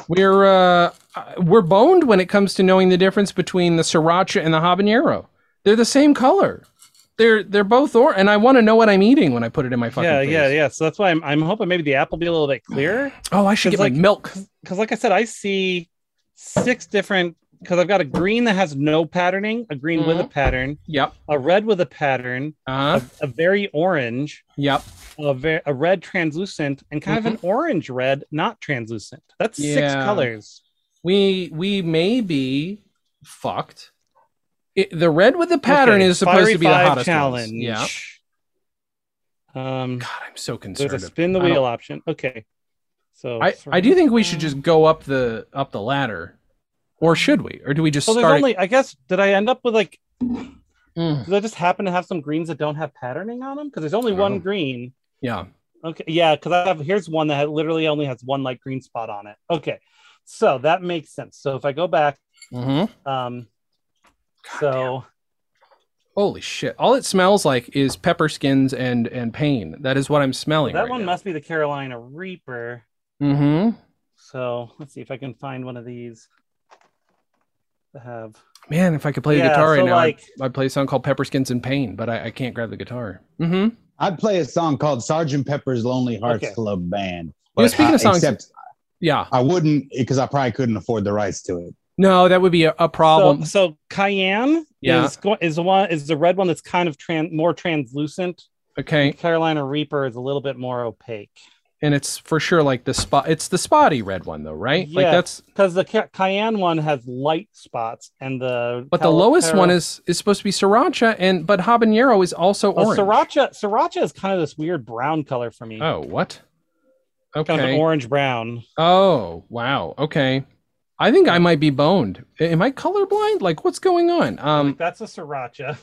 Speaker 5: We're uh, uh, we're boned when it comes to knowing the difference between the sriracha and the habanero. They're the same color. They're they're both or, and I want to know what I'm eating when I put it in my fucking.
Speaker 1: Yeah,
Speaker 5: face.
Speaker 1: yeah, yeah. So that's why I'm I'm hoping maybe the app will be a little bit clearer.
Speaker 5: Oh, I should
Speaker 1: It's
Speaker 5: get like,
Speaker 1: like-
Speaker 5: milk.
Speaker 1: because like I said, I see six different because I've got a green that has no patterning, a green with a pattern,
Speaker 5: Yep.
Speaker 1: a red with a pattern,
Speaker 5: Uh.
Speaker 1: a very orange,
Speaker 5: Yep.
Speaker 1: a, ver- a red translucent, and kind of an orange red, not translucent. That's six
Speaker 5: Mm-hmm. Yeah.
Speaker 1: colors.
Speaker 5: We we may be fucked. It, the red with the pattern
Speaker 1: Okay,
Speaker 5: is supposed
Speaker 1: Fiery
Speaker 5: to be the
Speaker 1: Five
Speaker 5: hottest
Speaker 1: challenge.
Speaker 5: challenge. Yeah.
Speaker 1: Um,
Speaker 5: God, I'm so
Speaker 1: there's
Speaker 5: concerned.
Speaker 1: a spin the
Speaker 5: I don't-
Speaker 1: wheel option. Okay. So
Speaker 5: I, I do think we should just go up the up the ladder, or should we? Or do we just
Speaker 1: Well, there's
Speaker 5: start?
Speaker 1: only I guess did I end up with like
Speaker 5: Mm,
Speaker 1: did I just happen to have some greens that don't have patterning on them? Because there's only
Speaker 5: I don't
Speaker 1: one
Speaker 5: know.
Speaker 1: green.
Speaker 5: Oh. yeah.
Speaker 1: Okay, yeah, because I have here's one that literally only has one light green spot on it. Okay, so that makes sense. So if I go back,
Speaker 5: hmm
Speaker 1: um, so
Speaker 5: Holy shit! All it smells like is pepper skins and and pain. That is what I'm smelling.
Speaker 1: that one must be the Carolina Reaper.
Speaker 5: Mm-hmm.
Speaker 1: So let's see if I can find one of these to have.
Speaker 5: Man, if I could play the
Speaker 1: Yeah,
Speaker 5: guitar right
Speaker 1: so
Speaker 5: now, I'd-
Speaker 1: like-
Speaker 5: I'd, play a song called Pepper Skins and Pain, but I, I can't grab the guitar. Mm-hmm.
Speaker 4: I'd play a song called Sergeant Pepper's Lonely Hearts
Speaker 1: Okay.
Speaker 4: Club Band.
Speaker 5: Yeah, speaking
Speaker 4: I-
Speaker 5: of songs-
Speaker 4: except
Speaker 5: Yeah.
Speaker 4: I wouldn't because I probably couldn't afford the rights to it.
Speaker 5: No, that would be a, a
Speaker 1: So,
Speaker 5: problem.
Speaker 1: so cayenne
Speaker 5: Yeah.
Speaker 1: is go- is the one is the red one that's kind of tran- more translucent.
Speaker 5: okay,
Speaker 1: Carolina Reaper is a little bit more opaque
Speaker 5: and it's for sure like the spot. It's the spotty red one though, right? Like
Speaker 1: Yeah.
Speaker 5: that's.
Speaker 1: because the ca- cayenne one has light spots and the
Speaker 5: But the
Speaker 1: Cal-
Speaker 5: lowest
Speaker 1: Cal-
Speaker 5: one is is supposed to be sriracha, and but habanero is also
Speaker 1: Well,
Speaker 5: orange.
Speaker 1: sriracha, sriracha is kind of this weird brown color for me.
Speaker 5: Oh, what?
Speaker 1: kind of an
Speaker 5: Okay.
Speaker 1: orange brown.
Speaker 5: Oh, wow. Okay. I think I might be boned. A- Am I colorblind? Like, what's going on? Um.
Speaker 1: That's a sriracha.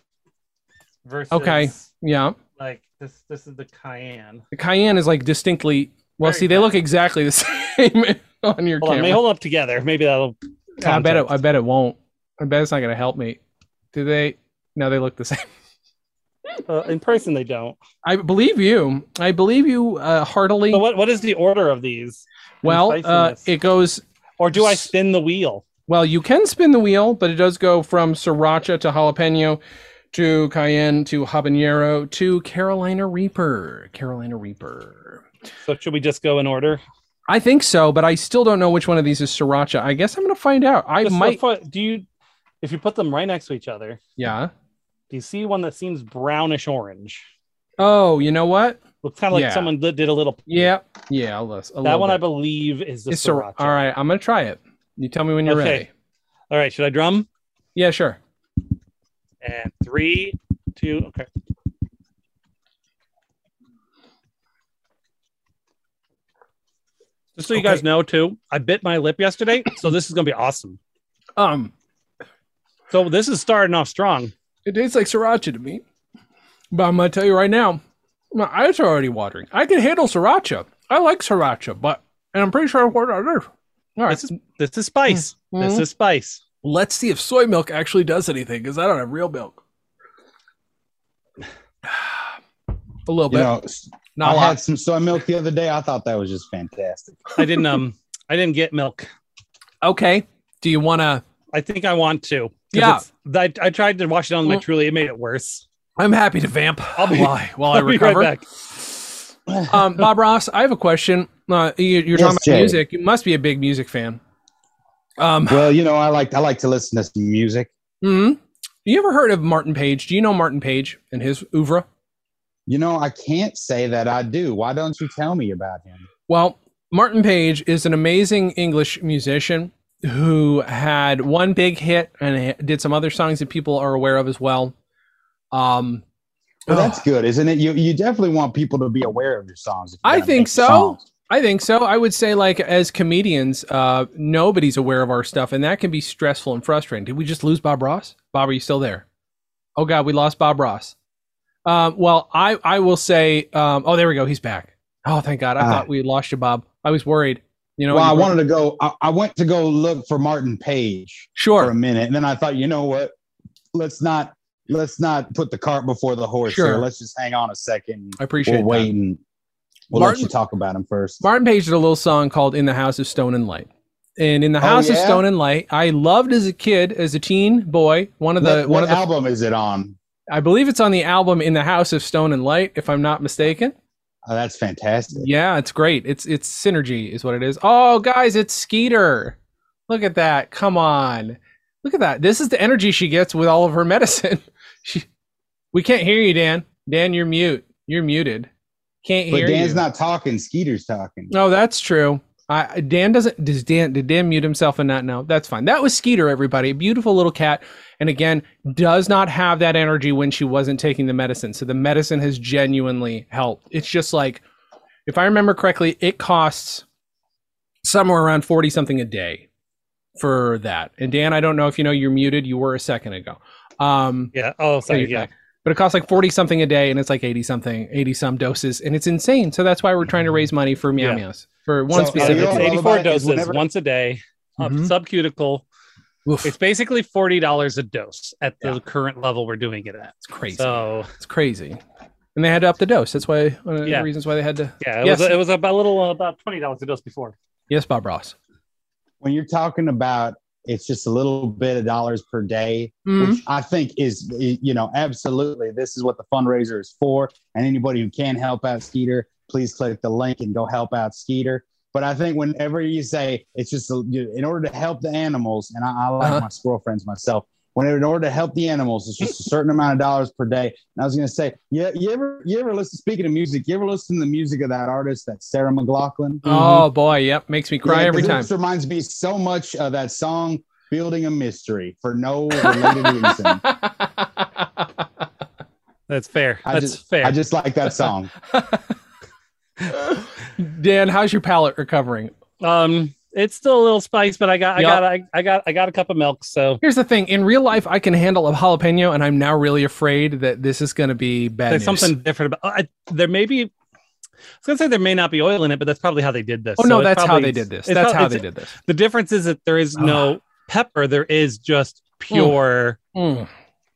Speaker 1: (laughs) Versus
Speaker 5: Okay. Yeah.
Speaker 1: like this this is the cayenne.
Speaker 5: The cayenne is like distinctly. Well,
Speaker 1: Very
Speaker 5: see, they look exactly the (laughs) same on your
Speaker 1: Hold on, may
Speaker 5: camera.
Speaker 1: hold up together. Maybe that'll
Speaker 5: I bet it. I
Speaker 1: context.
Speaker 5: bet it won't. I bet it's not gonna help me. Do they? No, they look the (laughs) same.
Speaker 1: uh, in person they don't.
Speaker 5: I believe you. I believe you uh, heartily.
Speaker 1: So what what is the order of these?
Speaker 5: well, uh,
Speaker 1: conciseness?
Speaker 5: it goes.
Speaker 1: Or do I spin the wheel?
Speaker 5: Well, you can spin the wheel, but it does go from sriracha to jalapeno to cayenne to habanero to Carolina Reaper. Carolina Reaper.
Speaker 1: So should we just go in order?
Speaker 5: I think so, but I still don't know which one of these is sriracha. I guess I'm going to find out. I
Speaker 1: Just
Speaker 5: might.
Speaker 1: put- do you if you put them right next to each other,
Speaker 5: Yeah.
Speaker 1: do you see one that seems brownish orange?
Speaker 5: Oh, you know what?
Speaker 1: Looks kind of like
Speaker 5: Yeah.
Speaker 1: someone did did a little
Speaker 5: Yeah. Yeah. A lis- a
Speaker 1: that
Speaker 5: little
Speaker 1: one I
Speaker 5: bit.
Speaker 1: believe is the
Speaker 5: It's sri-
Speaker 1: sriracha.
Speaker 5: All right. I'm going to try it. You tell me when you're
Speaker 1: Okay.
Speaker 5: ready.
Speaker 1: All right, should I drum?
Speaker 5: Yeah, sure.
Speaker 1: And three, two, okay. Just so you guys know, too, I bit my lip yesterday, so this is gonna be awesome.
Speaker 5: Um,
Speaker 1: So this is starting off strong.
Speaker 5: It tastes like sriracha to me. But I'm going to tell you right now, my eyes are already watering. I can handle sriracha. I like sriracha, but, and I'm pretty sure I ordered others. All right. Mm-hmm.
Speaker 1: This is this is spice. This is spice.
Speaker 5: Let's see if soy milk actually does anything because I don't have real milk. (sighs) A little
Speaker 4: You
Speaker 5: bit.
Speaker 4: know,
Speaker 5: Not
Speaker 4: I
Speaker 5: a lot.
Speaker 4: had some soy milk the other day. I thought that was just fantastic.
Speaker 1: I didn't um I didn't get milk.
Speaker 5: Okay. Do you want to?
Speaker 1: I think I want to. 'Cause
Speaker 5: Yeah.
Speaker 1: it's- I, I tried to wash it down with my
Speaker 5: Well-
Speaker 1: truly, it made it worse.
Speaker 5: I'm happy to vamp
Speaker 1: I'll be-
Speaker 5: while, I- while
Speaker 1: (laughs)
Speaker 5: I
Speaker 1: I'll be right
Speaker 5: recover.
Speaker 1: back.
Speaker 5: um, Bob Ross, I have a question. Uh, you,
Speaker 4: Yes,
Speaker 5: you're talking about
Speaker 4: Jay.
Speaker 5: music. You must be a big music fan. Um,
Speaker 4: Well, you know, I like I like to listen to some music.
Speaker 5: Hmm. You ever heard of Martin Page? Do you know Martin Page and his oeuvre?
Speaker 4: You know, I can't say that I do. Why don't you tell me about him?
Speaker 5: Well, Martin Page is an amazing English musician who had one big hit and did some other songs that people are aware of as well. Um,
Speaker 4: Well, that's good, isn't it? You you definitely want people to be aware of your songs. if you're
Speaker 5: I
Speaker 4: gonna
Speaker 5: think
Speaker 4: make
Speaker 5: so.
Speaker 4: songs.
Speaker 5: I think so. I would say, like, as comedians, uh, nobody's aware of our stuff, and that can be stressful and frustrating. Did we just lose Bob Ross? Bob, are you still there? Oh God, we lost Bob Ross. Um, well, I I will say, um, oh, there we go. He's back. Oh, thank God. I
Speaker 4: Ah.
Speaker 5: thought we had lost you, Bob. I was worried. You know,
Speaker 4: well, I
Speaker 5: you-
Speaker 4: wanted to go. I, I went to go look for Martin Page for a
Speaker 5: sure,
Speaker 4: minute, and then I thought, you know what? Let's not let's not put the cart before the horse
Speaker 5: Sure.
Speaker 4: here. Let's just hang on a second.
Speaker 5: I
Speaker 4: we'll
Speaker 5: appreciate that.
Speaker 4: wait and we'll
Speaker 5: Martin-
Speaker 4: let you talk about him first.
Speaker 5: Martin Page did a little song called "In the House of Stone and Light," and "In the
Speaker 4: Oh,
Speaker 5: House of
Speaker 4: yeah?
Speaker 5: Stone and Light," I loved as a kid, as a teen boy. One of the
Speaker 4: what
Speaker 5: one
Speaker 4: what
Speaker 5: of the
Speaker 4: album is it on?
Speaker 5: I believe it's on the album "In the House of Stone and Light," if I'm not mistaken.
Speaker 4: Oh, that's fantastic.
Speaker 5: Yeah, it's great. It's it's synergy is what it is. Oh, guys, it's Skeeter. Look at that. Come on. Look at that. This is the energy she gets with all of her (laughs) medicine. She, we can't hear you, Dan. Dan, you're mute. You're muted. Can't
Speaker 4: but
Speaker 5: hear
Speaker 4: Dan's
Speaker 5: you.
Speaker 4: not talking. Skeeter's talking.
Speaker 5: No, Oh, that's true. I, Dan doesn't. Does Dan? Did Dan mute himself and not know? That's fine. That was Skeeter, everybody. Beautiful little cat, and again, does not have that energy when she wasn't taking the medicine. So the medicine has genuinely helped. It's just like, if I remember correctly, it costs somewhere around forty something a day for that. And Dan, I don't know if you know you're muted. You were a second ago. Um,
Speaker 1: Yeah. Oh,
Speaker 5: so
Speaker 1: sorry.
Speaker 5: you're
Speaker 1: Yeah.
Speaker 5: back. But it costs like 40 something a day and it's like 80 something, 80 some doses. And it's insane. So that's why we're trying to raise money for Meow
Speaker 1: Yeah.
Speaker 5: Meows for one
Speaker 4: So, uh,
Speaker 1: So
Speaker 5: specific.
Speaker 4: you're
Speaker 1: it's
Speaker 4: all about
Speaker 1: 84
Speaker 4: it is
Speaker 1: doses
Speaker 4: whenever-
Speaker 1: once a day, up
Speaker 5: Mhm.
Speaker 1: subcuticle.
Speaker 5: Oof,
Speaker 1: It's
Speaker 5: it's
Speaker 1: basically $40 a dose at the current level we're doing it at.
Speaker 5: crazy.
Speaker 1: So,
Speaker 5: It's crazy. And they had to up the dose. That's why one of
Speaker 1: Yeah.
Speaker 5: the reasons why they had to.
Speaker 1: yeah, it
Speaker 5: Yes.
Speaker 1: was it was about a little about $20 a dose before.
Speaker 5: Yes, Bob Ross.
Speaker 4: When you're talking about it's just a little bit of dollars per day,
Speaker 5: Mhm.
Speaker 4: which I think is, you know, absolutely. This is what the fundraiser is for. And anybody who can help out Skeeter, please click the link and go help out Skeeter. But I think whenever you say it's just a, you- in order to help the animals, and I, I like
Speaker 5: Uh-huh.
Speaker 4: my squirrel friends myself. Whenever in order to help the animals, it's just a certain amount of dollars per day. And I was gonna say, yeah, you ever, you ever listen? Speaking of music, you ever listen to the music of that artist, that Sarah McLaughlin?
Speaker 1: Mm-hmm.
Speaker 5: Oh, boy. Yep. Makes me cry
Speaker 4: Yeah,
Speaker 5: every
Speaker 4: 'cause
Speaker 5: time.
Speaker 4: This reminds me so much of that song "Building a Mystery" for no related reason.
Speaker 1: That's fair.
Speaker 4: I
Speaker 1: That's
Speaker 4: just-
Speaker 1: fair.
Speaker 4: I just like that song.
Speaker 5: (laughs) Dan, how's your palate recovering?
Speaker 1: um it's still a little spiced, but I got I
Speaker 5: Yup.
Speaker 1: got I, I got I got a cup of milk, so
Speaker 5: Here's the thing. In real life, I can handle a jalapeno, and I'm now really afraid that this is going to be bad.
Speaker 1: there's
Speaker 5: news.
Speaker 1: something different about I, there may be I was gonna say there may not be oil in it, but that's probably how they did this.
Speaker 5: Oh,
Speaker 1: So
Speaker 5: no,
Speaker 1: it's
Speaker 5: that's how
Speaker 1: probably-
Speaker 5: they did this.
Speaker 1: it's
Speaker 5: That's
Speaker 1: prob-
Speaker 5: how
Speaker 1: it's-
Speaker 5: they did Ah. this.
Speaker 1: The difference is that there is no pepper, there is just pure
Speaker 5: Mm.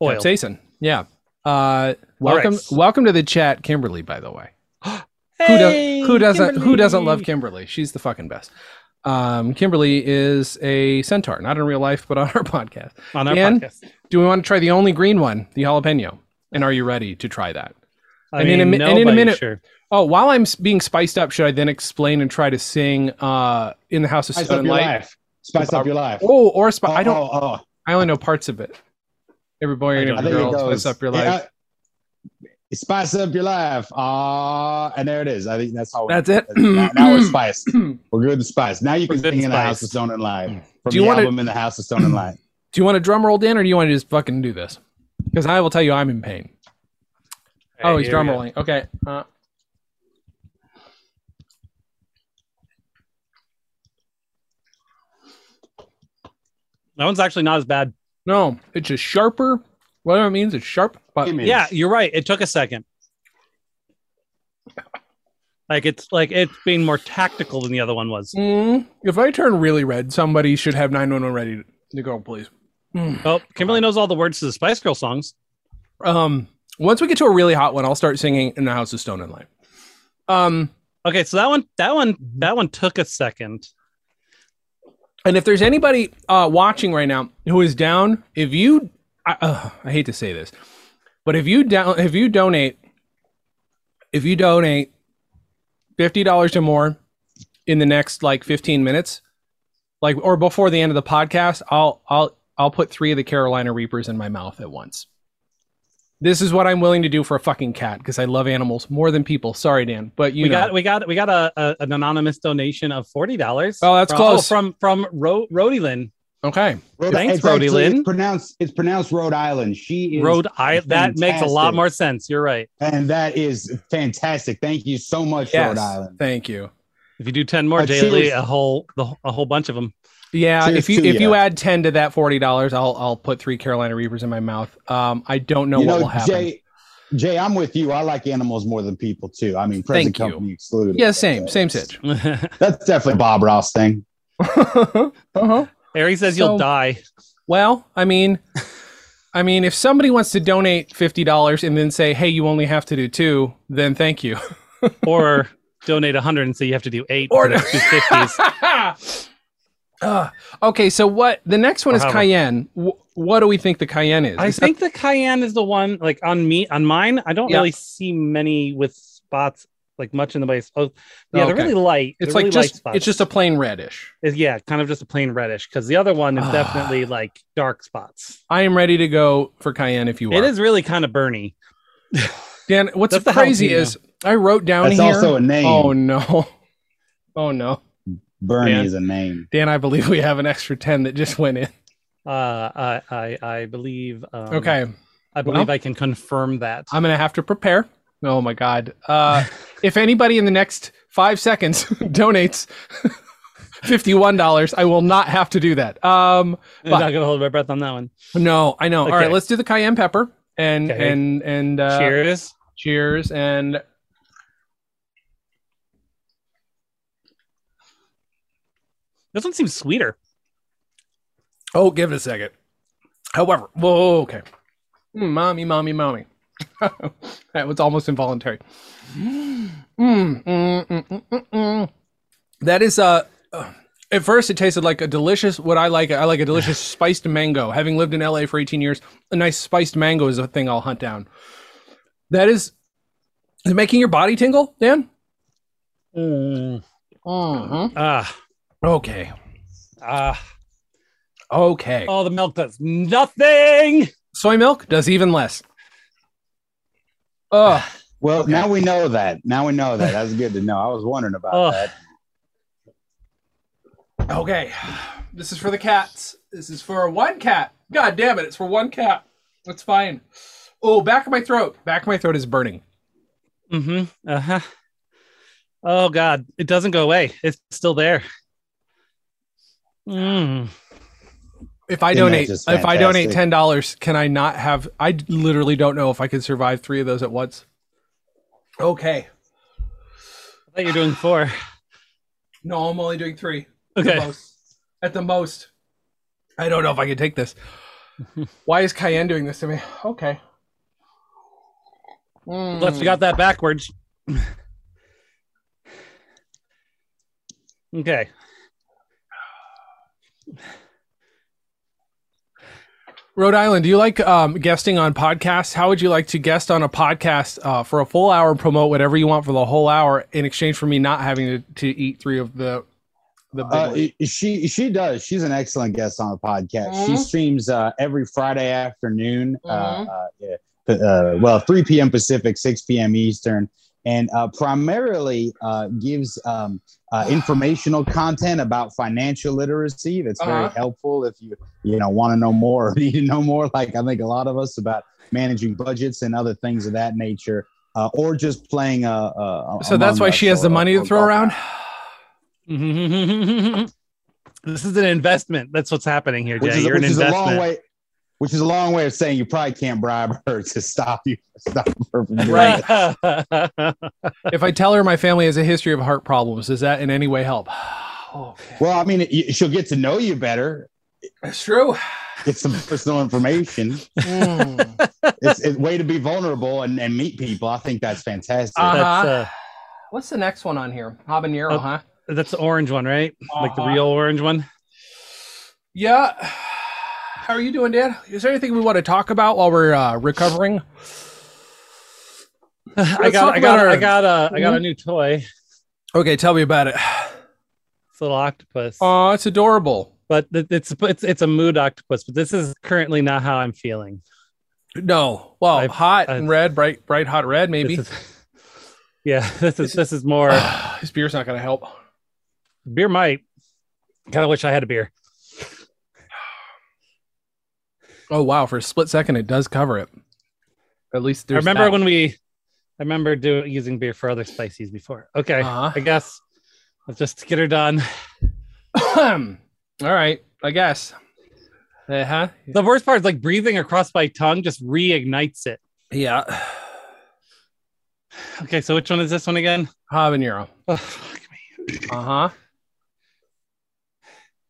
Speaker 1: oil.
Speaker 5: Jason. Yeah. Uh, welcome,
Speaker 1: right.
Speaker 5: welcome to the chat, Kimberly. By the way, who,
Speaker 1: Hey,
Speaker 5: does, who doesn't who doesn't love
Speaker 1: Kimberly!
Speaker 5: Kimberly? She's the fucking best. Um, Kimberly is a centaur, not in real life, but on (laughs) our podcast.
Speaker 1: on our
Speaker 5: Dan?
Speaker 1: podcast?
Speaker 5: Do we want to try the only green one, the jalapeno? And are you ready to try that?
Speaker 1: I
Speaker 5: And in a
Speaker 1: mean,
Speaker 5: mi- and in a
Speaker 1: nobody's
Speaker 5: minute-
Speaker 1: sure.
Speaker 5: Oh, while I'm s- being spiced up, should I then explain and try to sing uh, "In the House of
Speaker 4: Spice
Speaker 5: Stone
Speaker 4: up
Speaker 5: and
Speaker 4: your
Speaker 5: Light"?
Speaker 4: life. Spice up your life.
Speaker 5: Oh, or spi-
Speaker 4: Oh,
Speaker 5: I don't.
Speaker 4: oh, oh.
Speaker 5: I only know parts of it. Every boy and
Speaker 1: I
Speaker 4: I
Speaker 5: every
Speaker 4: think
Speaker 5: girl
Speaker 4: it goes.
Speaker 5: spice up your life.
Speaker 4: Yeah, uh, spice up your life. Ah, and there it is. I think that's all. we-
Speaker 5: That's it.
Speaker 4: now, now
Speaker 5: (clears throat)
Speaker 4: we're spiced.
Speaker 5: Do
Speaker 4: We're good with spice. Now you
Speaker 1: We're
Speaker 4: can
Speaker 1: good
Speaker 4: sing in the
Speaker 1: spice.
Speaker 4: house of stone and light. From
Speaker 5: Do you
Speaker 4: the
Speaker 5: wanna-
Speaker 4: album in the house of stone and
Speaker 5: (clears throat)
Speaker 4: light?
Speaker 5: you want a drum roll, Dan, or do you want to just fucking do this? Because I will tell you, I'm in pain. oh,
Speaker 1: Hey,
Speaker 5: he's
Speaker 1: here
Speaker 5: drum
Speaker 1: we go.
Speaker 5: rolling. Okay. Uh,
Speaker 1: That one's actually not as bad.
Speaker 5: no, it's just sharper. Whatever it means, it's sharp. But
Speaker 4: Give me
Speaker 1: Yeah,
Speaker 4: this.
Speaker 1: you're right. It took a second. Like it's like it's being more tactical than the other one was.
Speaker 5: Mm, if I turn really red, somebody should have 911 ready to, to go, please. Mm.
Speaker 1: Oh, Kimberly knows all the words to the Spice Girl songs.
Speaker 5: Um, once we get to a really hot one, I'll start singing "In the House of Stone and Light." Um,
Speaker 1: Okay, so that one, that one,
Speaker 5: Mm-hmm.
Speaker 1: that one took a second.
Speaker 5: And if there's anybody uh, watching right now who is down, if you, I, uh, I hate to say this, but if you down, if you donate, if you donate fifty dollars or more in the next like fifteen minutes, like or before the end of the podcast, I'll I'll I'll put three of the Carolina Reapers in my mouth at once. This is what I'm willing to do for a fucking cat because I love animals more than people. Sorry, Dan, but you
Speaker 1: we
Speaker 5: know.
Speaker 1: got we got we got a, a an anonymous donation of forty dollars.
Speaker 5: Oh, that's
Speaker 1: from,
Speaker 5: close.
Speaker 1: from from Ro- Rhodey Lynn,
Speaker 5: okay,
Speaker 4: Rhode-
Speaker 1: Thanks,
Speaker 4: it's actually-
Speaker 1: Rhodey Lynn.
Speaker 4: It's pronounced, it's pronounced Rhode Island. She is,
Speaker 1: Rhode Island. That makes a lot
Speaker 4: fantastic.
Speaker 1: more sense. You're right.
Speaker 4: and that is fantastic. Thank you so much,
Speaker 5: yes,
Speaker 4: Rhode Island.
Speaker 5: thank you.
Speaker 1: If you do ten more,
Speaker 4: Uh,
Speaker 1: Jay Lee,
Speaker 4: cheers.
Speaker 1: a whole the, whole- a whole bunch of them. (laughs)
Speaker 5: Yeah,
Speaker 4: Cheers
Speaker 5: if you
Speaker 4: to
Speaker 5: if
Speaker 4: ya.
Speaker 5: you add ten to that forty dollars, I'll I'll put three Carolina Reapers in my mouth. Um, I don't know
Speaker 4: you
Speaker 5: what
Speaker 4: know,
Speaker 5: will happen.
Speaker 4: Jay, Jay, I'm with you. I like animals more than people too. I mean, present
Speaker 5: Thank you.
Speaker 4: company excluded.
Speaker 5: yeah, same,
Speaker 4: But, uh,
Speaker 5: same sitch. (laughs)
Speaker 4: That's definitely a Bob Ross thing.
Speaker 5: uh-huh.
Speaker 1: Ari says
Speaker 5: So-
Speaker 1: you'll die.
Speaker 5: Well, I mean, I mean, if somebody wants to donate fifty dollars and then say, "Hey, you only have to do two, then
Speaker 1: (laughs)
Speaker 5: thank you.
Speaker 1: or donate 100 and say you have to do eight
Speaker 5: Or-
Speaker 1: for the
Speaker 5: (laughs)
Speaker 1: 250s.
Speaker 5: Ah, okay, so what? The next one
Speaker 1: Or
Speaker 5: is
Speaker 1: how-
Speaker 5: Cayenne. Wh- what do we think the Cayenne is?
Speaker 1: I
Speaker 5: Is that-
Speaker 1: think the Cayenne is the one like on me on mine. I don't
Speaker 5: Yeah.
Speaker 1: really see many with spots like much in the base. Oh, yeah,
Speaker 5: Okay.
Speaker 1: they're really light.
Speaker 5: it's
Speaker 1: They're
Speaker 5: like
Speaker 1: really light
Speaker 5: just
Speaker 1: spots.
Speaker 5: it's just a plain reddish.
Speaker 1: It's- yeah, kind of just a plain reddish because the other one is
Speaker 5: Ah.
Speaker 1: definitely like dark spots.
Speaker 5: I am ready to go for Cayenne if you are.
Speaker 1: It is really kind of burny.
Speaker 5: Dan, what's
Speaker 1: That's the
Speaker 5: crazy
Speaker 1: jalapeno.
Speaker 5: is I wrote down
Speaker 4: That's
Speaker 5: here.
Speaker 4: also a name.
Speaker 5: oh no, (laughs) oh no,
Speaker 4: Bernie
Speaker 5: Yeah.
Speaker 4: is a name.
Speaker 5: Dan! I believe we have an extra ten that just went in.
Speaker 1: Uh, I, I I believe. Um,
Speaker 5: Okay,
Speaker 1: I believe
Speaker 5: well. Ah.
Speaker 1: I can confirm that.
Speaker 5: I'm gonna have to prepare. Oh my god!
Speaker 1: (laughs)
Speaker 5: Uh, if anybody in the next five seconds (laughs) donates fifty-one dollars, I will not have to do that. Um,
Speaker 1: I'm not gonna hold my breath on that one.
Speaker 5: no, I know. All right,
Speaker 1: Okay.
Speaker 5: let's do the cayenne pepper and
Speaker 1: Okay.
Speaker 5: and and uh,
Speaker 1: Cheers.
Speaker 5: cheers and
Speaker 1: This one seems sweeter.
Speaker 5: Oh, give it a second. However, whoa, okay. Mm, mommy, mommy, mommy. (laughs) that was almost involuntary. Mm, mm, mm, mm, mm, mm. That is uh, uh, at first it tasted like a delicious what I like. I like a delicious spiced mango. Having lived in LA for 18 years, a nice spiced mango is a thing I'll hunt down. That is is it making your body tingle, Dan? mm, Mm-hmm.
Speaker 1: Ah,
Speaker 5: Okay.
Speaker 1: ah.
Speaker 5: Okay.
Speaker 1: Oh, the milk does nothing.
Speaker 5: Soy milk does even less. Ugh.
Speaker 4: Well, now we know that. Now we know that. That's good to know. I was wondering about
Speaker 1: Ugh.
Speaker 4: that.
Speaker 5: Okay. This is for the cats. This is for one cat. God damn it. It's for one cat. That's fine. Oh, back of my throat. Back of my throat is burning.
Speaker 1: Mm-hmm. Uh-huh. Oh God, it doesn't go away. It's still there. Mm.
Speaker 5: If I
Speaker 4: Isn't that
Speaker 5: donate if
Speaker 4: just
Speaker 5: I donate
Speaker 4: fantastic?
Speaker 5: $10, can I not have I d- literally don't know if I could survive 3 of those at once. Okay.
Speaker 1: I thought you were doing four.
Speaker 5: No, I'm only doing 3. At the
Speaker 1: Okay.
Speaker 5: most. At the most. I don't know if I can take
Speaker 4: (laughs)
Speaker 5: this. Why is Cayenne doing this to me? Okay.
Speaker 1: Unless we got that backwards. (laughs) okay.
Speaker 5: Rhode Island, do you like um, guesting on podcasts? How would you like to guest on a podcast uh, for a full hour, promote whatever you want for the whole hour in exchange for me not having to, to eat three of the the big
Speaker 4: Uh,
Speaker 5: ones?
Speaker 4: she she does. She's an excellent guest on the podcast. She
Speaker 5: Mhm.
Speaker 4: streams uh, every Friday afternoon. uh,
Speaker 5: Mhm.
Speaker 4: Uh, yeah, p- uh, well, 3 p.m. Pacific, 6 p.m. Eastern, and uh, primarily uh, gives um, uh, informational content about financial literacy. That's very
Speaker 5: Uh-huh.
Speaker 4: helpful if you you know want to know more (laughs) or need to know more. Like I think a lot of us about managing budgets and other things of that nature. Uh, or just playing a, a, a-
Speaker 5: so that's
Speaker 4: among
Speaker 5: why
Speaker 4: us
Speaker 5: she has
Speaker 4: or-
Speaker 5: the money to
Speaker 4: or
Speaker 5: throw
Speaker 4: golf.
Speaker 5: around.
Speaker 1: (laughs) this is an investment. That's what's happening here, Jay.
Speaker 4: which is,
Speaker 1: You're
Speaker 4: which
Speaker 1: an
Speaker 4: is a long
Speaker 1: investment.
Speaker 4: way which is a long way of saying you probably can't bribe (laughs) her to stop you stop her from doing
Speaker 5: Right.
Speaker 1: (laughs)
Speaker 4: right.
Speaker 5: if I tell her my family has a history of heart problems, does that in any way help?
Speaker 1: Oh.
Speaker 5: okay.
Speaker 4: well i mean it, you, she'll get to know you better
Speaker 5: That's true.
Speaker 4: get some personal information
Speaker 2: Hmm.
Speaker 5: Mm.
Speaker 4: it's a way to be vulnerable and, and meet people i think that's fantastic (laughs)
Speaker 5: Uh,
Speaker 1: that's, uh,
Speaker 5: Uh-huh. (laughs) What's the next one on here? Habanero,
Speaker 2: Uh,
Speaker 1: Oh.
Speaker 5: huh?
Speaker 1: that's the orange one, right? Like the
Speaker 5: Uh-huh.
Speaker 1: real orange one.
Speaker 5: Yeah. How are you doing, Dan? Is there anything we want to talk about while we're uh, recovering?
Speaker 1: I
Speaker 5: Let's
Speaker 1: got,
Speaker 5: talk
Speaker 1: (sighs) I got,
Speaker 5: about
Speaker 1: I
Speaker 5: our-
Speaker 1: got, uh, I got a new toy.
Speaker 5: Okay, tell me about it.
Speaker 1: It's a little octopus.
Speaker 5: Oh, it's adorable.
Speaker 1: but it- it's it's it's a mood octopus. But this is currently not how I'm feeling.
Speaker 2: No. Well,
Speaker 1: I-
Speaker 2: hot
Speaker 1: I-
Speaker 2: and red, bright, bright, hot red, maybe.
Speaker 1: This is- (laughs) yeah, (laughs) this is this is (sighs) more
Speaker 2: His beer's not going to help.
Speaker 1: beer. Might kind of wish I had a beer.
Speaker 2: Oh, wow. For a split second, it does cover it. At least
Speaker 1: I
Speaker 2: there's.
Speaker 1: remember when we, I remember doing using beer for other spices before. Okay,
Speaker 2: (laughs) Uh-huh.
Speaker 1: I guess let's just get her done.
Speaker 2: (clears throat) All right. I guess. Uh huh.
Speaker 1: The worst part is like breathing across my tongue just reignites it.
Speaker 2: Yeah.
Speaker 1: Okay, so which one is this one again?
Speaker 2: Habanero.
Speaker 1: Oh, fuck me.
Speaker 2: Uh huh.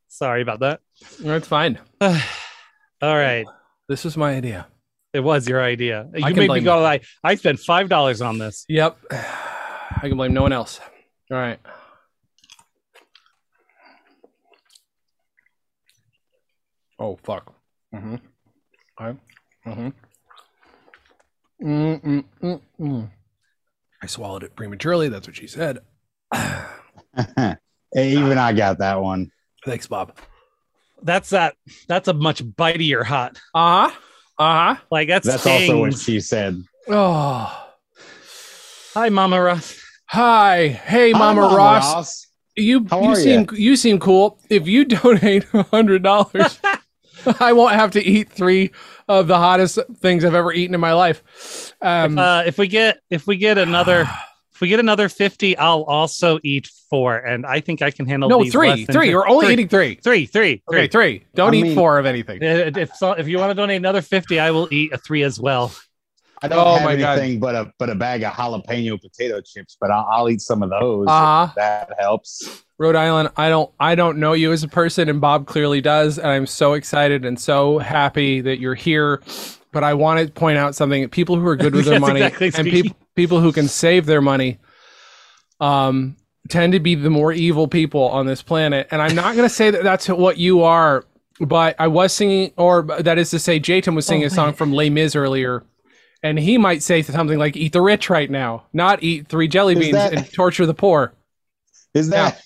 Speaker 1: Sorry about that. (sighs)
Speaker 2: That's fine.
Speaker 1: All right,
Speaker 2: This was my idea.
Speaker 1: it was your idea. You
Speaker 2: can
Speaker 1: made me
Speaker 2: blame
Speaker 1: go like I spent five dollars on this.
Speaker 2: Yep. (sighs) I can blame no one else. All right. Oh fuck. Mm-hmm. Okay. Mm-hmm. Mm-mm-mm-mm. Mm-hmm. I swallowed it prematurely. That's what she said.
Speaker 4: Even I got that one.
Speaker 2: Thanks, Bob.
Speaker 1: That's that. That's a much bitier hot.
Speaker 2: Uh
Speaker 5: Uh-huh.
Speaker 2: huh. Uh huh.
Speaker 1: Like that's
Speaker 4: That's also what
Speaker 1: stings.
Speaker 4: she said.
Speaker 2: Oh.
Speaker 1: Hi, Mama Ross.
Speaker 2: Hi. Hey,
Speaker 4: Hi,
Speaker 2: Mama, Ross. You
Speaker 4: How
Speaker 2: you
Speaker 4: are
Speaker 2: seem you? seem cool. If you (laughs) donate hundred dollars, (laughs) I won't have to eat three of the hottest things I've ever eaten in my life.
Speaker 4: Mm.
Speaker 2: Um,
Speaker 1: Uh, if we get if we get another if we get another fifty, I'll also eat four, and I think I can handle
Speaker 2: no,
Speaker 1: these less
Speaker 2: three,
Speaker 1: than
Speaker 2: three.
Speaker 1: fif-
Speaker 2: You're only
Speaker 1: three,
Speaker 2: eating three.
Speaker 1: three, three, three.
Speaker 2: Okay, three. Don't
Speaker 4: I
Speaker 2: eat
Speaker 4: mean-
Speaker 2: four of anything.
Speaker 1: Uh, If so, if you want to donate another fifty, I will eat a three as well.
Speaker 2: (laughs)
Speaker 4: I don't
Speaker 2: Oh
Speaker 4: have
Speaker 2: my God.
Speaker 4: anything but a but a bag of jalapeno potato chips, but I'll, I'll eat some of those.
Speaker 2: Ah,
Speaker 4: if that helps.
Speaker 2: Rhode Island. I don't. I don't know you as a person, and Bob clearly does. And I'm so excited and so happy that you're here. But I want to point out something: people who are good with their
Speaker 1: Yes,
Speaker 2: money
Speaker 1: exactly,
Speaker 2: and
Speaker 1: Squeaky.
Speaker 2: people people who can save their money, um, tend to be the more evil people on this planet. And I'm not going to say that that's what you are, but I was singing, or that is to say, Jayton was singing a song from Les Mis earlier. And he might say something like "Eat the rich right now, not eat three jelly
Speaker 4: Is
Speaker 2: beans
Speaker 4: that-
Speaker 2: and torture the poor."
Speaker 4: Is that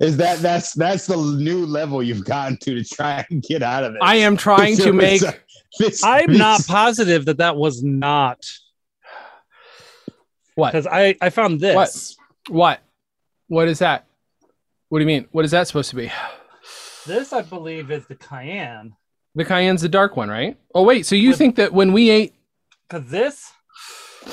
Speaker 4: is that that's that's the new level you've gotten to to try and get out of it?
Speaker 2: I am trying to make
Speaker 4: This-
Speaker 1: I'm
Speaker 4: this-
Speaker 1: not positive that that was not
Speaker 2: what?
Speaker 1: because I I found this.
Speaker 2: What? What? What is that? What do you mean? What is that supposed to be?
Speaker 1: This I believe is the cayenne
Speaker 2: The cayenne's the dark one, right? Oh wait, so you
Speaker 1: With-
Speaker 2: think that when we ate
Speaker 1: because this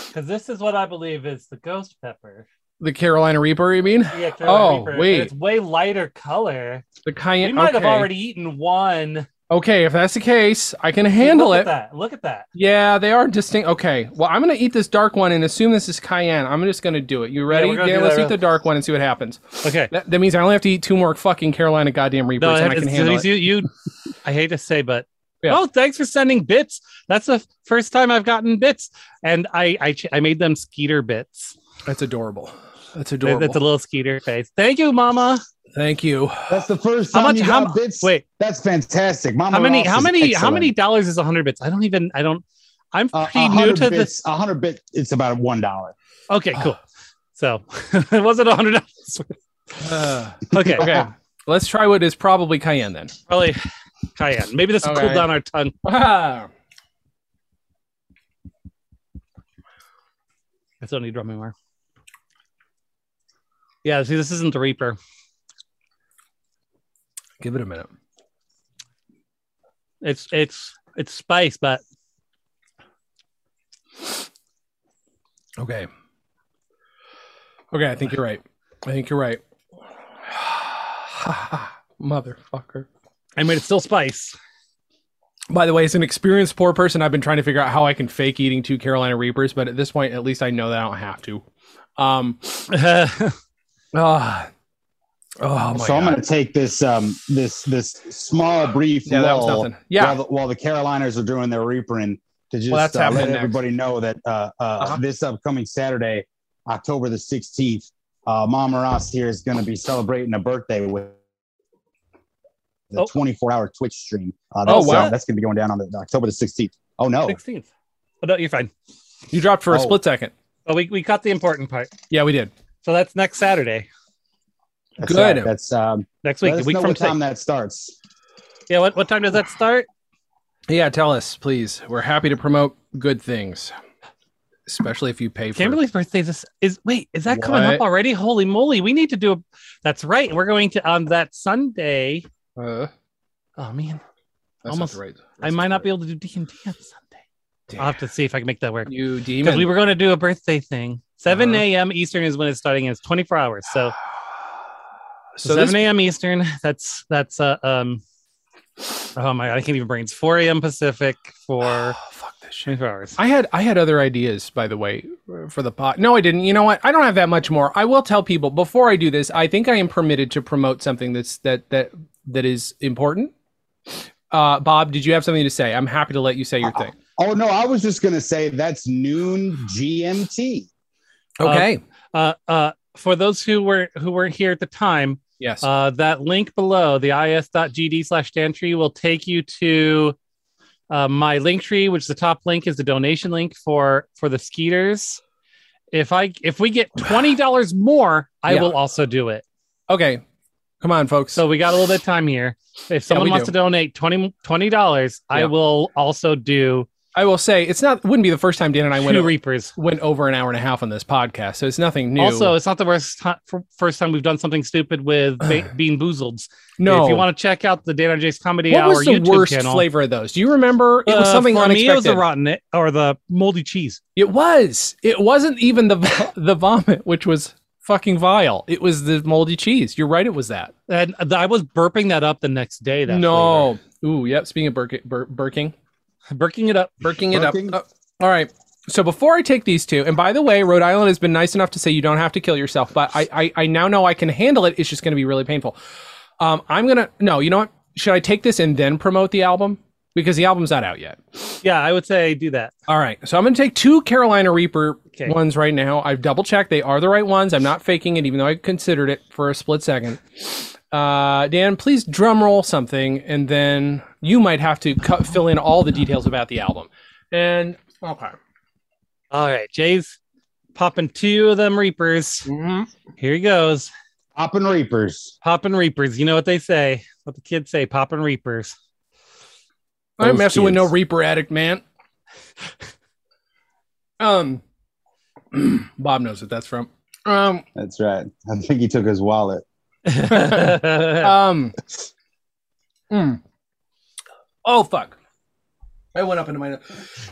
Speaker 1: because this is what I believe is the ghost pepper.
Speaker 2: the Carolina Reaper, you mean?
Speaker 1: Yeah,
Speaker 2: Oh,
Speaker 1: Reaper, and
Speaker 2: wait.
Speaker 1: it's way lighter color.
Speaker 2: The
Speaker 1: We
Speaker 2: cayenne
Speaker 1: might have
Speaker 2: okay.
Speaker 1: already eaten one.
Speaker 2: Okay, if that's the case, I can handle
Speaker 1: Look
Speaker 2: it.
Speaker 1: At that. Look at that.
Speaker 2: Yeah, they are distinct. Okay. Well, I'm going to eat this dark one and assume this is cayenne. I'm just going to do it. You ready?
Speaker 1: we're gonna do
Speaker 2: let's
Speaker 1: that
Speaker 2: eat the dark one and see what happens.
Speaker 1: Okay.
Speaker 2: That, that means I only have to eat two more fucking Carolina goddamn Reapers
Speaker 1: No,
Speaker 2: and I
Speaker 1: it's-
Speaker 2: can handle it.
Speaker 1: it's- you, you- I hate to say, but
Speaker 2: (laughs) Yeah.
Speaker 1: oh, thanks for sending bits. That's the first time I've gotten bits, and I I, ch- I made them Skeeter bits.
Speaker 2: That's adorable.
Speaker 1: It's
Speaker 2: That's adorable.
Speaker 1: a little Skeeter face. Thank you, Mama.
Speaker 2: Thank you.
Speaker 4: That's the first
Speaker 1: How
Speaker 4: time
Speaker 1: much-
Speaker 4: you
Speaker 1: how
Speaker 4: got
Speaker 1: mu-
Speaker 4: bits.
Speaker 1: Wait,
Speaker 4: that's fantastic. Mama
Speaker 1: how many
Speaker 4: Ross
Speaker 1: how
Speaker 4: is
Speaker 1: many how
Speaker 4: excellent.
Speaker 1: many dollars is hundred bits? I don't even I don't. I'm
Speaker 4: Uh,
Speaker 1: pretty new to this.
Speaker 4: A hundred bits. It's about one dollar.
Speaker 1: Okay, cool. So (laughs) it wasn't hundred dollars.
Speaker 2: Uh,
Speaker 1: Okay,
Speaker 2: okay. Let's try what is probably cayenne then.
Speaker 1: probably cayenne. Maybe this will cool
Speaker 2: Okay.
Speaker 1: down our tongue.
Speaker 2: Ah.
Speaker 1: I still need drum anymore. Yeah, see, this isn't the Reaper.
Speaker 2: Give it a minute.
Speaker 1: It's it's it's spice, but
Speaker 2: Okay. Okay, I think you're right. I think you're right. (sighs) Motherfucker.
Speaker 1: I mean, it's still spice.
Speaker 2: By the way, as an experienced poor person, I've been trying to figure out how I can fake eating two Carolina Reapers, but at this point, at least I know that I don't have to. Um, ah. oh my
Speaker 4: so
Speaker 2: God.
Speaker 4: I'm going to take this um this this small brief
Speaker 2: yeah, that was
Speaker 4: lull
Speaker 2: nothing. Yeah.
Speaker 4: while the, while the Caroliners are doing their reapering to just
Speaker 2: Well, that's
Speaker 4: uh,
Speaker 2: happening
Speaker 4: let
Speaker 2: next.
Speaker 4: everybody know that uh, uh,
Speaker 2: Uh-huh.
Speaker 4: this upcoming Saturday, October the 16th, uh, Mama Ross here is going to be celebrating a birthday with the
Speaker 1: Oh.
Speaker 4: 24-hour Twitch stream. Uh,
Speaker 2: Oh,
Speaker 4: that's, uh,
Speaker 2: wow.
Speaker 4: that's going to be going down on the, October the 16th. Oh no,
Speaker 1: Sixteenth. Oh no, you're fine.
Speaker 2: you dropped for a
Speaker 4: Oh.
Speaker 2: split second.
Speaker 1: Oh, we we caught the important part.
Speaker 2: Yeah, we did.
Speaker 1: So that's next Saturday.
Speaker 4: That's
Speaker 2: Good.
Speaker 4: right. That's um.
Speaker 1: Next week,
Speaker 4: Wait, let
Speaker 1: the
Speaker 4: us
Speaker 1: week
Speaker 4: know
Speaker 1: from
Speaker 4: what time
Speaker 1: today.
Speaker 4: that starts.
Speaker 1: Yeah, what, what time does that start?
Speaker 2: Yeah, tell us, please. We're happy to promote good things, especially if you pay for.
Speaker 1: Kimberly's birthday is is wait, is that coming up
Speaker 2: What?
Speaker 1: already? Holy moly, we need to do a that's right. We're going to on that Sunday.
Speaker 2: Uh,
Speaker 1: Oh man,
Speaker 2: that's
Speaker 1: Almost-
Speaker 2: not the right.
Speaker 1: I might not be able to do D and D on Sunday. I'll have to see if I can make that work.
Speaker 2: You
Speaker 1: Because
Speaker 2: demon.
Speaker 1: we were going to do a birthday thing. 7
Speaker 2: Uh-huh.
Speaker 1: a.m. Eastern is when it's starting, and it's 24 hours. So,
Speaker 2: (sighs) so
Speaker 1: 7
Speaker 2: this,
Speaker 1: a.m. Eastern, that's that's uh um oh my god, I can't even brain. It's 4 a.m. Pacific for
Speaker 2: (sighs) Oh, fuck this shit.
Speaker 1: 24 hours.
Speaker 2: I had I had other ideas, by the way, for the pot. No, I didn't. You know what? I don't have that much more. I will tell people before I do this. I think I am permitted to promote something that's that that that is important. Uh, Bob, did you have something to say? I'm happy to let you say your
Speaker 1: Uh-uh.
Speaker 2: thing.
Speaker 4: Oh no, I was just gonna say that's noon GMT.
Speaker 1: Okay. Uh uh for those who were who were here at the time,
Speaker 2: yes.
Speaker 1: Uh, that link below, the is.gd slash Dantree, will take you to uh, my link tree, which the top link is the donation link for for the Skeeters. If I if we get twenty dollars more, I
Speaker 2: Yeah.
Speaker 1: will also do it.
Speaker 2: okay. Come on, folks.
Speaker 1: So we got a little bit of time here. If someone
Speaker 2: we
Speaker 1: wants
Speaker 2: do.
Speaker 1: to donate 20 dollars, I
Speaker 2: Yeah.
Speaker 1: will also do
Speaker 2: I will say it's not wouldn't be the first time Dan and I went
Speaker 1: two
Speaker 2: over,
Speaker 1: reapers.
Speaker 2: went over an hour and a half on this podcast, so it's nothing new.
Speaker 1: Also, it's not the worst ti- fir- first time we've done something stupid
Speaker 2: (clears throat)
Speaker 1: with ba- Bean Boozled.
Speaker 2: no.
Speaker 1: If you want to check out the Dan and Jake's Comedy
Speaker 2: what
Speaker 1: Hour
Speaker 2: was the
Speaker 1: YouTube
Speaker 2: worst
Speaker 1: channel,
Speaker 2: flavor of those? Do you remember? It was
Speaker 1: Uh,
Speaker 2: something
Speaker 1: for
Speaker 2: unexpected.
Speaker 1: me. It was the rotten e- or the moldy cheese.
Speaker 2: It was. It wasn't even the (laughs) vo- the vomit, which was fucking vile. It was the moldy cheese. You're right. It was that.
Speaker 1: And th- I was burping that up the next day. That
Speaker 2: no. Ooh. Yep. Speaking of burk- bur- burking,
Speaker 1: flavor. burping it up.
Speaker 2: burking it
Speaker 4: Burking.
Speaker 2: up. Uh, all right. So before I take these two, and by the way, Rhode Island has been nice enough to say you don't have to kill yourself, but I I, I now know I can handle it. It's just going to be really painful. Um, I'm gonna no. You know what? Should I take this and then promote the album because the album's not out yet?
Speaker 1: Yeah, I would say do that.
Speaker 2: All right. So I'm going to take two Carolina Reaper
Speaker 1: Okay.
Speaker 2: ones right now. I've double checked. They are the right ones. I'm not faking it, even though I considered it for a split second. Uh, Dan, please drum roll something, and then you might have to cut, fill in all the details about the album. And okay.
Speaker 1: All right, Jay's popping two of them reapers. Here he goes,
Speaker 4: Hoppin' Reapers.
Speaker 1: popping reapers. You know what they say? What the kids say? Popping
Speaker 2: (laughs)
Speaker 1: reapers. (laughs)
Speaker 2: I ain't
Speaker 4: Those
Speaker 2: messing with no
Speaker 4: kids.
Speaker 2: Reaper addict, man. um, (clears throat) Bob knows what that's from. Um,
Speaker 4: That's right. I think he took his wallet.
Speaker 2: um. mm. Oh fuck! I went up into my.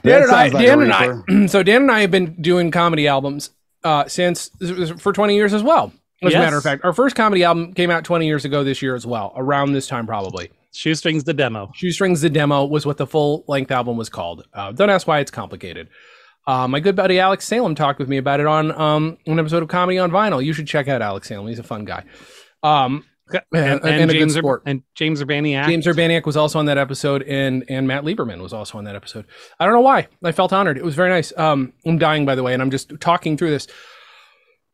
Speaker 2: Dan and I.
Speaker 4: sounds like a
Speaker 2: Dan and
Speaker 4: reaper.
Speaker 2: I. so Dan and I have been doing comedy albums uh, since for 20 years as well. As a
Speaker 1: Yes.
Speaker 2: matter of fact, our first comedy album came out 20 years ago this year as well. Around this time, probably.
Speaker 1: Shoestrings the demo.
Speaker 2: Shoestrings the Demo was what the full length album was called. Uh, don't ask why it's complicated. Uh, my good buddy Alex Salem talked with me about it on um, an episode of Comedy on Vinyl. You should check out Alex Salem. He's a fun guy. Um, and, and a good
Speaker 1: James Ur-
Speaker 2: sport.
Speaker 1: and James Urbaniak.
Speaker 2: James Urbaniak was also on that episode, and and Matt Lieberman was also on that episode. I don't know why. I felt honored. It was very nice. Um, I'm dying, by the way, and I'm just talking through this.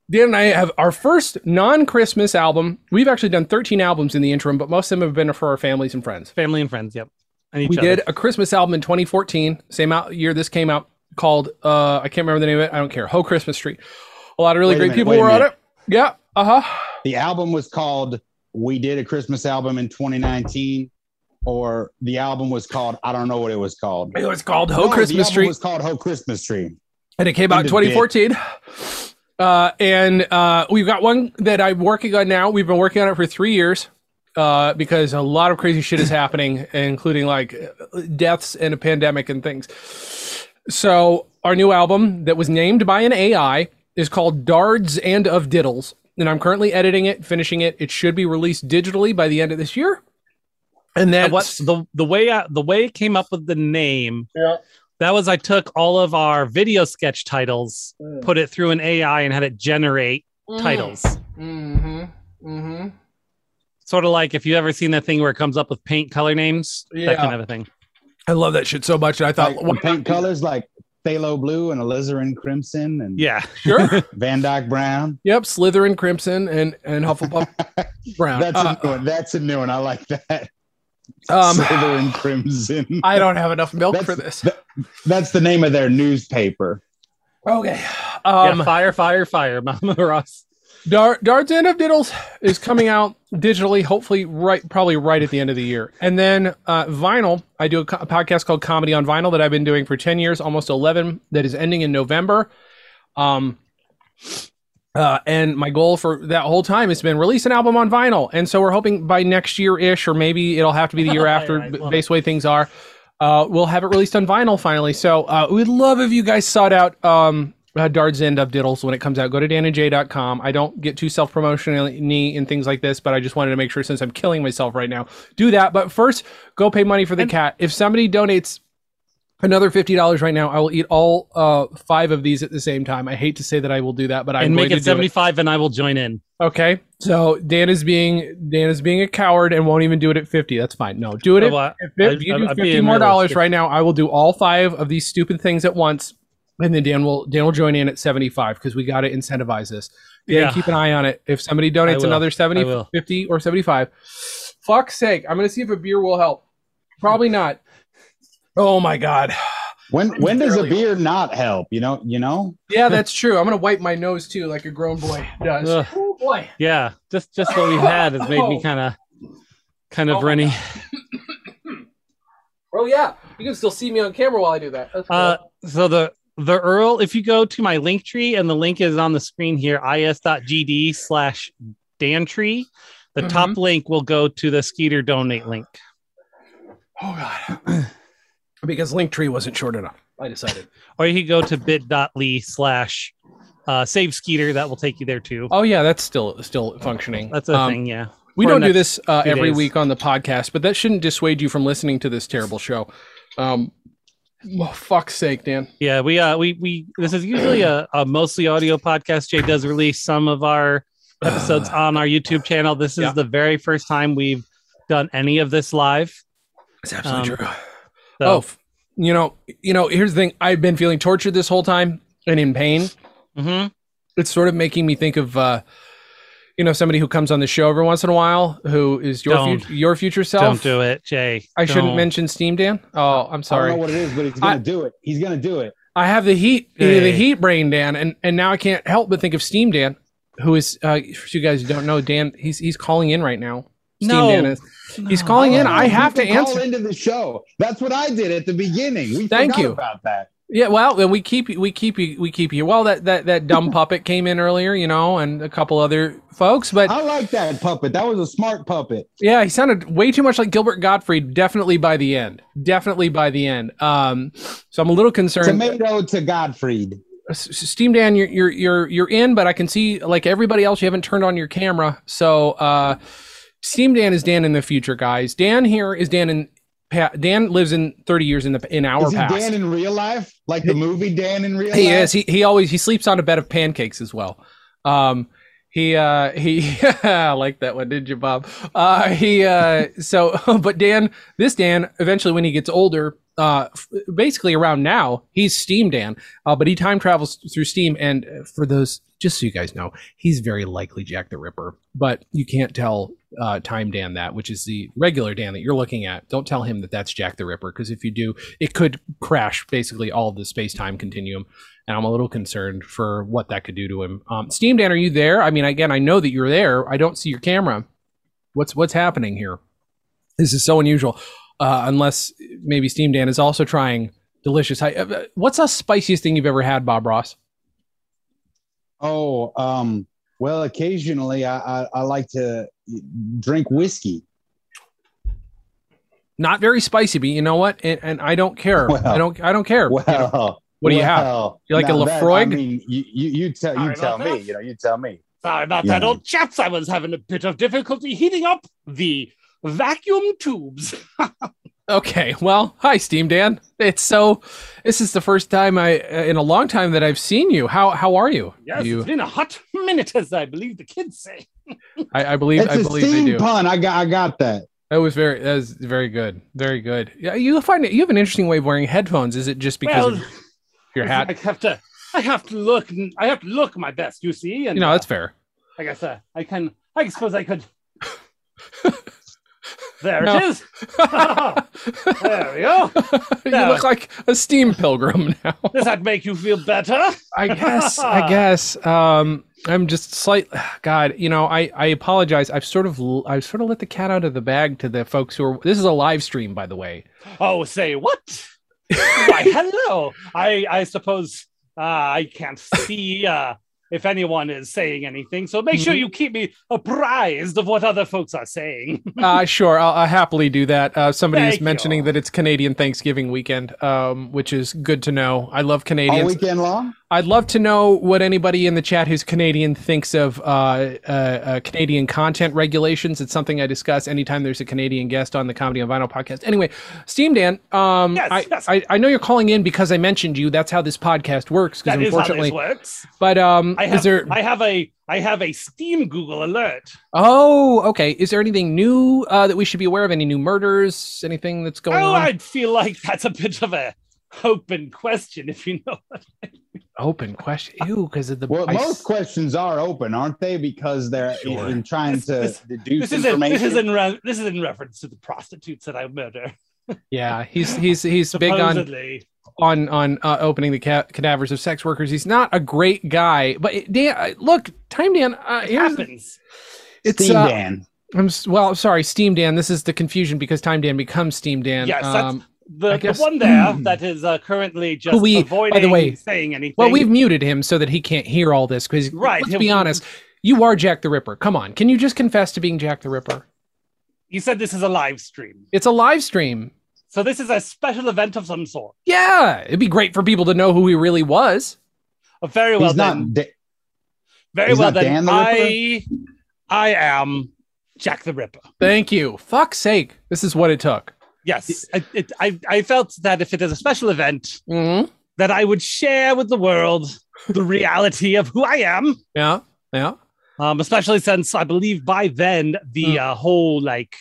Speaker 2: Dan and I have our first non-Christmas album. We've actually done 13 albums in the interim, but most of them have been for our families and friends.
Speaker 1: family and friends. Yep. And each
Speaker 2: We
Speaker 1: other.
Speaker 2: did a Christmas album in 2014, same out, year this came out, called uh, I can't remember the name of it. I don't care. Ho Christmas Tree. A lot of really
Speaker 4: Wait a
Speaker 2: great
Speaker 4: minute,
Speaker 2: people
Speaker 4: wait a
Speaker 2: were on
Speaker 4: minute.
Speaker 2: it. Yeah. Uh huh.
Speaker 4: The album was called We Did a Christmas Album in 2019, or the album was called I don't know what it was called.
Speaker 2: It was called Ho
Speaker 4: No, the
Speaker 2: Christmas
Speaker 4: album
Speaker 2: Tree.
Speaker 4: was called Ho Christmas Tree.
Speaker 2: and it came out in
Speaker 4: End of bit.
Speaker 2: 2014. Uh, and uh, we've got one that I'm working on now. We've been working on it for three years uh, because a lot of crazy shit is happening, including like uh, deaths and a pandemic and things. So our new album that was named by an AI is called Dards and of Diddles, and I'm currently editing it, finishing it. It should be released digitally by the end of this year. And
Speaker 1: And
Speaker 2: then
Speaker 1: what the the way I, the way it came up with the name
Speaker 2: Yeah.
Speaker 1: that was i took all of our video sketch titles
Speaker 5: Mm.
Speaker 1: put it through an ai and had it generate titles
Speaker 5: Mm-hmm. Mm-hmm.
Speaker 1: sort of like if you ever seen that thing where it comes up with paint color names
Speaker 2: Yeah.
Speaker 1: that kind of a thing
Speaker 2: I love that shit so much, and I thought,
Speaker 4: Like,
Speaker 2: why
Speaker 4: with paint colors like phthalo blue and alizarin crimson and
Speaker 1: yeah
Speaker 2: sure.
Speaker 4: Van Dyke brown.
Speaker 2: Yep, Slytherin Crimson and and
Speaker 4: (laughs)
Speaker 2: Hufflepuff Brown.
Speaker 4: That's
Speaker 2: Uh,
Speaker 4: a new one. That's a new one. I like that. (laughs)
Speaker 2: Um,
Speaker 4: Slytherin crimson.
Speaker 2: (laughs) I don't have enough milk
Speaker 4: That's-
Speaker 2: for this.
Speaker 4: That's the name of their newspaper.
Speaker 2: Okay.
Speaker 1: Yeah,
Speaker 2: Um,
Speaker 1: fire fire fire (laughs) mama ross
Speaker 5: Dar- Darts End of Diddles is coming out digitally, hopefully right, probably right at the end of the year. And then uh, vinyl, I do a, co- a podcast called Comedy on Vinyl that I've been doing for ten years, almost eleven. That is ending in November. Um, uh, and my goal for that whole time has been release an album on vinyl. And so we're hoping by next year ish, or maybe it'll have to be
Speaker 1: (laughs)
Speaker 5: the year after,
Speaker 1: Alright,
Speaker 5: b-
Speaker 1: love
Speaker 5: based way things are. Uh, we'll have it released on vinyl finally. So uh, we'd love if you guys sought out um, uh, Dards End of Diddles when it comes out. Go to danandjay.com. I don't get too self promotional and things like this, but I just wanted to make sure since I'm killing myself right now, do that. But first, go pay money for the cat. If somebody donates another fifty dollars right now, I will eat all uh, five of these at the same time. I hate to say that I will do that, but I'm
Speaker 1: and make
Speaker 5: going
Speaker 1: it
Speaker 5: to do it.
Speaker 1: 75 and I will join in.
Speaker 5: Okay. So Dan is being Dan is being a coward and won't even do it at fifty. That's fine. No, do it at
Speaker 1: Well,
Speaker 5: if, if you
Speaker 1: I-
Speaker 5: do
Speaker 1: I'd be
Speaker 5: fifty
Speaker 1: in
Speaker 5: more
Speaker 1: there with
Speaker 5: dollars
Speaker 1: 50.
Speaker 5: right now, I will do all five of these stupid things at once, and then Dan will Dan will join in at seventy five because we got to
Speaker 1: (sighs)
Speaker 5: incentivize this. Dan,
Speaker 1: Yeah.
Speaker 5: keep an eye on it. If somebody donates
Speaker 1: will.
Speaker 5: another 70,
Speaker 1: I will.
Speaker 5: 50, or seventy five, fuck's sake, I'm gonna see if a beer will help. Probably not. Oh my god.
Speaker 4: When when does a
Speaker 5: Fairly.
Speaker 4: beer not help? You know, you know.
Speaker 1: (laughs)
Speaker 5: Yeah, that's true. I'm gonna wipe my nose too, like a grown boy does.
Speaker 1: Ugh.
Speaker 5: Oh boy.
Speaker 1: Yeah, just just what we've had has made me kind of kind of
Speaker 5: Oh my
Speaker 1: runny.
Speaker 5: Oh yeah. You can still see me on camera while I do that. That's cool.
Speaker 1: Uh, so the the Earl, if you go to my link tree, and the link is on the screen here, is.gd slash dantree, the
Speaker 5: Mm-hmm.
Speaker 1: top link will go to the Skeeter donate link.
Speaker 5: oh god. (clears throat) because Linktree wasn't short enough. I decided.
Speaker 1: Or you could go to bit.ly slash uh, save Skeeter, that will take you there too.
Speaker 5: Oh yeah, that's still still functioning.
Speaker 1: That's a
Speaker 5: Um,
Speaker 1: thing, yeah.
Speaker 5: We
Speaker 1: for
Speaker 5: don't do
Speaker 1: next
Speaker 5: this uh,
Speaker 1: few
Speaker 5: every
Speaker 1: days.
Speaker 5: week on the podcast, but that shouldn't dissuade you from listening to this terrible show. Um, oh, fuck's sake, Dan.
Speaker 1: Yeah, we uh we we this is usually a, a mostly audio podcast. Jay does release some of
Speaker 5: (sighs)
Speaker 1: our episodes on our YouTube channel. This is
Speaker 5: Yeah.
Speaker 1: the very first time we've done any of this live.
Speaker 5: It's
Speaker 1: absolutely
Speaker 5: true.
Speaker 1: So
Speaker 5: Oh, f- you know, you know. Here's the thing: I've been feeling tortured this whole time and in pain.
Speaker 1: mhm.
Speaker 5: it's sort of making me think of uh you know somebody who comes on the show every once in a while who is your
Speaker 1: Don't.
Speaker 5: fut- your future
Speaker 1: don't
Speaker 5: self
Speaker 1: do it, Jay.
Speaker 5: i shouldn't
Speaker 1: Don't.
Speaker 5: mention steam dan oh i'm
Speaker 4: I
Speaker 5: sorry
Speaker 4: don't
Speaker 5: i,
Speaker 4: know what it is, but he's gonna
Speaker 5: I-
Speaker 4: do it. He's gonna do it.
Speaker 5: have the heat the
Speaker 1: Hey.
Speaker 5: heat brain dan and and now i can't help but think of steam dan who is uh for you guys who don't know dan he's he's calling in right now steam
Speaker 1: No. Oh,
Speaker 5: dan is he's calling in i
Speaker 4: You
Speaker 5: have to
Speaker 4: can call
Speaker 5: answer
Speaker 4: into the show. That's what I did at the beginning. We
Speaker 5: Thank
Speaker 4: forgot
Speaker 5: you.
Speaker 4: about that.
Speaker 5: Yeah, well, then we keep you, we keep you, we keep you. Well, that that that dumb (laughs) puppet came in earlier, you know, and a couple other folks,
Speaker 1: Uh-huh.
Speaker 5: but
Speaker 4: I like that puppet. That was a smart puppet.
Speaker 5: Yeah, he sounded way too much like Gilbert Gottfried. Definitely by the end. Definitely by the end. Um, so I'm a little concerned.
Speaker 4: Tomato to Godfried.
Speaker 5: S- S- Steam Dan, you're you're you're you're in, but I can see like everybody else, you haven't turned on your camera. So uh, Steam Dan is Dan in the future, guys. Dan here is Dan in. Pa- Dan lives in 30 years in the in our
Speaker 4: Is he
Speaker 5: past.
Speaker 4: Dan in real life? Like the movie Dan in real life?
Speaker 5: He is. He, he always he sleeps on a bed of pancakes as well. Um, he uh he (laughs) I like that one, did you, Bob? Uh, he uh so (laughs) but Dan, this Dan, eventually when he gets older, uh, f- basically around now, he's Steam Dan. Uh, but he time travels through Steam, and uh, for those just so you guys know, he's very likely Jack the Ripper. But you can't tell uh, Time Dan that, which is the regular Dan that you're looking at. Don't tell him that that's Jack the Ripper, because if you do, it could crash basically all of the space time continuum and I'm a little concerned for what that could do to him. Um, Steam Dan, are you there? I mean, again, I know that you're there. I don't see your camera. What's what's happening here? This is so unusual. Uh, unless maybe Steam Dan is also trying delicious. Hi- uh, what's the spiciest thing you've ever had, Bob Ross?
Speaker 4: Oh, um, well, occasionally I, I, I like to drink whiskey.
Speaker 5: Not very spicy, but you know what? And, and I don't care.
Speaker 4: Well-
Speaker 5: I don't. I don't care.
Speaker 4: Well,
Speaker 5: what do you have?
Speaker 4: well, uh,
Speaker 5: You like a
Speaker 4: now that-
Speaker 5: Lafroig?
Speaker 4: I mean, you, you, you tell, you
Speaker 1: Sorry
Speaker 4: tell
Speaker 1: about
Speaker 4: me.
Speaker 1: that.
Speaker 4: You know, you tell me.
Speaker 1: Sorry about
Speaker 4: Yeah.
Speaker 1: that, old chaps. I was having a bit of difficulty heating up the vacuum tubes.
Speaker 5: Okay, well, hi, Steam Dan. It's so. This is the first time I uh, in a long time that I've seen you. How how are you?
Speaker 1: Yes,
Speaker 5: you.
Speaker 1: it's been a hot minute, as I believe the kids say.
Speaker 5: I, I believe.
Speaker 4: It's
Speaker 5: I
Speaker 4: a
Speaker 5: believe they
Speaker 4: steam
Speaker 5: do.
Speaker 4: pun. I got, I got that.
Speaker 5: That was very that was very good. Very good. Yeah, you find it you have an interesting way of wearing headphones. Is it just because
Speaker 1: well,
Speaker 5: of your
Speaker 1: it's
Speaker 5: hat?
Speaker 1: like I have to, I have to look, I have to look my best. You see, and
Speaker 5: You know,
Speaker 1: uh,
Speaker 5: that's fair.
Speaker 1: I guess uh, I can. I suppose I could. there
Speaker 5: No.
Speaker 1: it
Speaker 5: (laughs)
Speaker 1: is. (laughs) there we go.
Speaker 5: you
Speaker 1: No.
Speaker 5: look like a steam pilgrim (laughs) now.
Speaker 1: Does that make you feel better? (laughs)
Speaker 5: I guess. I guess. Um I'm just slight. (sighs) God, you know, I I apologize. I've sort of l- I've sort of let the cat out of the bag to the folks who are. This is a live stream, by
Speaker 1: (laughs)
Speaker 5: the way.
Speaker 1: Oh, say what?
Speaker 5: (laughs)
Speaker 1: Why, hello. I I suppose uh, I can't see uh, if anyone is saying anything, so make
Speaker 5: Mm-hmm.
Speaker 1: sure you keep me apprised of what other folks are saying.
Speaker 5: Uh, sure, I'll, I'll happily do that. Uh, somebody is
Speaker 1: Thank you.
Speaker 5: mentioning that it's Canadian Thanksgiving weekend, um, which is good to know. I love
Speaker 4: All
Speaker 5: Canadians.
Speaker 4: weekend long?
Speaker 5: I'd love to know what anybody in the chat who's Canadian thinks of uh, uh, uh, Canadian content regulations. It's something I discuss anytime there's a Canadian guest on the Comedy on Vinyl podcast. Anyway, Steam Dan, um,
Speaker 1: Yes,
Speaker 5: I,
Speaker 1: yes.
Speaker 5: I, I know you're calling in because I mentioned you. That's how this podcast works. Because
Speaker 1: That is how
Speaker 5: unfortunately,
Speaker 1: this works.
Speaker 5: but um,
Speaker 1: I have
Speaker 5: is there?
Speaker 1: I have a I have a Steam Google alert.
Speaker 5: oh, okay. Is there anything new uh, that we should be aware of? Any new murders? Anything that's going
Speaker 1: Oh,
Speaker 5: on?
Speaker 1: I'd feel like that's a bit of a open question, if you know.
Speaker 5: Open question. Ew, because of the
Speaker 4: Well,
Speaker 5: I s-
Speaker 4: most questions are open, aren't they? Because they're
Speaker 5: Sure.
Speaker 4: in trying
Speaker 1: This-
Speaker 4: to
Speaker 1: this-
Speaker 4: deduce
Speaker 1: This is in,
Speaker 4: information.
Speaker 1: this is in re- this is in reference to the prostitutes that I murder.
Speaker 5: Yeah, he's he's he's big on
Speaker 1: Supposedly,
Speaker 5: on on uh, opening the ca- cadavers of sex workers. He's not a great guy, but it- Dan, I- look, Time Dan, uh,
Speaker 1: it
Speaker 5: here's,
Speaker 1: happens.
Speaker 5: it's
Speaker 4: Steam
Speaker 5: uh,
Speaker 4: Dan.
Speaker 5: I'm s- well, sorry, Steam Dan. This is the confusion because Time Dan becomes Steam Dan.
Speaker 1: Yes, that's-
Speaker 5: um, I
Speaker 1: The,
Speaker 5: guess- Hmm.
Speaker 1: the one there that is uh, currently just
Speaker 5: we- by the
Speaker 1: avoiding
Speaker 5: way-
Speaker 1: saying anything.
Speaker 5: well, we've muted him so that he can't hear all this because
Speaker 1: Right,
Speaker 5: let's
Speaker 1: him-
Speaker 5: be honest, you are Jack the Ripper. Come on, can you just confess to being Jack the Ripper?
Speaker 1: you said this is a live stream,
Speaker 5: It's a live stream.
Speaker 1: so this is a special event of some sort.
Speaker 5: Yeah, it'd be great for people to know who he really was.
Speaker 1: Uh, very
Speaker 4: He's
Speaker 1: well
Speaker 4: not.
Speaker 1: then.
Speaker 4: Da-
Speaker 1: Very
Speaker 4: he's
Speaker 1: well
Speaker 4: not
Speaker 1: then.
Speaker 4: Dan the
Speaker 1: I I am Jack the Ripper.
Speaker 5: Thank you. Fuck's sake, this is what it took.
Speaker 1: Yes, I, it, I I felt that if it is a special event,
Speaker 5: hmm
Speaker 1: that I would share with the world the reality of who I am.
Speaker 5: Yeah, yeah.
Speaker 1: um, especially since I believe by then the
Speaker 5: Mm.
Speaker 1: uh, whole like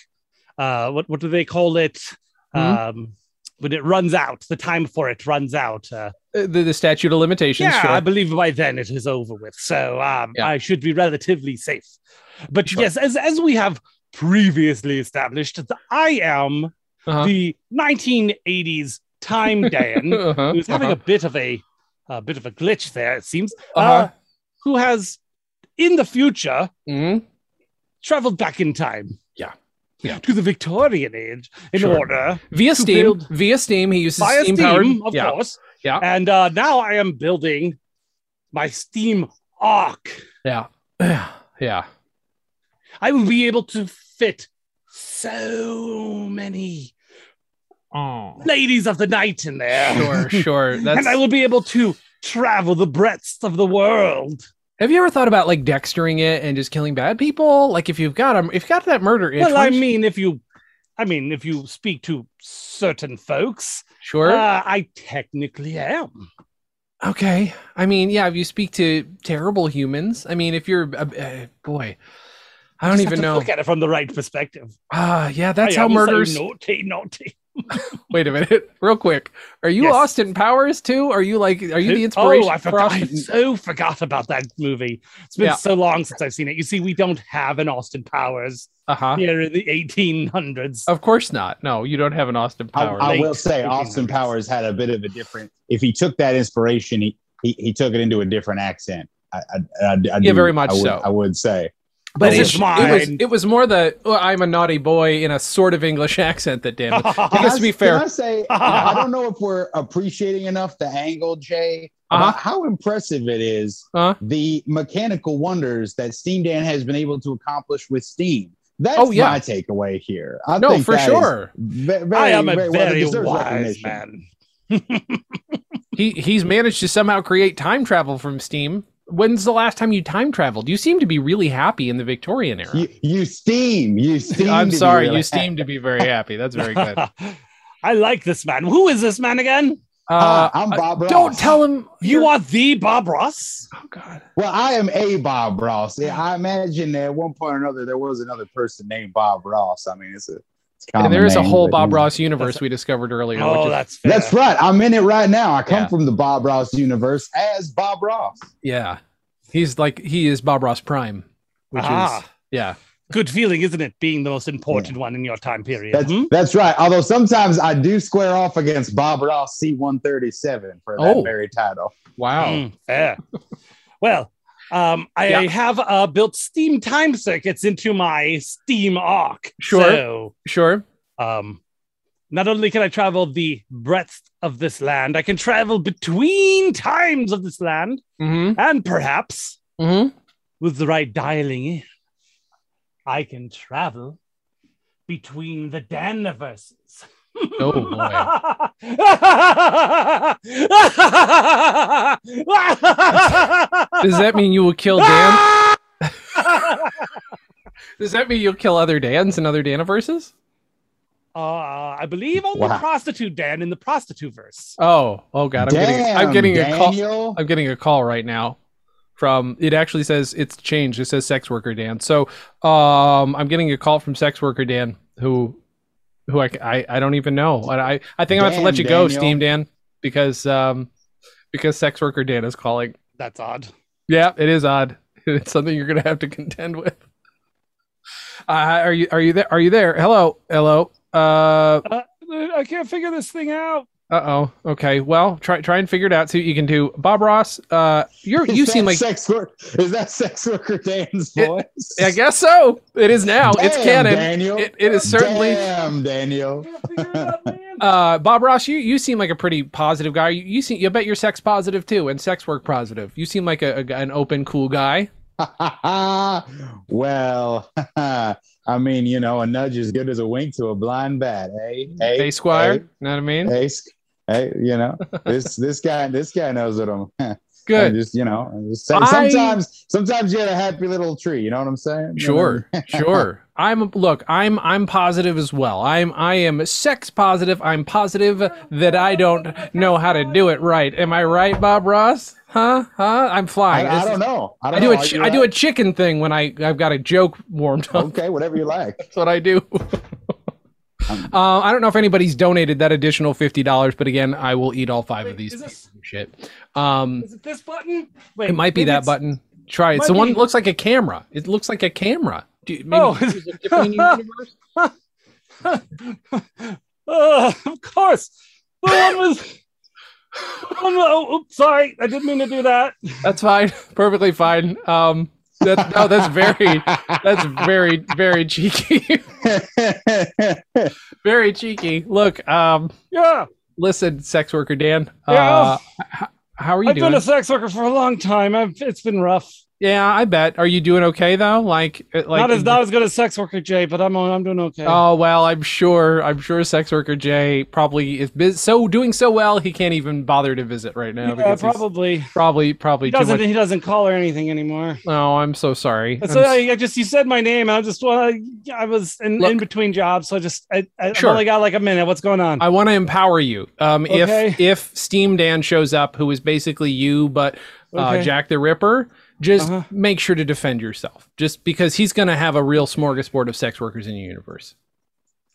Speaker 1: uh, what what do they call it um, when it runs out, the time for it runs out. Uh,
Speaker 5: Uh, The, the statute of limitations.
Speaker 1: yeah,
Speaker 5: sure.
Speaker 1: I believe by then it is over with, so um,
Speaker 5: Yeah.
Speaker 1: I should be relatively safe. But
Speaker 5: Sure.
Speaker 1: yes, as as we have previously established, the, I am
Speaker 5: Uh-huh.
Speaker 1: the 1980s
Speaker 5: (laughs)
Speaker 1: time Dan
Speaker 5: Uh-huh,
Speaker 1: who's having a
Speaker 5: uh-huh,
Speaker 1: bit of a a bit of a glitch there. It seems uh,
Speaker 5: uh-huh.
Speaker 1: who has in the future
Speaker 5: Mhm.
Speaker 1: traveled back in time.
Speaker 5: Yeah. Yeah.
Speaker 1: To the Victorian age in
Speaker 5: Sure.
Speaker 1: order
Speaker 5: Via
Speaker 1: to
Speaker 5: Steam.
Speaker 1: build-
Speaker 5: via Steam. He uses
Speaker 1: via
Speaker 5: Steam
Speaker 1: Steam,
Speaker 5: powered. (laughs)
Speaker 1: of
Speaker 5: yeah.
Speaker 1: course.
Speaker 5: Yeah.
Speaker 1: And uh, now I am building my Steam Arc.
Speaker 5: Yeah. Yeah.
Speaker 1: I will be able to fit so many
Speaker 5: Oh.
Speaker 1: ladies of the night in there.
Speaker 5: Sure, sure.
Speaker 1: (laughs)
Speaker 5: That's,
Speaker 1: And I will be able to travel the breadths of the world.
Speaker 5: have you ever thought about like dextering it and just killing bad people? Like if you've got 'em- if you've got that murder itch,
Speaker 1: well,
Speaker 5: why
Speaker 1: I
Speaker 5: don't you-
Speaker 1: mean, if you. I mean, if you speak to certain folks,
Speaker 5: sure.
Speaker 1: uh, I technically am.
Speaker 5: okay. I mean, yeah. If you speak to terrible humans, I mean, if you're, uh, uh, boy, I don't
Speaker 1: Just have
Speaker 5: even
Speaker 1: to
Speaker 5: know.
Speaker 1: Look at it from the right perspective.
Speaker 5: Ah, yeah. That's
Speaker 1: I
Speaker 5: how
Speaker 1: am so
Speaker 5: murders.
Speaker 1: naughty, naughty.
Speaker 5: (laughs) Wait a minute, real quick. Are you
Speaker 1: Yes.
Speaker 5: Austin Powers too? Are you like? Are you the inspiration?
Speaker 1: Oh, I
Speaker 5: for
Speaker 1: forgot. I
Speaker 5: Austin-
Speaker 1: so forgot about that movie. It's been
Speaker 5: Yeah.
Speaker 1: so long since I've seen it. You see, we don't have an Austin Powers
Speaker 5: Uh-huh.
Speaker 1: here in the 1800s.
Speaker 5: Of course not. No, you don't have an Austin
Speaker 4: I,
Speaker 5: Powers.
Speaker 4: I
Speaker 1: Late
Speaker 4: will say
Speaker 1: 1800s.
Speaker 4: Austin Powers had a bit of a different. If he took that inspiration, he he, he took it into a different accent. I, I, I, I do-
Speaker 5: very much
Speaker 4: I would,
Speaker 5: so.
Speaker 4: I would say.
Speaker 1: But
Speaker 5: it,
Speaker 1: it's
Speaker 5: was- it was,
Speaker 1: (laughs) mine.
Speaker 5: it was more the "Oh, I'm a naughty boy in a sort
Speaker 2: (laughs)
Speaker 5: of English accent that (laughs) Dan. was-
Speaker 4: Can
Speaker 5: Because
Speaker 4: I-
Speaker 5: to be
Speaker 4: can
Speaker 5: fair-
Speaker 4: I say I don't know if we're appreciating enough the angle, Jay. about How impressive it is
Speaker 5: Uh-huh.
Speaker 4: the mechanical wonders that Steam Dan has been able to accomplish with Steam. That's
Speaker 5: Oh, yeah.
Speaker 4: my takeaway here. I
Speaker 5: No,
Speaker 4: think
Speaker 5: for
Speaker 4: that is
Speaker 5: sure.
Speaker 4: ve- Very,
Speaker 1: I am a
Speaker 4: very,
Speaker 1: very,
Speaker 4: well, it deserves
Speaker 1: wise
Speaker 4: recognition.
Speaker 1: man.
Speaker 5: He he's managed to somehow create time travel from Steam. When's the last time you time traveled? You seem to be really happy in the Victorian era.
Speaker 4: You, you Steam, you Steam.
Speaker 5: (laughs) I'm
Speaker 4: to be
Speaker 5: sorry,
Speaker 4: really
Speaker 5: you seem to be very happy. That's very good.
Speaker 1: (laughs) I like this man. Who is this man again?
Speaker 4: Hi,
Speaker 5: Uh,
Speaker 4: I'm Bob Ross.
Speaker 5: don't tell him
Speaker 1: You are the Bob Ross.
Speaker 5: Oh God.
Speaker 4: Well, I am a Bob Ross. Yeah, I imagine that at one point or another there was another person named Bob Ross. I mean, it's a. It's a
Speaker 5: And there is a
Speaker 4: common
Speaker 5: whole
Speaker 4: name, but,
Speaker 5: Bob
Speaker 4: you know.
Speaker 5: Ross universe we discovered earlier. which
Speaker 1: Oh,
Speaker 5: is-
Speaker 1: that's fair.
Speaker 4: That's right. I'm in it right now. I come
Speaker 5: Yeah.
Speaker 4: from the Bob Ross universe as Bob Ross.
Speaker 5: yeah. He's like he is Bob Ross Prime, which is
Speaker 1: Ah.
Speaker 5: yeah.
Speaker 1: Good feeling, isn't it? Being the most important one in your time period.
Speaker 4: That's
Speaker 2: Mm-hmm.
Speaker 1: Hmm?
Speaker 4: that's right. Although sometimes I do square off against Bob Ross C137 for that
Speaker 5: Oh.
Speaker 4: very title.
Speaker 5: Wow.
Speaker 1: Mm, fair. well, Um, I
Speaker 2: Yeah.
Speaker 1: have uh, built Steam time circuits into my Steam Arc.
Speaker 2: Sure.
Speaker 1: So,
Speaker 2: Sure.
Speaker 1: um, not only can I travel the breadth of this land, I can travel between times of this land,
Speaker 2: (laughs) Mm-hmm.
Speaker 1: and perhaps
Speaker 2: Mm-hmm.
Speaker 1: with the right dialing in, I can travel between the Daniverses.
Speaker 2: Oh, boy.
Speaker 1: (laughs)
Speaker 2: Does that mean you will kill
Speaker 5: (laughs)
Speaker 2: Dan? Does that mean you'll kill other Dans and other Daniverses?
Speaker 1: Uh, I believe only
Speaker 4: Wow.
Speaker 1: prostitute Dan in the prostitute verse.
Speaker 2: Oh, oh god, I'm getting I'm
Speaker 4: Damn,
Speaker 2: getting a call.
Speaker 4: Daniel.
Speaker 2: I'm getting a call right now from it actually says it's changed. It says sex worker Dan. So um I'm getting a call from sex worker Dan who who I I, I don't even know. And I I think I'm gonna have to let
Speaker 4: Damn,
Speaker 2: you go,
Speaker 4: Daniel.
Speaker 2: Steam Dan, because um because sex worker Dan is calling.
Speaker 1: That's odd.
Speaker 2: Yeah, it is odd. (laughs) It's something you're gonna have to contend with. Uh, are you are you there? Are you there? Hello, hello. Uh
Speaker 1: Uh, I can't figure this thing out.
Speaker 2: uh oh. Okay. Well, try try and figure it out. See what you can do. Bob Ross, uh, you're
Speaker 4: (laughs) Is
Speaker 2: you
Speaker 4: that
Speaker 2: seem
Speaker 5: (laughs)
Speaker 2: like
Speaker 4: sex work. Is that sex worker Dan's
Speaker 2: It-
Speaker 4: voice?
Speaker 2: I guess so. It is now. it's
Speaker 4: Damn,
Speaker 2: canon.
Speaker 4: Daniel.
Speaker 2: It, it is certainly.
Speaker 4: Damn, Daniel. (laughs)
Speaker 2: Uh, Bob Ross, you, you seem like a pretty positive guy. You, you seem. You bet you're sex positive too, and sex work positive. You seem like a, a an open, cool guy.
Speaker 4: well, (laughs) I mean, you know, a nudge is good as a wink to a blind bat, eh? Eh?
Speaker 2: Hey, Squire.
Speaker 4: eh?
Speaker 2: You know what I mean? (laughs)
Speaker 4: Hey, sc- hey, you know, this this guy this guy knows what I'm. (laughs) I'm
Speaker 2: Good.
Speaker 4: just you know, I'm just saying,
Speaker 2: I-
Speaker 4: sometimes sometimes you had a happy little tree. You know what I'm saying? You know what I mean? (laughs)
Speaker 2: Sure, sure. I'm look. I'm I'm positive as well. I'm I am sex positive. I'm positive that I don't know how to do it right. Am I right, Bob Ross? Huh? Huh? I'm
Speaker 4: I,
Speaker 2: flying.
Speaker 4: I
Speaker 2: This is-
Speaker 4: don't know. I,
Speaker 2: I
Speaker 4: don't
Speaker 2: do
Speaker 4: know.
Speaker 2: a
Speaker 4: Are
Speaker 2: chi-
Speaker 4: you
Speaker 2: I do (laughs) a
Speaker 4: right?
Speaker 2: Oh. chicken thing when I I've got a joke warmed up.
Speaker 4: Okay, whatever you like. (laughs)
Speaker 2: That's what I do. (laughs)
Speaker 4: Um,
Speaker 2: Uh, I don't know if anybody's donated that additional fifty dollars, but again, I will eat all five of these.
Speaker 1: Is
Speaker 2: pieces
Speaker 1: this-
Speaker 2: of Shit. Um,
Speaker 1: Is it this button? Wait,
Speaker 2: it might be
Speaker 1: maybe
Speaker 2: that
Speaker 1: it's-
Speaker 2: button. Try it. It's
Speaker 1: might
Speaker 2: the one
Speaker 1: be-
Speaker 2: that looks like a camera. It looks like a camera. Do, maybe
Speaker 1: Oh.
Speaker 2: this is a different universe?
Speaker 1: (laughs) Uh, of course. The one was. oh, no. Oops, sorry. I didn't mean to do that.
Speaker 2: That's fine. (laughs) Perfectly fine. Um, that, no, that's very, that's very, very cheeky. (laughs) very cheeky. Look, um,
Speaker 1: Yeah.
Speaker 2: listen, sex worker Dan.
Speaker 1: Yeah.
Speaker 2: Uh, h- how are you
Speaker 1: I've
Speaker 2: doing?
Speaker 1: been a sex worker for a long time. I've, it's been rough.
Speaker 2: yeah, I bet. Are you doing okay though? Like, uh, like
Speaker 1: not as not as good as sex worker Jay, but I'm I'm doing okay.
Speaker 2: Oh well, I'm sure. I'm sure sex worker Jay probably is bus so doing so well he can't even bother to visit right now.
Speaker 1: yeah,
Speaker 2: he's
Speaker 1: probably.
Speaker 2: probably probably
Speaker 1: He
Speaker 2: too
Speaker 1: doesn't e-,
Speaker 2: much.
Speaker 1: he doesn't call or anything anymore.
Speaker 2: Oh, I'm so sorry.
Speaker 1: And
Speaker 2: I'm
Speaker 1: So
Speaker 2: s-
Speaker 1: I, I just you said my name. I just well, I, I was in, in
Speaker 2: Look.
Speaker 1: between jobs, so I just I, I I've
Speaker 2: Sure.
Speaker 1: only got like a minute. What's going on?
Speaker 2: I want to empower you. Um,
Speaker 1: Okay.
Speaker 2: If if Steam Dan shows up, who is basically you but uh,
Speaker 1: Okay.
Speaker 2: Jack the Ripper, just
Speaker 1: Uh-huh.
Speaker 2: make sure to defend yourself. Just because he's going to have a real smorgasbord of sex workers in your universe.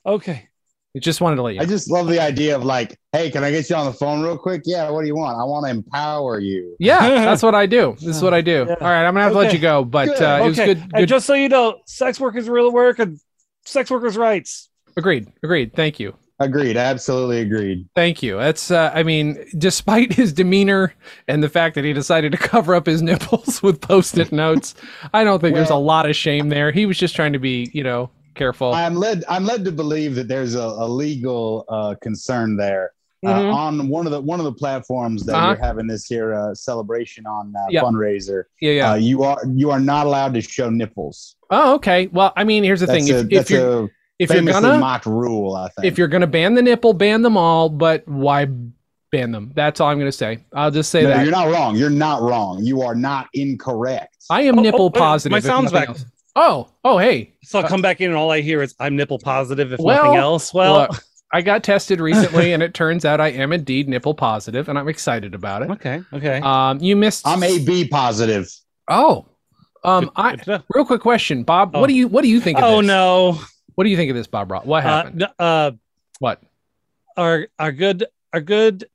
Speaker 1: okay.
Speaker 2: I just wanted to let you.
Speaker 4: I
Speaker 2: Know.
Speaker 4: just love the idea of like, hey, can I get you on the phone real quick? Yeah, what do you want? I want to empower you.
Speaker 1: (laughs)
Speaker 2: yeah, that's what I do. This is what I do.
Speaker 1: Yeah.
Speaker 2: All right, I'm gonna have to let
Speaker 1: Okay.
Speaker 2: you go, but
Speaker 4: Good.
Speaker 2: uh, it was
Speaker 1: okay.
Speaker 2: good.
Speaker 1: And
Speaker 2: Good.
Speaker 1: just so you know, sex workers real work and sex workers' rights.
Speaker 2: agreed. Agreed. Thank you.
Speaker 4: Agreed. Absolutely agreed.
Speaker 2: Thank you. That's, uh, I mean, despite his demeanor and the fact that he decided to cover up his (laughs) nipples with post it notes, I don't think there's a
Speaker 4: Well-
Speaker 2: lot of shame there. He was just trying to be, you know, careful.
Speaker 4: I'm led. I'm led to believe that there's a, a legal uh, concern there uh,
Speaker 2: Mhm.
Speaker 4: on one of the one of the platforms that
Speaker 2: Uh-huh.
Speaker 4: you're having this here uh, celebration on uh,
Speaker 2: Yeah.
Speaker 4: fundraiser.
Speaker 2: yeah, yeah.
Speaker 4: Uh, you are you are not allowed to show nipples.
Speaker 2: oh, okay. Well, I mean, here's the
Speaker 4: That's
Speaker 2: thing.
Speaker 4: a,
Speaker 2: If, if
Speaker 4: that's
Speaker 2: you're,
Speaker 4: a
Speaker 2: if you're
Speaker 4: famously
Speaker 2: gonna,
Speaker 4: mocked rule. I think.
Speaker 2: if you're gonna ban the nipple, ban them all. But why ban them? That's all I'm gonna say. I'll just say
Speaker 4: no,
Speaker 2: that
Speaker 4: you're not wrong. You're not wrong. You are not incorrect.
Speaker 2: I am
Speaker 1: Oh, oh,
Speaker 2: nipple
Speaker 1: wait,
Speaker 2: positive.
Speaker 1: my
Speaker 2: if
Speaker 1: sound's
Speaker 2: nothing
Speaker 1: back.
Speaker 2: else. Oh, oh, hey.
Speaker 1: So I'll come back in and all I hear is I'm nipple positive if
Speaker 2: Well,
Speaker 1: nothing else. Well,
Speaker 2: Look, I
Speaker 1: (laughs)
Speaker 2: got tested recently, and it turns out I am indeed nipple positive, and I'm excited about it.
Speaker 1: okay, okay.
Speaker 2: Um, you missed.
Speaker 4: I'm AB positive.
Speaker 2: Oh, um,
Speaker 1: Good-
Speaker 2: I
Speaker 1: good to know.
Speaker 2: real quick question, Bob.
Speaker 1: Oh.
Speaker 2: What do you what do you think of
Speaker 1: oh
Speaker 2: this?
Speaker 1: no.
Speaker 2: What do you think of this, Bob? Ross? What
Speaker 1: Uh,
Speaker 2: happened?
Speaker 1: n- uh,
Speaker 2: what?
Speaker 1: our our good our good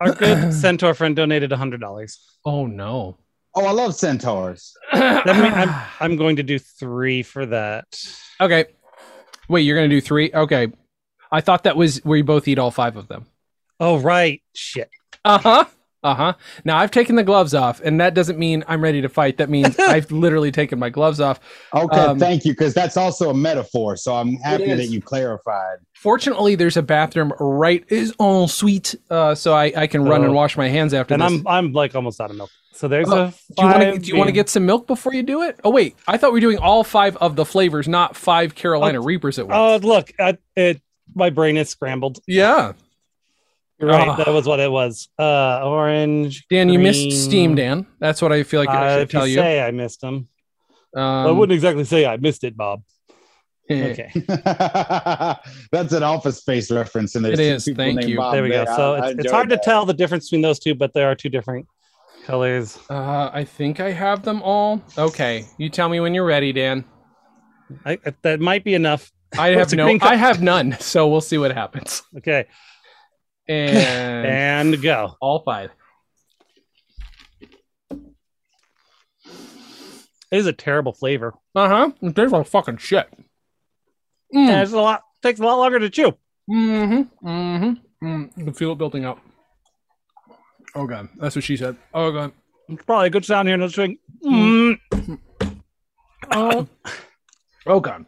Speaker 1: our good
Speaker 2: (sighs)
Speaker 1: centaur friend donated a hundred dollars.
Speaker 2: Oh no.
Speaker 4: Oh, I love centaurs.
Speaker 1: That mean- I'm I'm going to do three for that.
Speaker 2: okay. Wait, you're gonna do three? Okay. I thought that was where you both eat all five of them.
Speaker 1: Oh right, shit.
Speaker 2: Uh huh.
Speaker 5: Uh huh. Now I've taken the gloves off, and that doesn't mean I'm ready to fight. That
Speaker 1: (laughs)
Speaker 5: means I've literally taken my gloves off.
Speaker 4: Okay,
Speaker 5: Um,
Speaker 4: thank you, because that's also a metaphor. So I'm happy
Speaker 7: is.
Speaker 4: that you clarified.
Speaker 5: Fortunately, there's a bathroom right is en suite, uh, so I, I can run
Speaker 1: Oh.
Speaker 5: and wash my hands after
Speaker 1: and
Speaker 5: this.
Speaker 1: I'm I'm like almost out of milk. So there's a.
Speaker 5: Oh, do you want to
Speaker 1: five
Speaker 5: do you want to
Speaker 1: bean.
Speaker 5: get some milk before you do it? Oh wait, I thought we were doing all five of the flavors, not five Carolina Reapers at once.
Speaker 1: Oh look, I, it my brain is scrambled.
Speaker 5: yeah,
Speaker 1: You're right,
Speaker 5: Ah.
Speaker 1: that was what it was. Uh, orange.
Speaker 5: Dan, you missed
Speaker 1: green.
Speaker 5: Steam, Dan. That's what I feel like I
Speaker 1: Uh,
Speaker 5: should
Speaker 1: if you
Speaker 5: tell you.
Speaker 1: say I missed them, I
Speaker 5: Um, eh,
Speaker 1: wouldn't exactly say I missed it,
Speaker 5: (laughs)
Speaker 1: Bob.
Speaker 5: okay.
Speaker 1: Okay,
Speaker 4: (laughs) that's an Office Space reference, and there's
Speaker 5: It
Speaker 4: two
Speaker 5: is,
Speaker 4: people
Speaker 5: thank
Speaker 4: named
Speaker 5: you.
Speaker 4: Bob
Speaker 1: there we go. So
Speaker 4: I- I
Speaker 1: it's, it's
Speaker 4: enjoyed
Speaker 1: hard
Speaker 4: that.
Speaker 1: to tell the difference between those two, but there are two different colors.
Speaker 5: Uh, I think I have them all. Okay, you tell me when you're ready, Dan.
Speaker 1: I, I- that might be enough.
Speaker 5: I
Speaker 1: What's
Speaker 5: have
Speaker 1: the
Speaker 5: no.
Speaker 1: green co-
Speaker 5: I have none. So we'll see what
Speaker 1: (laughs)
Speaker 5: happens.
Speaker 1: Okay,
Speaker 5: And,
Speaker 1: and go.
Speaker 5: all five.
Speaker 1: It is a terrible flavor.
Speaker 5: Uh huh. There's like fucking shit. Hmm.
Speaker 1: And it's a lot takes a lot longer to chew.
Speaker 5: Mm-hmm. Mm-hmm. Mm. You can feel it building up. Oh god, that's what she said. Oh god.
Speaker 1: It's probably a good sound here in this drink.
Speaker 5: Hmm.
Speaker 1: Mm.
Speaker 5: Oh. (coughs) oh god.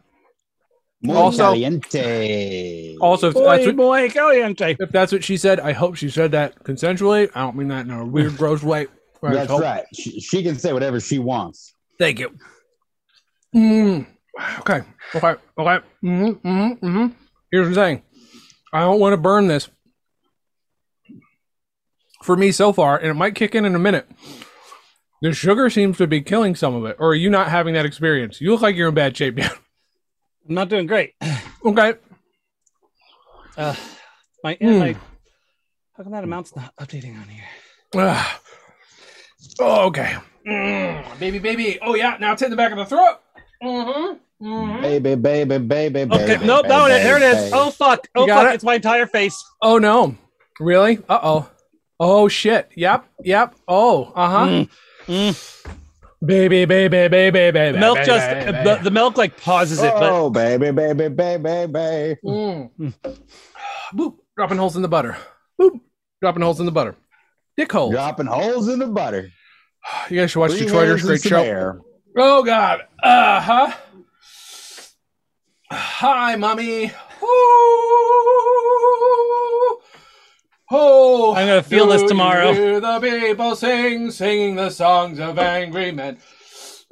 Speaker 4: Muy
Speaker 5: Also-
Speaker 4: caliente.
Speaker 5: Also, if that's,
Speaker 1: Boy,
Speaker 5: what,
Speaker 1: boy, caliente.
Speaker 5: if that's what she said, I hope she said that consensually. I don't mean that in a weird, gross way. I just
Speaker 4: that's
Speaker 5: hope-
Speaker 4: right. She, she can say whatever she wants.
Speaker 5: Thank you. Mm. Okay. Okay. Okay. hmm hmm hmm Here's the thing. I don't want to burn this. For me so far, and it might kick in in a minute. The sugar seems to be killing some of it. Or are you not having that experience? You look like you're in bad shape, Dan.
Speaker 1: I'm not doing great.
Speaker 5: (laughs)
Speaker 1: (sighs)
Speaker 5: okay.
Speaker 1: Uh, my,
Speaker 5: Mm.
Speaker 1: my how come that amount's not updating on here?
Speaker 5: Ah. Oh, okay.
Speaker 7: Mm, baby, baby. Oh yeah, now it's in the back of the throat. Mm-hmm. Mm-hmm.
Speaker 4: Baby, baby, baby, baby.
Speaker 1: Okay, nope, that one.
Speaker 4: baby,
Speaker 1: There it is.
Speaker 4: baby.
Speaker 1: Oh fuck!
Speaker 5: You
Speaker 1: Oh
Speaker 5: got
Speaker 1: fuck!
Speaker 5: it?
Speaker 1: It's my entire face.
Speaker 5: Oh no. Really? Uh oh. Oh shit. Yep. Yep. Oh. Uh huh.
Speaker 1: Mm.
Speaker 5: Baby, baby, baby, baby. Mm.
Speaker 1: milk
Speaker 5: baby,
Speaker 1: just uh,
Speaker 5: baby.
Speaker 1: The, the milk like pauses it, but
Speaker 4: Oh, baby, baby, baby, baby.
Speaker 5: Mm. Boop, dropping holes in the butter. Boop, dropping holes in the butter. Dick hole.
Speaker 4: Dropping holes in the butter.
Speaker 5: You guys should watch
Speaker 4: Three
Speaker 5: Detroiters.
Speaker 4: hands and
Speaker 5: Great
Speaker 4: some
Speaker 5: show.
Speaker 4: air.
Speaker 5: Oh God. Uh huh. Hi, mommy. Ooh. Oh,
Speaker 1: I'm gonna feel
Speaker 5: do
Speaker 1: this tomorrow.
Speaker 5: you Hear the people sing, singing the songs of angry men.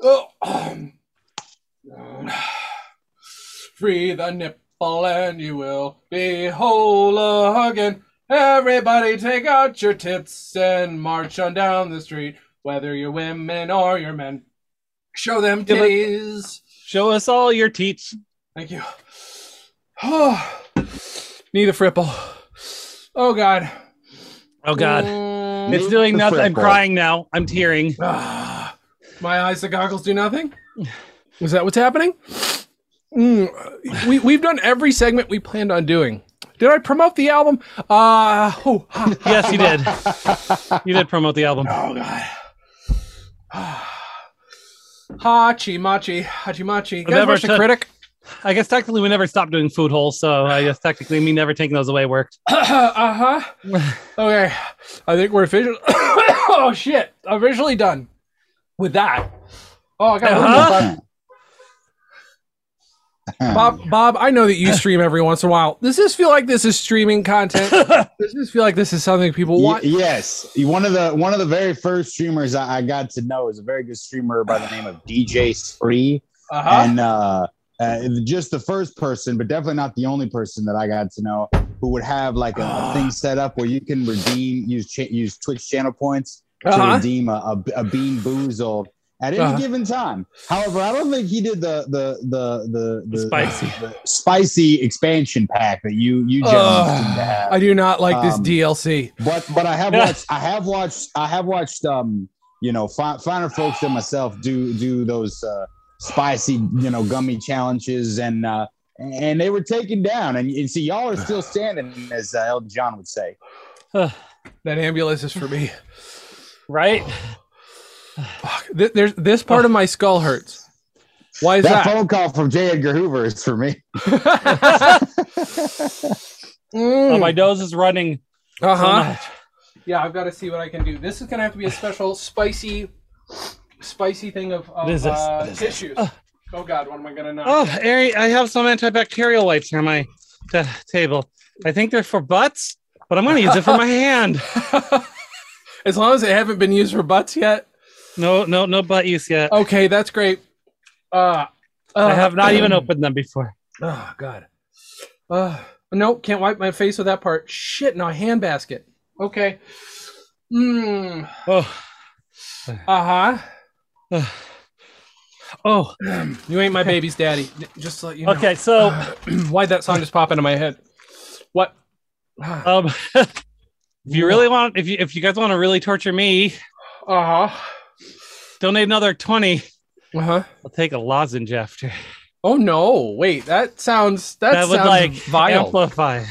Speaker 5: Oh, um, (sighs) free the nipple and you will be whole again. Everybody take out your tits and march on down the street, whether you're women or you're men. Show them
Speaker 1: Yeah, but-
Speaker 5: titties.
Speaker 1: show us all your teats.
Speaker 5: Thank you. (sighs) Oh, need a fripple. Oh God.
Speaker 1: Oh god,
Speaker 5: Mm.
Speaker 1: it's doing
Speaker 4: The
Speaker 1: nothing. I'm
Speaker 4: freckle.
Speaker 1: crying now. I'm tearing.
Speaker 5: Ah, my eyes, the goggles do nothing. Is that what's happening? Mm, we we've done every segment we planned on doing. Did I promote the album? Uh, oh, ha,
Speaker 1: Yes, you did.
Speaker 4: (laughs)
Speaker 1: You did promote the album.
Speaker 5: oh God. (sighs) Hachi machi, hachi machi. You guys
Speaker 1: Remember
Speaker 5: watch the
Speaker 1: to-
Speaker 5: critic. (coughs)
Speaker 1: I guess technically we never stopped doing food holes, so I guess technically me never taking those away worked.
Speaker 5: uh huh. Okay, I think we're officially. (coughs) oh shit! Officially done with that. Oh, I got a little
Speaker 1: Uh-huh. (laughs)
Speaker 4: (laughs)
Speaker 5: Bob, Bob, I know that you stream every once in a while. Does this feel like this is
Speaker 1: (laughs)
Speaker 5: streaming content? Does this feel like this is something people
Speaker 4: Y-
Speaker 5: want?
Speaker 4: yes, one of the one of the very first streamers I, I got to know is a very good streamer by the name of DJ Spree,
Speaker 5: Uh-huh.
Speaker 4: and uh, uh, just the first person, but definitely not the only person that I got to know who would have like a,
Speaker 5: (gasps)
Speaker 4: a thing set up where you can redeem use cha- use Twitch channel points to
Speaker 5: Uh-huh.
Speaker 4: redeem a, a, a Bean Boozled at any
Speaker 5: Uh-huh.
Speaker 4: given time. However, I don't think he did the the the the, the
Speaker 1: Spicy.
Speaker 4: the spicy expansion pack that you you gentlemen
Speaker 5: Ugh,
Speaker 4: seem to have.
Speaker 5: I do not like this
Speaker 4: Um,
Speaker 5: DLC.
Speaker 4: But but I have
Speaker 1: Yeah.
Speaker 4: watched I have watched I have watched um you know fi- finer folks than myself do do those uh, spicy you know gummy challenges and uh, and they were taken down and, and see y'all are still standing as uh, Elton John would say.
Speaker 5: That ambulance is for
Speaker 1: (laughs)
Speaker 5: me.
Speaker 1: right?
Speaker 4: Hmm.
Speaker 5: Fuck. Th- there's this part of my skull hurts. Why is
Speaker 4: That
Speaker 5: that?
Speaker 4: phone call from J. Edgar Hoover is for me.
Speaker 1: Oh,
Speaker 5: Mm.
Speaker 1: my nose is running. Oh,
Speaker 5: Uh
Speaker 1: so
Speaker 5: huh.
Speaker 1: much.
Speaker 5: Yeah, I've got to see what I can do. This is gonna have to be a special spicy, spicy thing of, of
Speaker 1: What is this?
Speaker 5: uh,
Speaker 1: What is this?
Speaker 5: tissues.
Speaker 1: Ugh.
Speaker 5: Oh God, what am I gonna knock?
Speaker 1: Oh, Ari, I have some antibacterial wipes on my t- table. I think they're for butts, but I'm going to use it for
Speaker 5: (laughs)
Speaker 1: my hand.
Speaker 5: As long as they haven't been used for butts yet.
Speaker 1: No, no, no butt use yet.
Speaker 5: Okay, that's great. Uh, uh,
Speaker 1: I have not even opened them before.
Speaker 5: Oh God. Uh, nope, can't wipe my face with that part. Shit, no, a hand basket. Okay. Mmm.
Speaker 1: Oh,
Speaker 5: Uh huh.
Speaker 1: oh.
Speaker 5: You ain't
Speaker 1: (laughs)
Speaker 5: my baby's daddy. Just to let you know. Uh,
Speaker 1: Okay, so
Speaker 5: (clears throat) Why'd that song just pop into my head? What? Uh
Speaker 1: um, (laughs) if you really want, if you if you guys want to really torture me,
Speaker 5: huh.
Speaker 1: donate another twenty.
Speaker 5: Uh huh.
Speaker 1: I'll take a lozenge after.
Speaker 5: Oh no! Wait, that sounds that,
Speaker 1: That would
Speaker 5: sounds
Speaker 1: like
Speaker 5: vile.
Speaker 1: amplify.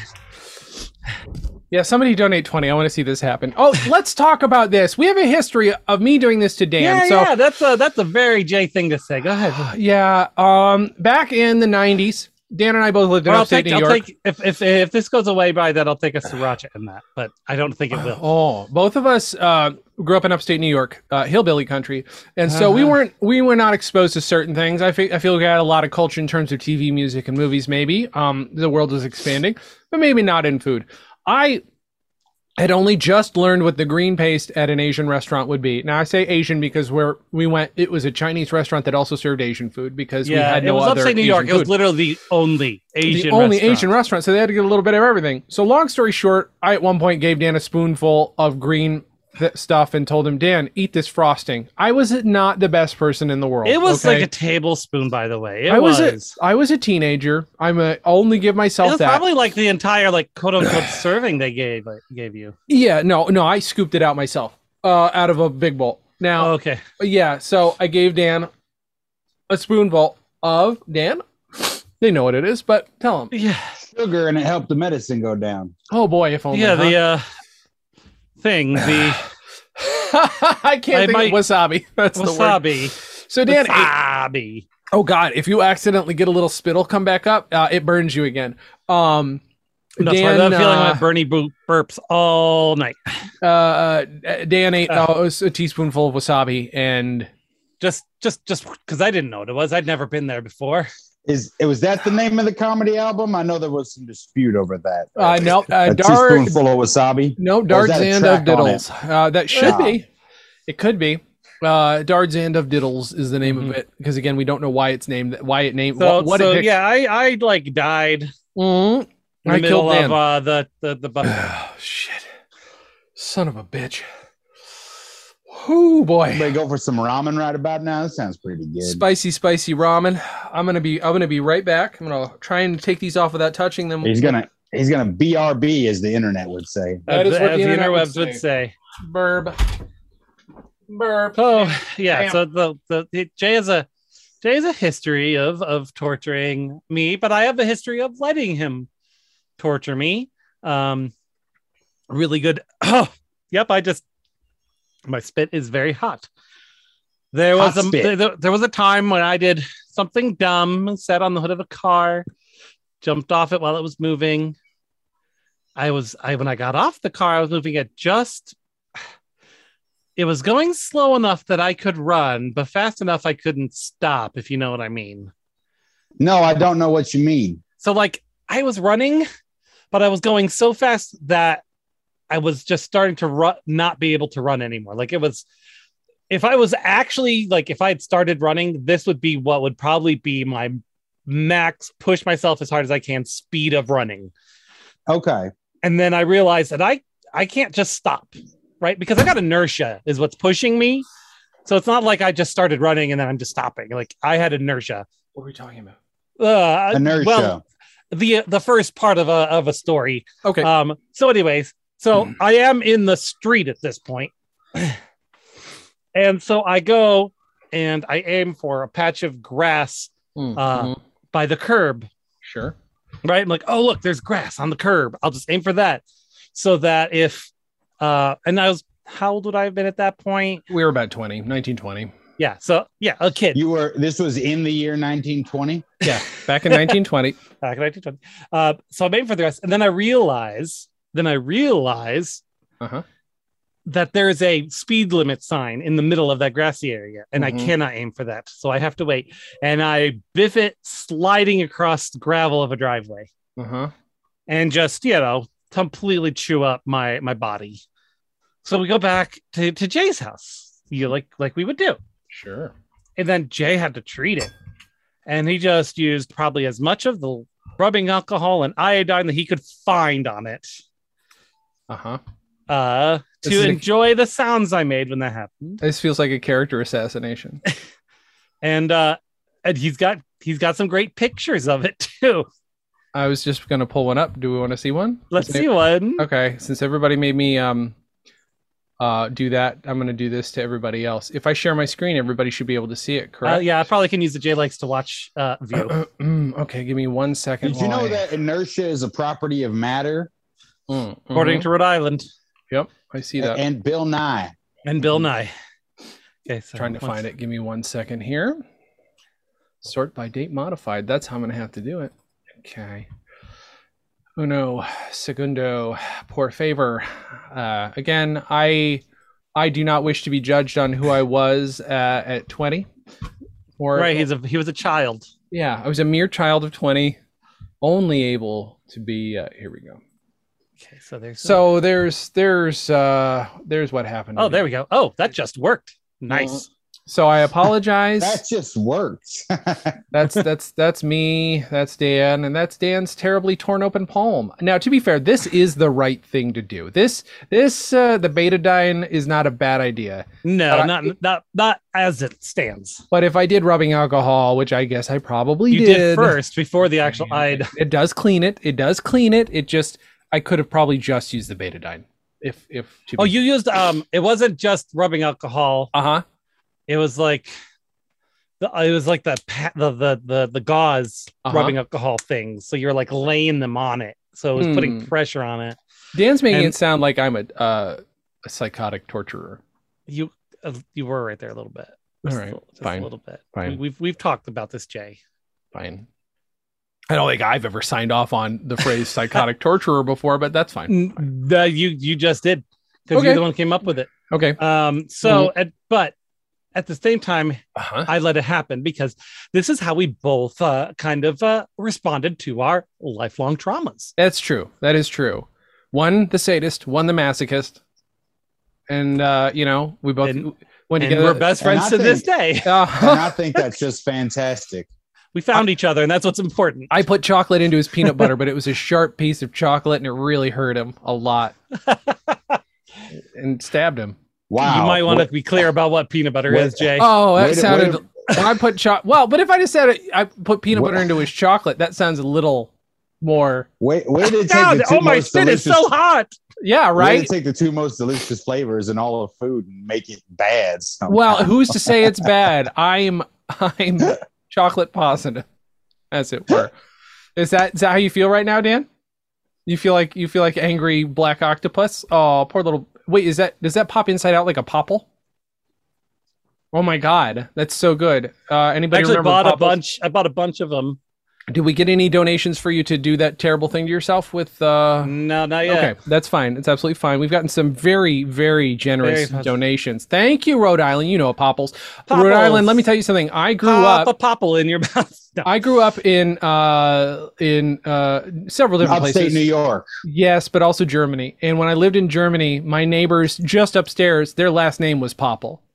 Speaker 5: yeah, somebody donate twenty. I want to see this happen. Oh, (laughs) let's talk about this. We have a history of me doing this to Dan.
Speaker 1: yeah,
Speaker 5: so
Speaker 1: yeah, that's a that's a very J thing to say. Go ahead.
Speaker 5: Yeah. Um. Back in the '90s, Dan and I both lived in
Speaker 1: Or I'll
Speaker 5: upstate
Speaker 1: take,
Speaker 5: New
Speaker 1: I'll
Speaker 5: York.
Speaker 1: take if, if if this goes away by that, I'll take a sriracha in that, but I don't think it will.
Speaker 5: Oh, both of us uh, grew up in upstate New York, uh, hillbilly country, and so we
Speaker 1: Uh-huh.
Speaker 5: weren't we were not exposed to certain things. I fe- I feel like I had a lot of culture in terms of TV, music, and movies. Maybe um, the world was expanding, but maybe not in food. I had only just learned what the green paste at an Asian restaurant would be. Now I say Asian because where we went, it was a Chinese restaurant that also served Asian food because we
Speaker 1: Yeah,
Speaker 5: had no
Speaker 1: it was
Speaker 5: other
Speaker 1: upstate New York.
Speaker 5: Asian
Speaker 1: It
Speaker 5: food
Speaker 1: was literally the only Asian.
Speaker 5: the only
Speaker 1: restaurant.
Speaker 5: Asian restaurant, so they had to get a little bit of everything. So long story short, I at one point gave Dan a spoonful of green th- stuff and told him, Dan, eat this frosting. I was not the best person in the world.
Speaker 1: It was
Speaker 5: okay?
Speaker 1: like a tablespoon, by the way. It
Speaker 5: I
Speaker 1: was.
Speaker 5: was
Speaker 1: It
Speaker 5: a, I was a teenager. I'm a only give myself
Speaker 1: was
Speaker 5: that.
Speaker 1: probably like the entire like quote
Speaker 5: (sighs)
Speaker 1: unquote serving they gave like, gave you.
Speaker 5: yeah, no, no, I scooped it out myself uh, out of a big bowl. Now,
Speaker 1: Oh, okay.
Speaker 5: yeah, so I gave Dan a spoonful of Dan. They know what it is, but tell him.
Speaker 1: Yeah.
Speaker 4: Sugar and it helped the medicine go down.
Speaker 5: Oh boy, if only.
Speaker 1: yeah.
Speaker 5: huh?
Speaker 1: The uh,
Speaker 5: (sighs)
Speaker 1: thing. The
Speaker 5: (laughs) I can't
Speaker 1: I
Speaker 5: think
Speaker 1: might-
Speaker 5: of wasabi. (laughs) That's the word.
Speaker 1: wasabi.
Speaker 5: So Dan, ate-
Speaker 1: Wasabi.
Speaker 5: oh god, if you accidentally get a little spittle come back up, uh, it burns you again. Um,
Speaker 1: That's
Speaker 5: Dan,
Speaker 1: why I'm feeling
Speaker 5: uh,
Speaker 1: like Bernie bur- burps all night.
Speaker 5: uh, uh, Dan ate uh, it was a teaspoonful of wasabi, and
Speaker 1: Just, just, just because I didn't know what it was. I'd never been there before.
Speaker 4: Is it was that the name of the comedy album? I know there was some dispute over that.
Speaker 5: uh, no, uh,
Speaker 4: a
Speaker 5: Dar,
Speaker 4: teaspoonful of wasabi.
Speaker 5: no
Speaker 4: Or is that a
Speaker 5: Dardzand
Speaker 4: track
Speaker 5: of
Speaker 4: on
Speaker 5: Diddles. Uh, that should
Speaker 4: Ah.
Speaker 5: be. It could be. Uh, Dardzand of Diddles is the name of it because again, we don't know why it's named. Why it named.
Speaker 1: So,
Speaker 5: what, what
Speaker 1: so
Speaker 5: it picked.
Speaker 1: yeah, I, I like died
Speaker 5: Mhm.
Speaker 1: in the
Speaker 5: I
Speaker 1: middle
Speaker 5: killed Dan.
Speaker 1: of uh, the the the buffet.
Speaker 5: Oh, shit. Son of a bitch. Oh boy.
Speaker 4: Everybody go for some ramen right about now. That sounds pretty good.
Speaker 5: Spicy, spicy ramen. I'm gonna be. I'm gonna be right back. I'm gonna try and take these off without touching them.
Speaker 4: he's gonna he's gonna BRB as the internet would say.
Speaker 5: That is
Speaker 1: as,
Speaker 5: what
Speaker 1: as
Speaker 5: the
Speaker 1: the
Speaker 5: internet would
Speaker 1: interwebs would say.
Speaker 5: Burb. Burb.
Speaker 1: So yeah,
Speaker 5: Damn.
Speaker 1: so the, the the Jay is a Jay has a history of of torturing me, but I have a history of letting him torture me. Um, really good. Oh, yep. I just my spit is very hot. There was
Speaker 4: Hot
Speaker 1: a
Speaker 4: spit.
Speaker 1: there, there was a time when I did something dumb, sat on the hood of a car, jumped off it while it was moving. I was I when I got off the car, I was moving at just it was going slow enough that I could run, but fast enough I couldn't stop, if you know what I mean.
Speaker 4: No, I don't know what you mean.
Speaker 1: So like I was running, but I was going so fast that I was just starting to run, not be able to run anymore. Like it was, if I was actually like if I had started running, this would be what would probably be my max push myself as hard as I can speed of running.
Speaker 4: Okay.
Speaker 1: And then I realized that I I can't just stop, right? Because I got inertia is what's pushing me. So it's not like I just started running and then I'm just stopping. Like I had inertia.
Speaker 5: What are we talking about?
Speaker 1: Uh,
Speaker 4: Inertia.
Speaker 1: Well, the the first part of a of a story
Speaker 5: Okay.
Speaker 1: um, so, anyways, so I am in the street at this point. and so I go and I aim for a patch of grass
Speaker 5: Mm,
Speaker 1: uh,
Speaker 5: mhm.
Speaker 1: by the curb,
Speaker 5: sure.
Speaker 1: right? I'm like, oh, look, there's grass on the curb. I'll just aim for that. So that if, uh, and I was, how old would I have been at that point?
Speaker 5: We were about 20, 1920.
Speaker 1: Yeah. So, yeah, a kid.
Speaker 4: you were this was in the year 1920.
Speaker 5: Back in 1920.
Speaker 1: back in 1920. Uh, so I'm aiming for the rest, and then I realize, then I realize
Speaker 5: Uh-huh.
Speaker 1: that there is a speed limit sign in the middle of that grassy area, and
Speaker 5: Mhm.
Speaker 1: I cannot aim for that, so I have to wait. And I biff it sliding across the gravel of a driveway,
Speaker 5: Uh huh.
Speaker 1: and just you know completely chew up my my body. So we go back to to Jay's house, you like like we would do,
Speaker 5: Sure.
Speaker 1: and then Jay had to treat it, and he just used probably as much of the rubbing alcohol and iodine that he could find on it
Speaker 5: Uh huh.
Speaker 1: uh,
Speaker 5: This is
Speaker 1: to
Speaker 5: a-
Speaker 1: enjoy the sounds I made when that happened.
Speaker 5: This feels like a character assassination.
Speaker 1: and uh and he's got he's got some great pictures of it (laughs) too
Speaker 5: I was just gonna pull one up. Do we want to see one?
Speaker 1: let's
Speaker 5: Okay.
Speaker 1: see one
Speaker 5: Okay, since everybody made me um uh do that, I'm gonna do this to everybody else. If I share my screen, everybody should be able to see it,
Speaker 1: uh,
Speaker 5: correct?
Speaker 1: yeah i probably can use the j likes to watch uh
Speaker 5: (clears throat)
Speaker 1: view
Speaker 5: Mm-hmm. Mm, okay, give me one second.
Speaker 4: Did you
Speaker 5: while
Speaker 4: know
Speaker 5: I-
Speaker 4: that inertia is a property of matter?
Speaker 5: Mm, mhm.
Speaker 1: according to rhode island
Speaker 5: Yep, I see that.
Speaker 4: And Bill Nye.
Speaker 1: and bill nye okay so
Speaker 5: Mm-hmm. Trying to
Speaker 1: once-
Speaker 5: find it. Give me one second here. Sort by date modified. That's how I'm gonna have to do it. Okay. Uno segundo por favor. Uh, again, I I do not wish to be judged on who I was uh, at 20. Or
Speaker 1: right he's a he was a child
Speaker 5: yeah, I was a mere child of 20, only able to be. Uh, here we
Speaker 1: Hmm.
Speaker 5: go.
Speaker 1: okay so there's
Speaker 5: So there's there's uh there's what happened.
Speaker 1: oh there we go oh that just worked nice
Speaker 5: So I
Speaker 1: (laughs)
Speaker 5: apologize.
Speaker 4: That just works. (laughs)
Speaker 5: That's that's that's me. That's Dan, and that's Dan's terribly torn open palm. Now, to be fair, this is the right thing to do. This this uh, the betadine is not a bad idea.
Speaker 1: no
Speaker 5: Uh,
Speaker 1: not not not as it stands
Speaker 5: But if I did rubbing alcohol, which I guess I probably
Speaker 1: you did, first before the actual
Speaker 5: I
Speaker 1: id
Speaker 5: It does clean it. It does clean it. It just I could have probably just used the betadine if if to
Speaker 1: oh you used um it wasn't just rubbing alcohol
Speaker 5: uh huh
Speaker 1: it was like the it was like the pa- the the the, the gauze
Speaker 5: Uh-huh.
Speaker 1: rubbing alcohol things so you're like laying them on it so it was putting
Speaker 5: Hmm.
Speaker 1: pressure on it
Speaker 5: Dan's making
Speaker 1: And-
Speaker 5: it sound like I'm a uh, a psychotic torturer.
Speaker 1: you uh, you were right there a little bit
Speaker 5: All
Speaker 1: just
Speaker 5: right,
Speaker 1: a, little- just
Speaker 5: fine,
Speaker 1: a little bit
Speaker 5: fine.
Speaker 1: We, have we've talked about this jay
Speaker 5: Fine. I don't think I've ever signed off on the (laughs) phrase psychotic torturer before, but that's fine.
Speaker 1: N- the, you you just did because
Speaker 5: Okay.
Speaker 1: you're the one who came up with it
Speaker 5: Okay. Mm-hmm.
Speaker 1: um so at, but at the same time
Speaker 5: Uh-huh.
Speaker 1: i let it happen because this is how we both uh, kind of uh, responded to our lifelong traumas
Speaker 5: That's true. That is true. One the sadist, one the masochist. And uh, you know, we both
Speaker 1: And-
Speaker 5: went
Speaker 1: and
Speaker 5: together.
Speaker 1: we're best
Speaker 4: And
Speaker 1: friends
Speaker 4: I
Speaker 1: to this
Speaker 4: think-
Speaker 1: day
Speaker 4: and
Speaker 5: (laughs) Uh,
Speaker 4: I think that's just fantastic.
Speaker 1: We found each other, and that's what's important.
Speaker 5: I put chocolate into his peanut butter, but it was a sharp piece of chocolate and it really hurt him a lot. and stabbed him.
Speaker 4: Wow.
Speaker 1: you might want to be clear about what peanut butter
Speaker 4: What-
Speaker 1: is, Jay.
Speaker 5: Oh, that
Speaker 4: Way to-
Speaker 5: sounded
Speaker 4: way to-
Speaker 5: I put cho- well, but if I just said it, I put peanut
Speaker 4: What-
Speaker 5: butter into his chocolate, that sounds a little more
Speaker 4: Wait,
Speaker 1: (laughs)
Speaker 4: wait to take
Speaker 1: God,
Speaker 4: the two
Speaker 1: oh my
Speaker 4: most
Speaker 1: shit, it's
Speaker 4: delicious,
Speaker 1: so hot.
Speaker 5: Yeah,
Speaker 4: way
Speaker 5: right.
Speaker 4: to take the two most delicious flavors in all of food and make it bad. somehow.
Speaker 5: Well, who's to say it's bad? I'm I'm chocolate positive, as it were. Is that is that how you feel right now, Dan? You feel like you feel like angry black octopus? Oh, poor little. Wait, is that does that pop inside out like a popple? Oh my god, that's so good. Uh,
Speaker 1: I
Speaker 5: anybody
Speaker 1: actually
Speaker 5: remember
Speaker 1: bought a
Speaker 5: popples?
Speaker 1: bunch. I bought a bunch of them.
Speaker 5: Did we get any donations for you to do that terrible thing to yourself with? Uh,
Speaker 1: No, not yet.
Speaker 5: Okay, that's fine. It's absolutely fine. We've gotten some very, very generous
Speaker 1: Very positive.
Speaker 5: donations. Thank you, Rhode Island. You know Popples.
Speaker 1: Popples.
Speaker 5: Rhode Island. Let me tell you something. I grew
Speaker 1: Pop a
Speaker 5: up.
Speaker 1: popple in your (laughs) mouth. No.
Speaker 5: uh, I grew up in uh, in uh, several different
Speaker 4: upstate
Speaker 5: places.
Speaker 4: New York.
Speaker 5: Yes, but also Germany. And when I lived in Germany, my neighbors just upstairs, their last name was Popple.
Speaker 4: (laughs)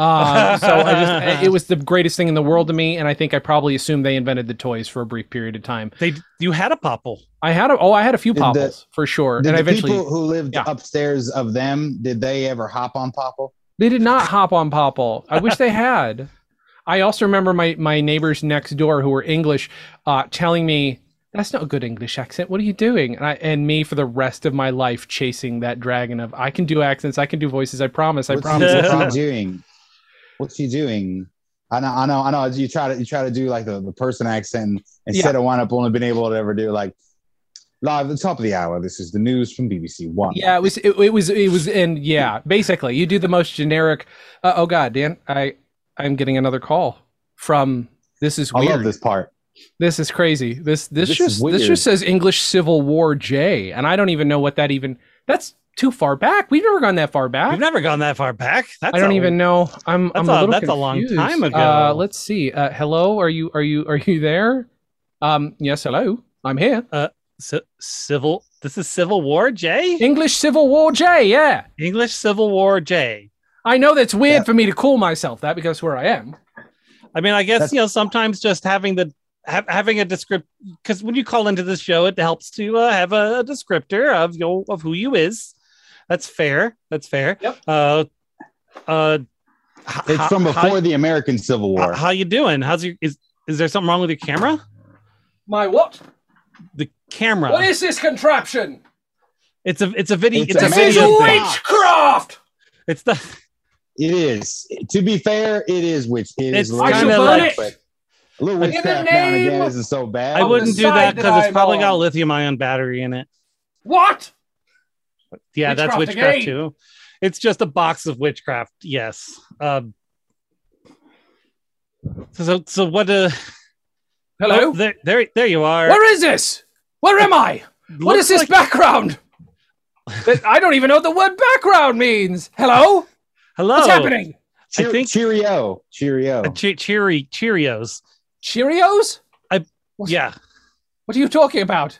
Speaker 5: Um, so I just, it was the greatest thing in the world to me, and I think I probably assumed they invented the toys for a brief period of time.
Speaker 1: They, you had a popple.
Speaker 5: I had a, oh, I had a few
Speaker 4: Did the-
Speaker 5: Popples for sure,
Speaker 4: Did
Speaker 5: and
Speaker 4: the
Speaker 5: eventually
Speaker 4: people who lived
Speaker 5: Yeah.
Speaker 4: upstairs of them, did they ever hop on Popple?
Speaker 5: They did not hop on Popple. I wish they had. I also remember my my neighbors next door who were English uh, telling me that's not a good English accent. What are you doing? And, I, and me for the rest of my life chasing that dragon of I can do accents, I can do voices. I promise, I
Speaker 4: What's-
Speaker 5: promise. I
Speaker 4: What's
Speaker 5: promise.
Speaker 4: he doing? What's he doing? I know, I know, I know. You try to you try to do like the, the person accent and instead of one up only been able to ever do like live at the top of the hour. This is the news from BBC One.
Speaker 5: Yeah, it was it, it was it was and yeah, basically you do the most generic. Uh, oh God, Dan, I I'm getting another call from this is
Speaker 4: I
Speaker 5: weird.
Speaker 4: love this part.
Speaker 5: This is crazy. This this,
Speaker 4: This is
Speaker 5: just this
Speaker 4: weird.
Speaker 5: just says English Civil War J, and I don't even know what that even. That's too far back. We've never gone that far back.
Speaker 1: We've never gone that far back. That's
Speaker 5: I don't
Speaker 1: a-
Speaker 5: even know. I'm. I'm
Speaker 1: That's a-
Speaker 5: a, little
Speaker 1: that's a long
Speaker 5: confused.
Speaker 1: time ago.
Speaker 5: Uh, let's see. Uh, hello. Are you? Are you? Are you there? Um. Yes. Hello. I'm here.
Speaker 1: Ci- civil. This is Civil War J.
Speaker 5: English Civil War J. Yeah.
Speaker 1: English Civil War J.
Speaker 5: I know that's weird
Speaker 4: Yeah.
Speaker 5: for me to call myself that because where I am.
Speaker 1: I mean, I guess
Speaker 4: That's-
Speaker 1: you know sometimes just having the ha- having a descript because when you call into this show, it helps to uh, have a, a descriptor of your of who you is. That's fair. That's fair.
Speaker 5: Yep.
Speaker 1: Uh, uh, h-
Speaker 4: It's
Speaker 1: h-
Speaker 4: from
Speaker 1: how-
Speaker 4: before the American Civil
Speaker 1: How,
Speaker 4: War.
Speaker 1: how you doing? How's your is is there something wrong with your camera?
Speaker 8: My what?
Speaker 1: The camera.
Speaker 8: What is this contraption?
Speaker 1: it's a it's a video. It's,
Speaker 4: It's
Speaker 1: a,
Speaker 4: a
Speaker 8: This is
Speaker 1: video.
Speaker 4: manual.
Speaker 1: thing.
Speaker 8: witchcraft!
Speaker 1: It's the
Speaker 4: It is. To be fair, it is which it
Speaker 1: It's
Speaker 4: is a little
Speaker 8: I
Speaker 1: Kinda
Speaker 8: should
Speaker 4: bit-
Speaker 8: burn
Speaker 1: like-
Speaker 8: it!
Speaker 4: a little
Speaker 8: In the
Speaker 4: witchcraft down again
Speaker 8: name
Speaker 4: isn't so bad.
Speaker 1: I wouldn't do that
Speaker 8: side that
Speaker 1: because it's
Speaker 8: I'm
Speaker 1: probably got a
Speaker 8: on.
Speaker 1: lithium ion battery in it.
Speaker 8: What?
Speaker 1: Yeah, that's
Speaker 8: Witchcraft
Speaker 1: witchcraft
Speaker 8: again.
Speaker 1: too. It's just a box of witchcraft. Yes. Um, so so what? Uh,
Speaker 5: Hello.
Speaker 1: oh, there, there there you are.
Speaker 5: Where is this? Where am I? What
Speaker 1: Looks
Speaker 5: is this
Speaker 1: like-
Speaker 5: background? That- I don't even know what the word background means. Hello.
Speaker 1: Hello.
Speaker 5: What's happening?
Speaker 4: Cheer-
Speaker 1: I think-
Speaker 4: Cheerio. Cheerio.
Speaker 1: Uh, che- cheery Cheerios.
Speaker 5: Cheerios?
Speaker 1: Yeah.
Speaker 5: What are you talking about?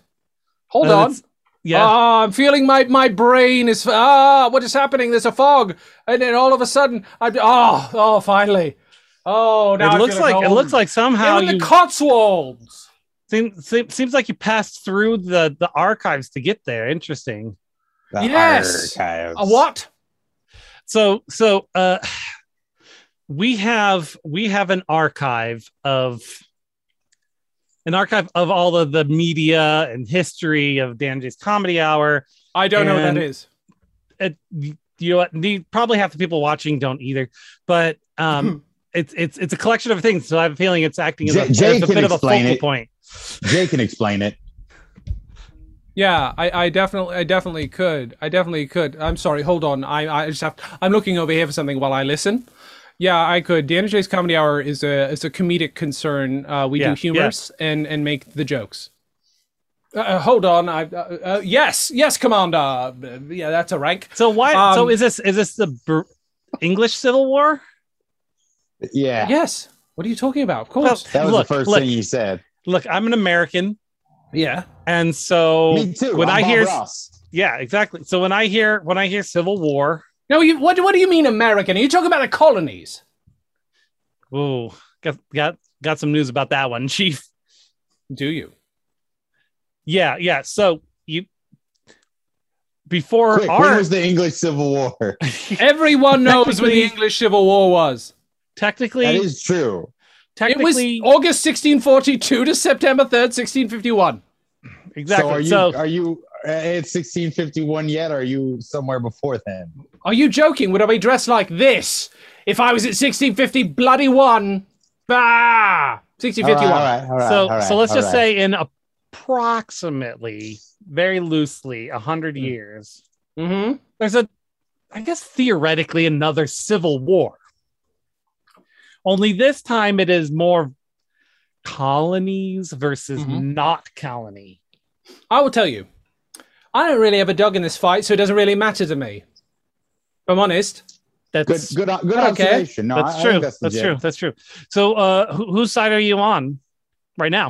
Speaker 5: Hold
Speaker 1: Uh,
Speaker 5: on.
Speaker 1: it's- Yeah.
Speaker 5: Ah, I'm feeling my my brain is ah. What is happening? There's a fog, and then all of a sudden, I'm oh oh finally. Oh,
Speaker 1: it
Speaker 5: now I'm
Speaker 1: looks
Speaker 5: feeling
Speaker 1: like it
Speaker 5: home.
Speaker 1: looks like somehow
Speaker 5: I'm in
Speaker 1: you
Speaker 5: the Cotswolds.
Speaker 1: seem, seem, seems like you passed through the the archives to get there. Interesting.
Speaker 4: The
Speaker 5: yes.
Speaker 4: archives.
Speaker 5: A what?
Speaker 1: so so uh we have we have an archive of an archive of all of the media and history of Dan J's comedy hour.
Speaker 5: I don't know what
Speaker 1: And-
Speaker 5: that is.
Speaker 1: It, you know what? the- Probably half the people watching don't either, but um, it's it's it's a collection of things. So I have a feeling it's acting as a,
Speaker 4: Jay- Jay
Speaker 1: as a
Speaker 4: can
Speaker 1: bit of a
Speaker 4: explain
Speaker 1: focal
Speaker 4: it.
Speaker 1: point.
Speaker 4: Jay can explain it.
Speaker 5: Yeah, I, I definitely, I definitely could. I definitely could. I'm sorry. Hold on. I, I just have. I'm looking over here for something while I listen. Yeah, I could. Deanna Jay's Comedy Hour is a is a comedic concern. Uh, we
Speaker 1: Yeah,
Speaker 5: do
Speaker 1: yeah.
Speaker 5: humors and and make the jokes. Uh, Uh, hold on. I uh, uh, yes, yes, Commander. Uh, Yeah, that's a rank.
Speaker 1: So why?
Speaker 5: Um,
Speaker 1: so is this is this the Br- English Civil War?
Speaker 4: Yeah.
Speaker 5: Yes. What are you talking about? Of course.
Speaker 4: That was
Speaker 1: look,
Speaker 4: the first
Speaker 1: look,
Speaker 4: thing you said.
Speaker 1: look, I'm an American,
Speaker 5: yeah.
Speaker 1: and so
Speaker 4: Me too.
Speaker 1: Oh, when
Speaker 4: I'm
Speaker 1: I
Speaker 4: Bob
Speaker 1: hear-
Speaker 4: Ross.
Speaker 1: yeah exactly so when i hear when i hear civil war
Speaker 5: No, you. What What do you mean, American? Are you talking about the colonies?
Speaker 1: ooh got got got some news about that one (laughs) chief
Speaker 5: Do you?
Speaker 1: yeah yeah so you before
Speaker 4: Quick, when
Speaker 1: our
Speaker 4: was the English Civil
Speaker 1: (laughs)
Speaker 4: War?
Speaker 5: Everyone knows when the
Speaker 1: Technically-
Speaker 5: English Civil War was.
Speaker 4: that
Speaker 1: technically
Speaker 4: is true.
Speaker 5: It was
Speaker 1: technically
Speaker 5: August 1642 to September 3rd, 1651.
Speaker 4: So are
Speaker 1: exactly
Speaker 4: you
Speaker 1: so,
Speaker 4: are you uh, it's 1651 yet? Or are you somewhere before then?
Speaker 5: Are you joking? Would I be dressed like this if I was at 1650 bloody one? Bah! 1651.
Speaker 4: All right, all right,
Speaker 1: so
Speaker 4: all right,
Speaker 1: so let's
Speaker 4: all
Speaker 1: just
Speaker 4: right.
Speaker 1: say in approximately very loosely 100 years
Speaker 5: Mm-hmm.
Speaker 1: there's a i guess theoretically another civil war only this time it is more colonies versus
Speaker 4: Mm-hmm.
Speaker 5: Mhm.
Speaker 1: not colony
Speaker 5: I will tell you. I don't really have a dog in this fight, so it doesn't really matter to me. If I'm honest.
Speaker 4: good
Speaker 1: that's
Speaker 4: good good
Speaker 5: Okay.
Speaker 4: observation. No,
Speaker 1: that's
Speaker 4: I- I
Speaker 1: true
Speaker 4: think
Speaker 1: that's,
Speaker 4: legit.
Speaker 1: true that's true so uh who, whose side are you on right now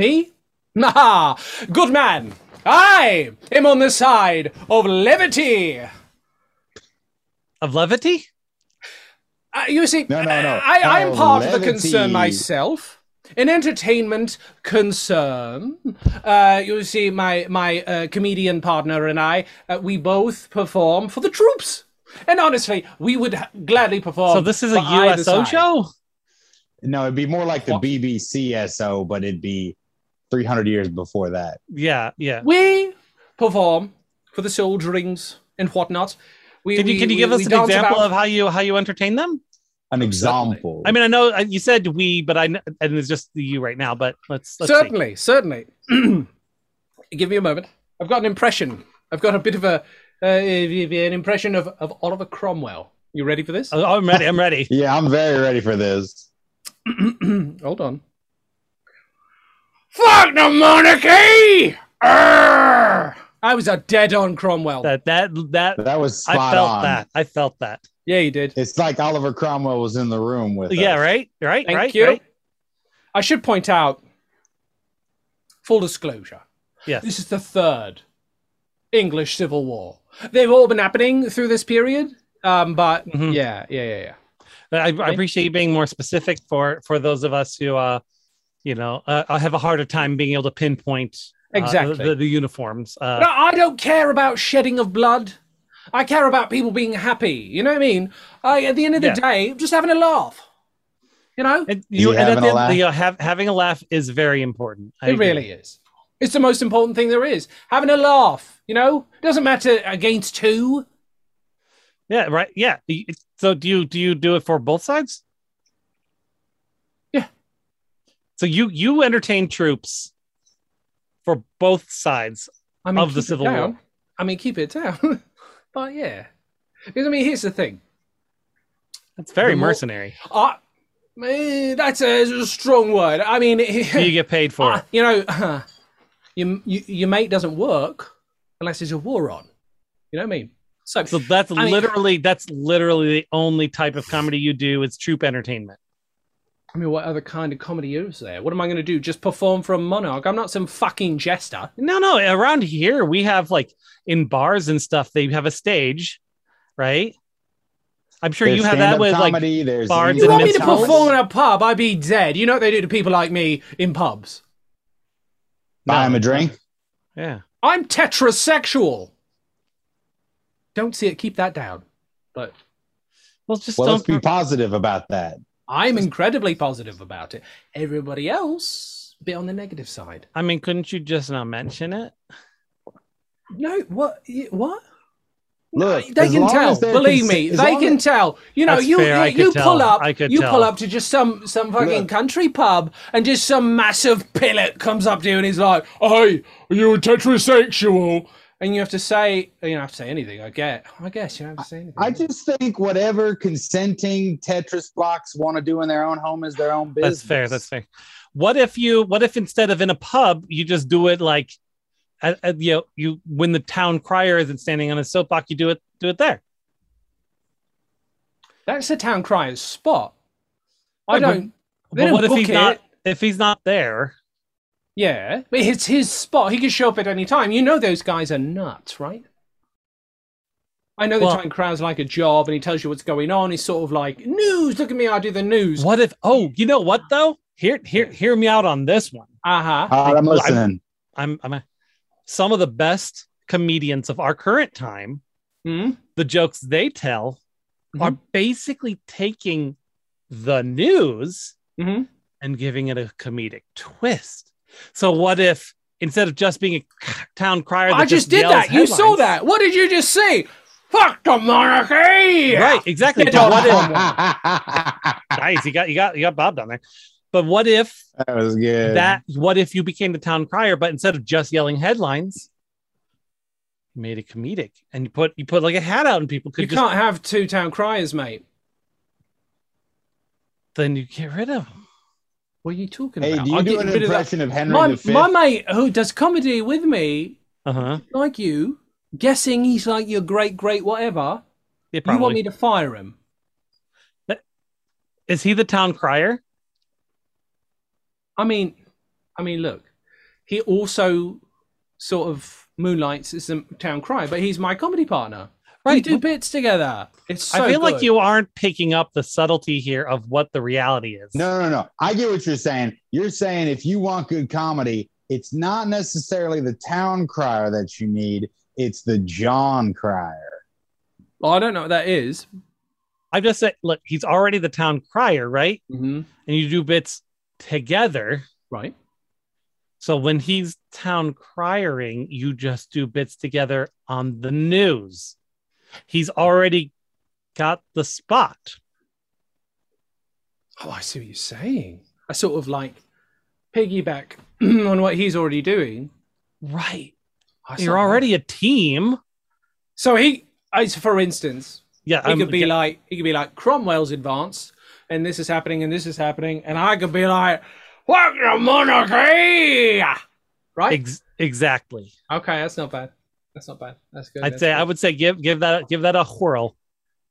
Speaker 5: Me? (laughs) Nah! Good man! I am on the side of levity!
Speaker 1: of levity
Speaker 5: Uh, you see,
Speaker 4: No, no, no.
Speaker 5: I, I am
Speaker 4: Oh,
Speaker 5: part of the
Speaker 4: levity.
Speaker 5: concern myself. An entertainment concern. Uh, you see, my my uh, comedian partner and I, uh, we both perform for the troops. And honestly, we would ha- gladly perform.
Speaker 1: so this is a
Speaker 5: for either
Speaker 1: uso
Speaker 5: side.
Speaker 1: show
Speaker 4: No, it'd be more like the BBCSO, but it'd be 300 years before that.
Speaker 1: yeah yeah
Speaker 5: We perform for the soldiers and whatnot. We,
Speaker 1: can you
Speaker 5: we-
Speaker 1: can you
Speaker 5: we-
Speaker 1: give us
Speaker 5: we
Speaker 1: an
Speaker 5: dance
Speaker 1: example
Speaker 5: about-
Speaker 1: of how you how you entertain them
Speaker 4: An example.
Speaker 1: i mean i know uh, you said we but i kn- and it's just you right now but let's let's see.
Speaker 5: certainly, certainly. (clears throat) Give me a moment. I've got an impression. I've got a bit of a uh, an impression of, of Oliver Cromwell. You ready for this?
Speaker 1: Oh, i'm ready i'm
Speaker 4: (laughs)
Speaker 1: ready
Speaker 4: yeah, I'm very ready for this.
Speaker 5: (clears throat) Hold on. Fuck the monarchy! Arr! I was a dead on Cromwell.
Speaker 1: That that that
Speaker 4: That was spot
Speaker 1: I felt
Speaker 4: on.
Speaker 1: that. I felt that.
Speaker 5: yeah, you did.
Speaker 4: It's like Oliver Cromwell was in the room with.
Speaker 1: Yeah,
Speaker 4: us.
Speaker 1: right? Right,
Speaker 5: Thank
Speaker 1: right,
Speaker 5: you.
Speaker 1: right.
Speaker 5: I should point out, full disclosure.
Speaker 1: Yes.
Speaker 5: This is the third English Civil War. They've all been happening through this period. Um, but
Speaker 1: Mhm.
Speaker 5: yeah, yeah, yeah, yeah.
Speaker 1: I, I appreciate you being more specific for for those of us who, uh, you know, uh, I have a harder time being able to pinpoint uh,
Speaker 5: Exactly.
Speaker 1: the, the uniforms.
Speaker 5: No,
Speaker 1: Uh,
Speaker 5: I don't care about shedding of blood. I care about people being happy. You know what I mean? I, at the end of the
Speaker 1: Yeah.
Speaker 5: day, just having a laugh. You know,
Speaker 1: and you,
Speaker 4: You
Speaker 1: and at
Speaker 4: having
Speaker 1: the
Speaker 4: a
Speaker 1: end,
Speaker 4: laugh?
Speaker 1: you know, have, having a laugh is very important. I
Speaker 5: it
Speaker 1: agree.
Speaker 5: really is. It's the most important thing there is. Having a laugh. You know, doesn't matter against who.
Speaker 1: Yeah, right. Yeah. So do you do you do it for both sides?
Speaker 5: Yeah.
Speaker 1: So you you entertain troops for both sides.
Speaker 5: I mean,
Speaker 1: Of the
Speaker 5: keep it
Speaker 1: Civil
Speaker 5: down.
Speaker 1: War.
Speaker 5: I mean, keep it down. (laughs) but yeah, because I mean, here's the thing.
Speaker 1: That's very
Speaker 5: The more-
Speaker 1: mercenary.
Speaker 5: I, eh, that's a, a strong word. I mean, (laughs)
Speaker 1: you get paid for it.
Speaker 5: Ah, you know, (sighs) your, your your mate doesn't work unless there's a war on. You know what I mean? So,
Speaker 1: So that's
Speaker 5: I mean-
Speaker 1: literally that's literally the only type of comedy you do is troop entertainment.
Speaker 5: I mean, what other kind of comedy is there? What am I going to do? Just perform for a monarch? I'm not some fucking jester.
Speaker 1: No, no, around here we have like in bars and stuff they have a stage, right? I'm sure
Speaker 4: There's
Speaker 1: you have that
Speaker 4: stand-up
Speaker 1: with like
Speaker 4: comedy, there's
Speaker 1: bards
Speaker 5: You
Speaker 1: and
Speaker 5: want me to
Speaker 1: mid-towers?
Speaker 5: perform in a pub? I'd be dead. You know what they do to people like me in pubs?
Speaker 4: Buy him
Speaker 1: No.
Speaker 4: a drink.
Speaker 1: yeah.
Speaker 5: I'm tetrasexual. Don't see it. Keep that down. But
Speaker 1: Well, just
Speaker 4: Well, let's
Speaker 1: don't
Speaker 4: be positive about that.
Speaker 5: I'm incredibly positive about it. Everybody else, a bit on the negative side.
Speaker 1: I mean, couldn't you just not mention it?
Speaker 5: No, what? y- What?
Speaker 4: Look,
Speaker 5: they
Speaker 4: as
Speaker 5: can
Speaker 4: long
Speaker 5: tell.
Speaker 4: as they're
Speaker 5: Believe
Speaker 4: consi-
Speaker 5: me,
Speaker 4: as
Speaker 5: they
Speaker 4: long
Speaker 5: can
Speaker 4: as-
Speaker 5: tell. You know,
Speaker 1: That's
Speaker 5: you
Speaker 1: fair, I
Speaker 5: you, you
Speaker 1: could
Speaker 5: pull
Speaker 1: tell.
Speaker 5: up,
Speaker 1: I could
Speaker 5: you
Speaker 1: tell.
Speaker 5: pull up to just some some fucking
Speaker 4: Look.
Speaker 5: country pub, and just some massive pillock comes up to you and he's like, "Hey, are you a tetrasexual?" And you have to say, you don't have to say anything. I get, I guess you don't have to say anything.
Speaker 4: I just think whatever consenting Tetris blocks want to do in their own home is their own business.
Speaker 1: That's fair. That's fair. What if you? What if instead of in a pub, you just do it like, at, at, you know, you when the town crier isn't standing on a soapbox, you do it. Do it there.
Speaker 5: That's the town crier's spot. I
Speaker 1: Right, but-
Speaker 5: don't.
Speaker 1: But
Speaker 5: They don't
Speaker 1: what if
Speaker 5: book
Speaker 1: he's
Speaker 5: it.
Speaker 1: not? If he's not there,
Speaker 5: Yeah, but it's his spot. He can show up at any time. You know those guys are nuts, right? I know the
Speaker 1: Well-
Speaker 5: time crowd's like a job, and he tells you what's going on. He's sort of like news. Look at me, I do the news.
Speaker 1: what if? Oh, you know what though? Hear hear hear me out on this one.
Speaker 5: Uh huh.
Speaker 4: All right, I'm
Speaker 1: Well, I'm- (laughs)
Speaker 4: listening.
Speaker 1: I'm I'm a, some of the best comedians of our current time.
Speaker 5: hmm Mm-hmm.
Speaker 1: The jokes they tell are basically taking the news
Speaker 5: hmm
Speaker 1: and giving it a comedic twist. So what if instead of just being a c- town crier, that
Speaker 5: I just did
Speaker 1: yells
Speaker 5: that. You saw
Speaker 1: headlines-
Speaker 5: that. What did you just say? Fuck the monarchy.
Speaker 1: right? Exactly.
Speaker 5: Get
Speaker 1: But
Speaker 5: on
Speaker 1: what
Speaker 5: (laughs)
Speaker 1: if,
Speaker 4: (laughs) that
Speaker 1: nice, you got you got you got Bob down there. But what if
Speaker 4: was good.
Speaker 1: that? What if you became the town crier, but instead of just yelling headlines, you made it comedic and you put you put like a hat out and people could
Speaker 5: You
Speaker 1: just
Speaker 5: can't have two town criers, mate.
Speaker 1: then you get rid of them.
Speaker 5: What are you talking
Speaker 4: hey,
Speaker 5: about?
Speaker 4: do you
Speaker 5: I'm
Speaker 4: do an
Speaker 5: getting rid of that.
Speaker 4: impression of, Henry
Speaker 5: My,
Speaker 4: V?
Speaker 5: my mate who does comedy with me,
Speaker 1: Uh huh.
Speaker 5: like you, guessing he's like your great great whatever.
Speaker 1: Yeah,
Speaker 5: You want
Speaker 1: probably.
Speaker 5: me to fire him?
Speaker 1: Is he the town crier?
Speaker 5: I mean, I mean, look, he also sort of moonlights as the town cry, but he's my comedy partner. We
Speaker 1: Right.
Speaker 5: do bits together. It's so
Speaker 1: I feel like
Speaker 5: good.
Speaker 1: you aren't picking up the subtlety here of what the reality is.
Speaker 4: No, no, no. I get what you're saying. You're saying if you want good comedy, it's not necessarily the town crier that you need, it's the John crier. (laughs)
Speaker 5: Well, I don't know what that is.
Speaker 1: I'm just saying, look, he's already the town crier, right?
Speaker 5: Mm-hmm.
Speaker 1: And you do bits together.
Speaker 5: Right.
Speaker 1: So when he's town criering, you just do bits together on the news. He's already got the spot.
Speaker 5: Oh, I see what you're saying. I sort of like piggyback (clears throat) on what he's already doing.
Speaker 1: Right.
Speaker 5: I
Speaker 1: You're
Speaker 5: somehow-
Speaker 1: already a team.
Speaker 5: so he. As for instance,
Speaker 1: Yeah.
Speaker 5: he
Speaker 1: I'm-
Speaker 5: could be
Speaker 1: yeah,
Speaker 5: like he could be like Cromwell's advance, and this is happening, and this is happening, and I could be like, "Fuck the monarchy!" Right?
Speaker 1: ex- exactly.
Speaker 5: okay, that's not bad. That's not bad. That's good.
Speaker 1: I'd
Speaker 5: That's
Speaker 1: say
Speaker 5: good.
Speaker 1: I would say give give that give that a whirl.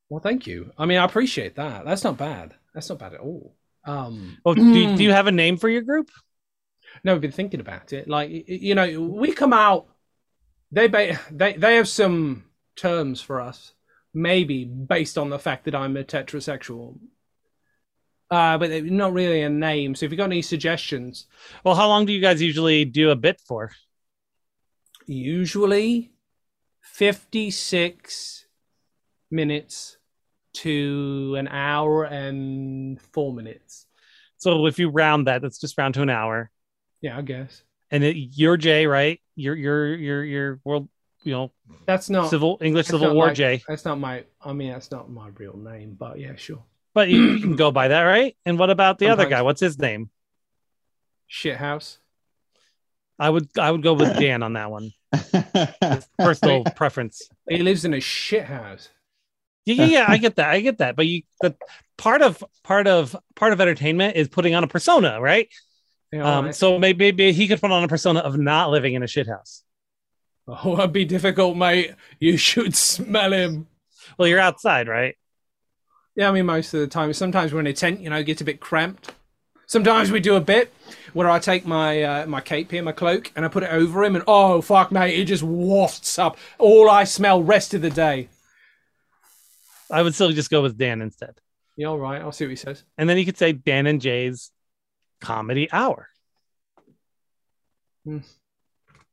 Speaker 5: Well, thank you. I mean, I appreciate that. That's not bad. That's not bad at all. Um,
Speaker 1: Oh, do, you- do you have a name for your group?
Speaker 5: no, I've been thinking about it. Like, y- y- you know, we come out. They ba- they they have some terms for us, maybe based on the fact that I'm a tetrasexual. Uh, but they're not really a name. So if you got any suggestions,
Speaker 1: Well, how long do you guys usually do a bit for?
Speaker 5: usually 56 minutes to an hour and four minutes.
Speaker 1: So if you round that, that's just round to an hour.
Speaker 5: Yeah, I guess.
Speaker 1: And it, you're Jay, right? You're you're you're you're world, you know,
Speaker 5: That's not
Speaker 1: civil English
Speaker 5: That's
Speaker 1: Civil
Speaker 5: not
Speaker 1: War
Speaker 5: Oh, like-
Speaker 1: Jay.
Speaker 5: That's not my. I mean, that's not my real name, but yeah, sure.
Speaker 1: But you, you can go by that, right? And what about the other
Speaker 5: Sometimes.
Speaker 1: guy? What's his name?
Speaker 5: Shithouse.
Speaker 1: I would I would go
Speaker 5: (coughs)
Speaker 1: with Dan on that one.
Speaker 5: (laughs)
Speaker 1: Personal preference.
Speaker 5: He lives in a shithouse.
Speaker 1: Yeah, yeah, yeah. I get that. I get that. But you, the part of part of part of entertainment is putting on a persona, right?
Speaker 5: You know,
Speaker 1: Um,
Speaker 5: like,
Speaker 1: so maybe, maybe he could put on a persona of not living in a shithouse.
Speaker 5: (laughs) oh, that'd be difficult, mate. You should smell him.
Speaker 1: Well, you're outside, right?
Speaker 5: Yeah, I mean, most of the time. Sometimes we're in a tent, you know, gets a bit cramped. Sometimes we do a bit where I take my uh, my cape here, my cloak, and I put it over him, and oh fuck, mate, it just wafts up. All I smell rest of the day.
Speaker 1: I would still just go with Dan instead.
Speaker 5: Yeah, all right. I'll see what he says.
Speaker 1: And then you could say Dan and Jay's comedy hour.
Speaker 5: All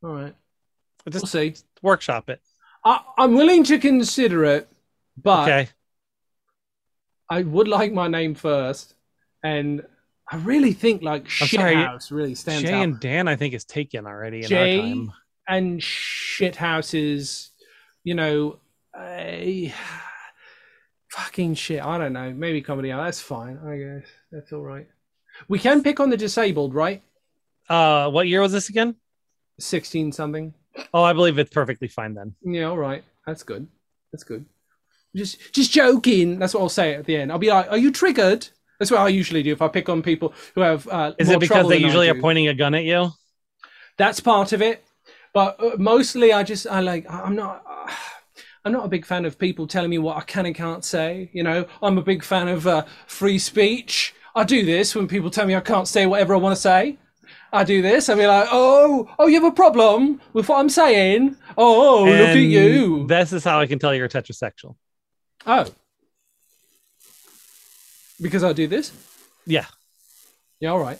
Speaker 5: right.
Speaker 1: Just
Speaker 5: We'll see.
Speaker 1: workshop it.
Speaker 5: I, I'm willing to consider it, but
Speaker 1: Okay.
Speaker 5: I would like my name first, and I really think like
Speaker 1: sorry,
Speaker 5: shithouse really stands
Speaker 1: Jay
Speaker 5: out.
Speaker 1: and Dan, I think, is taken already in
Speaker 5: Jay?
Speaker 1: our time.
Speaker 5: And shithouse is, you know, a fucking shit. I don't know. Maybe comedy. hour. That's fine. I guess that's all right. We can pick on the disabled, right?
Speaker 1: Uh, what year was this again?
Speaker 5: Sixteen something.
Speaker 1: Oh, I believe it's perfectly fine then.
Speaker 5: Yeah, all right. That's good. That's good. Just just joking. That's what I'll say at the end. I'll be like, "Are you triggered?" That's what I usually do if I pick on people who have. Uh,
Speaker 1: Is
Speaker 5: more
Speaker 1: it because
Speaker 5: trouble
Speaker 1: they
Speaker 5: than I
Speaker 1: usually
Speaker 5: do.
Speaker 1: are pointing a gun at you?
Speaker 5: that's part of it but uh, mostly i just i like I- i'm not (sighs) uh, i'm not a big fan of people telling me what i can and can't say you know i'm a big fan of uh, free speech i do this when people tell me i can't say whatever i want to say I do this. I be like, oh, oh, you have a problem with what I'm saying. Oh, look at
Speaker 1: And
Speaker 5: you.
Speaker 1: This is how I can tell you're tetrasexual.
Speaker 5: oh, because I do this.
Speaker 1: Yeah.
Speaker 5: Yeah, all right.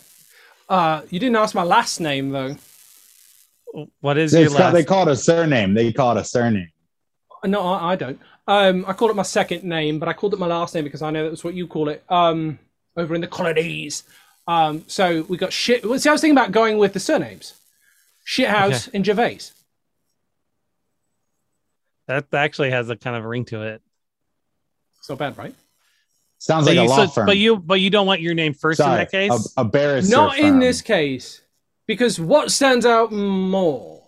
Speaker 5: Uh, you didn't ask my last name though.
Speaker 1: What is
Speaker 4: they,
Speaker 1: your last?
Speaker 4: they call it a surname. They call it a surname.
Speaker 5: Uh, No, I, I don't. Um, I call it my second name, but I called it my last name because I know that's what you call it um, over in the colonies. Um, so we got shit. Well, see, I was thinking about going with the surnames, Shithouse and Gervais.
Speaker 1: that actually has a kind of ring to it.
Speaker 5: It's not bad, right?
Speaker 4: Sounds
Speaker 1: But
Speaker 4: like
Speaker 1: you,
Speaker 4: a law
Speaker 1: so-
Speaker 4: firm.
Speaker 1: but you but you don't want your name first in
Speaker 4: Sorry, Um, uh,
Speaker 1: that case.
Speaker 4: a, a barrister.
Speaker 5: not in
Speaker 4: firm.
Speaker 5: this case, because what stands out more,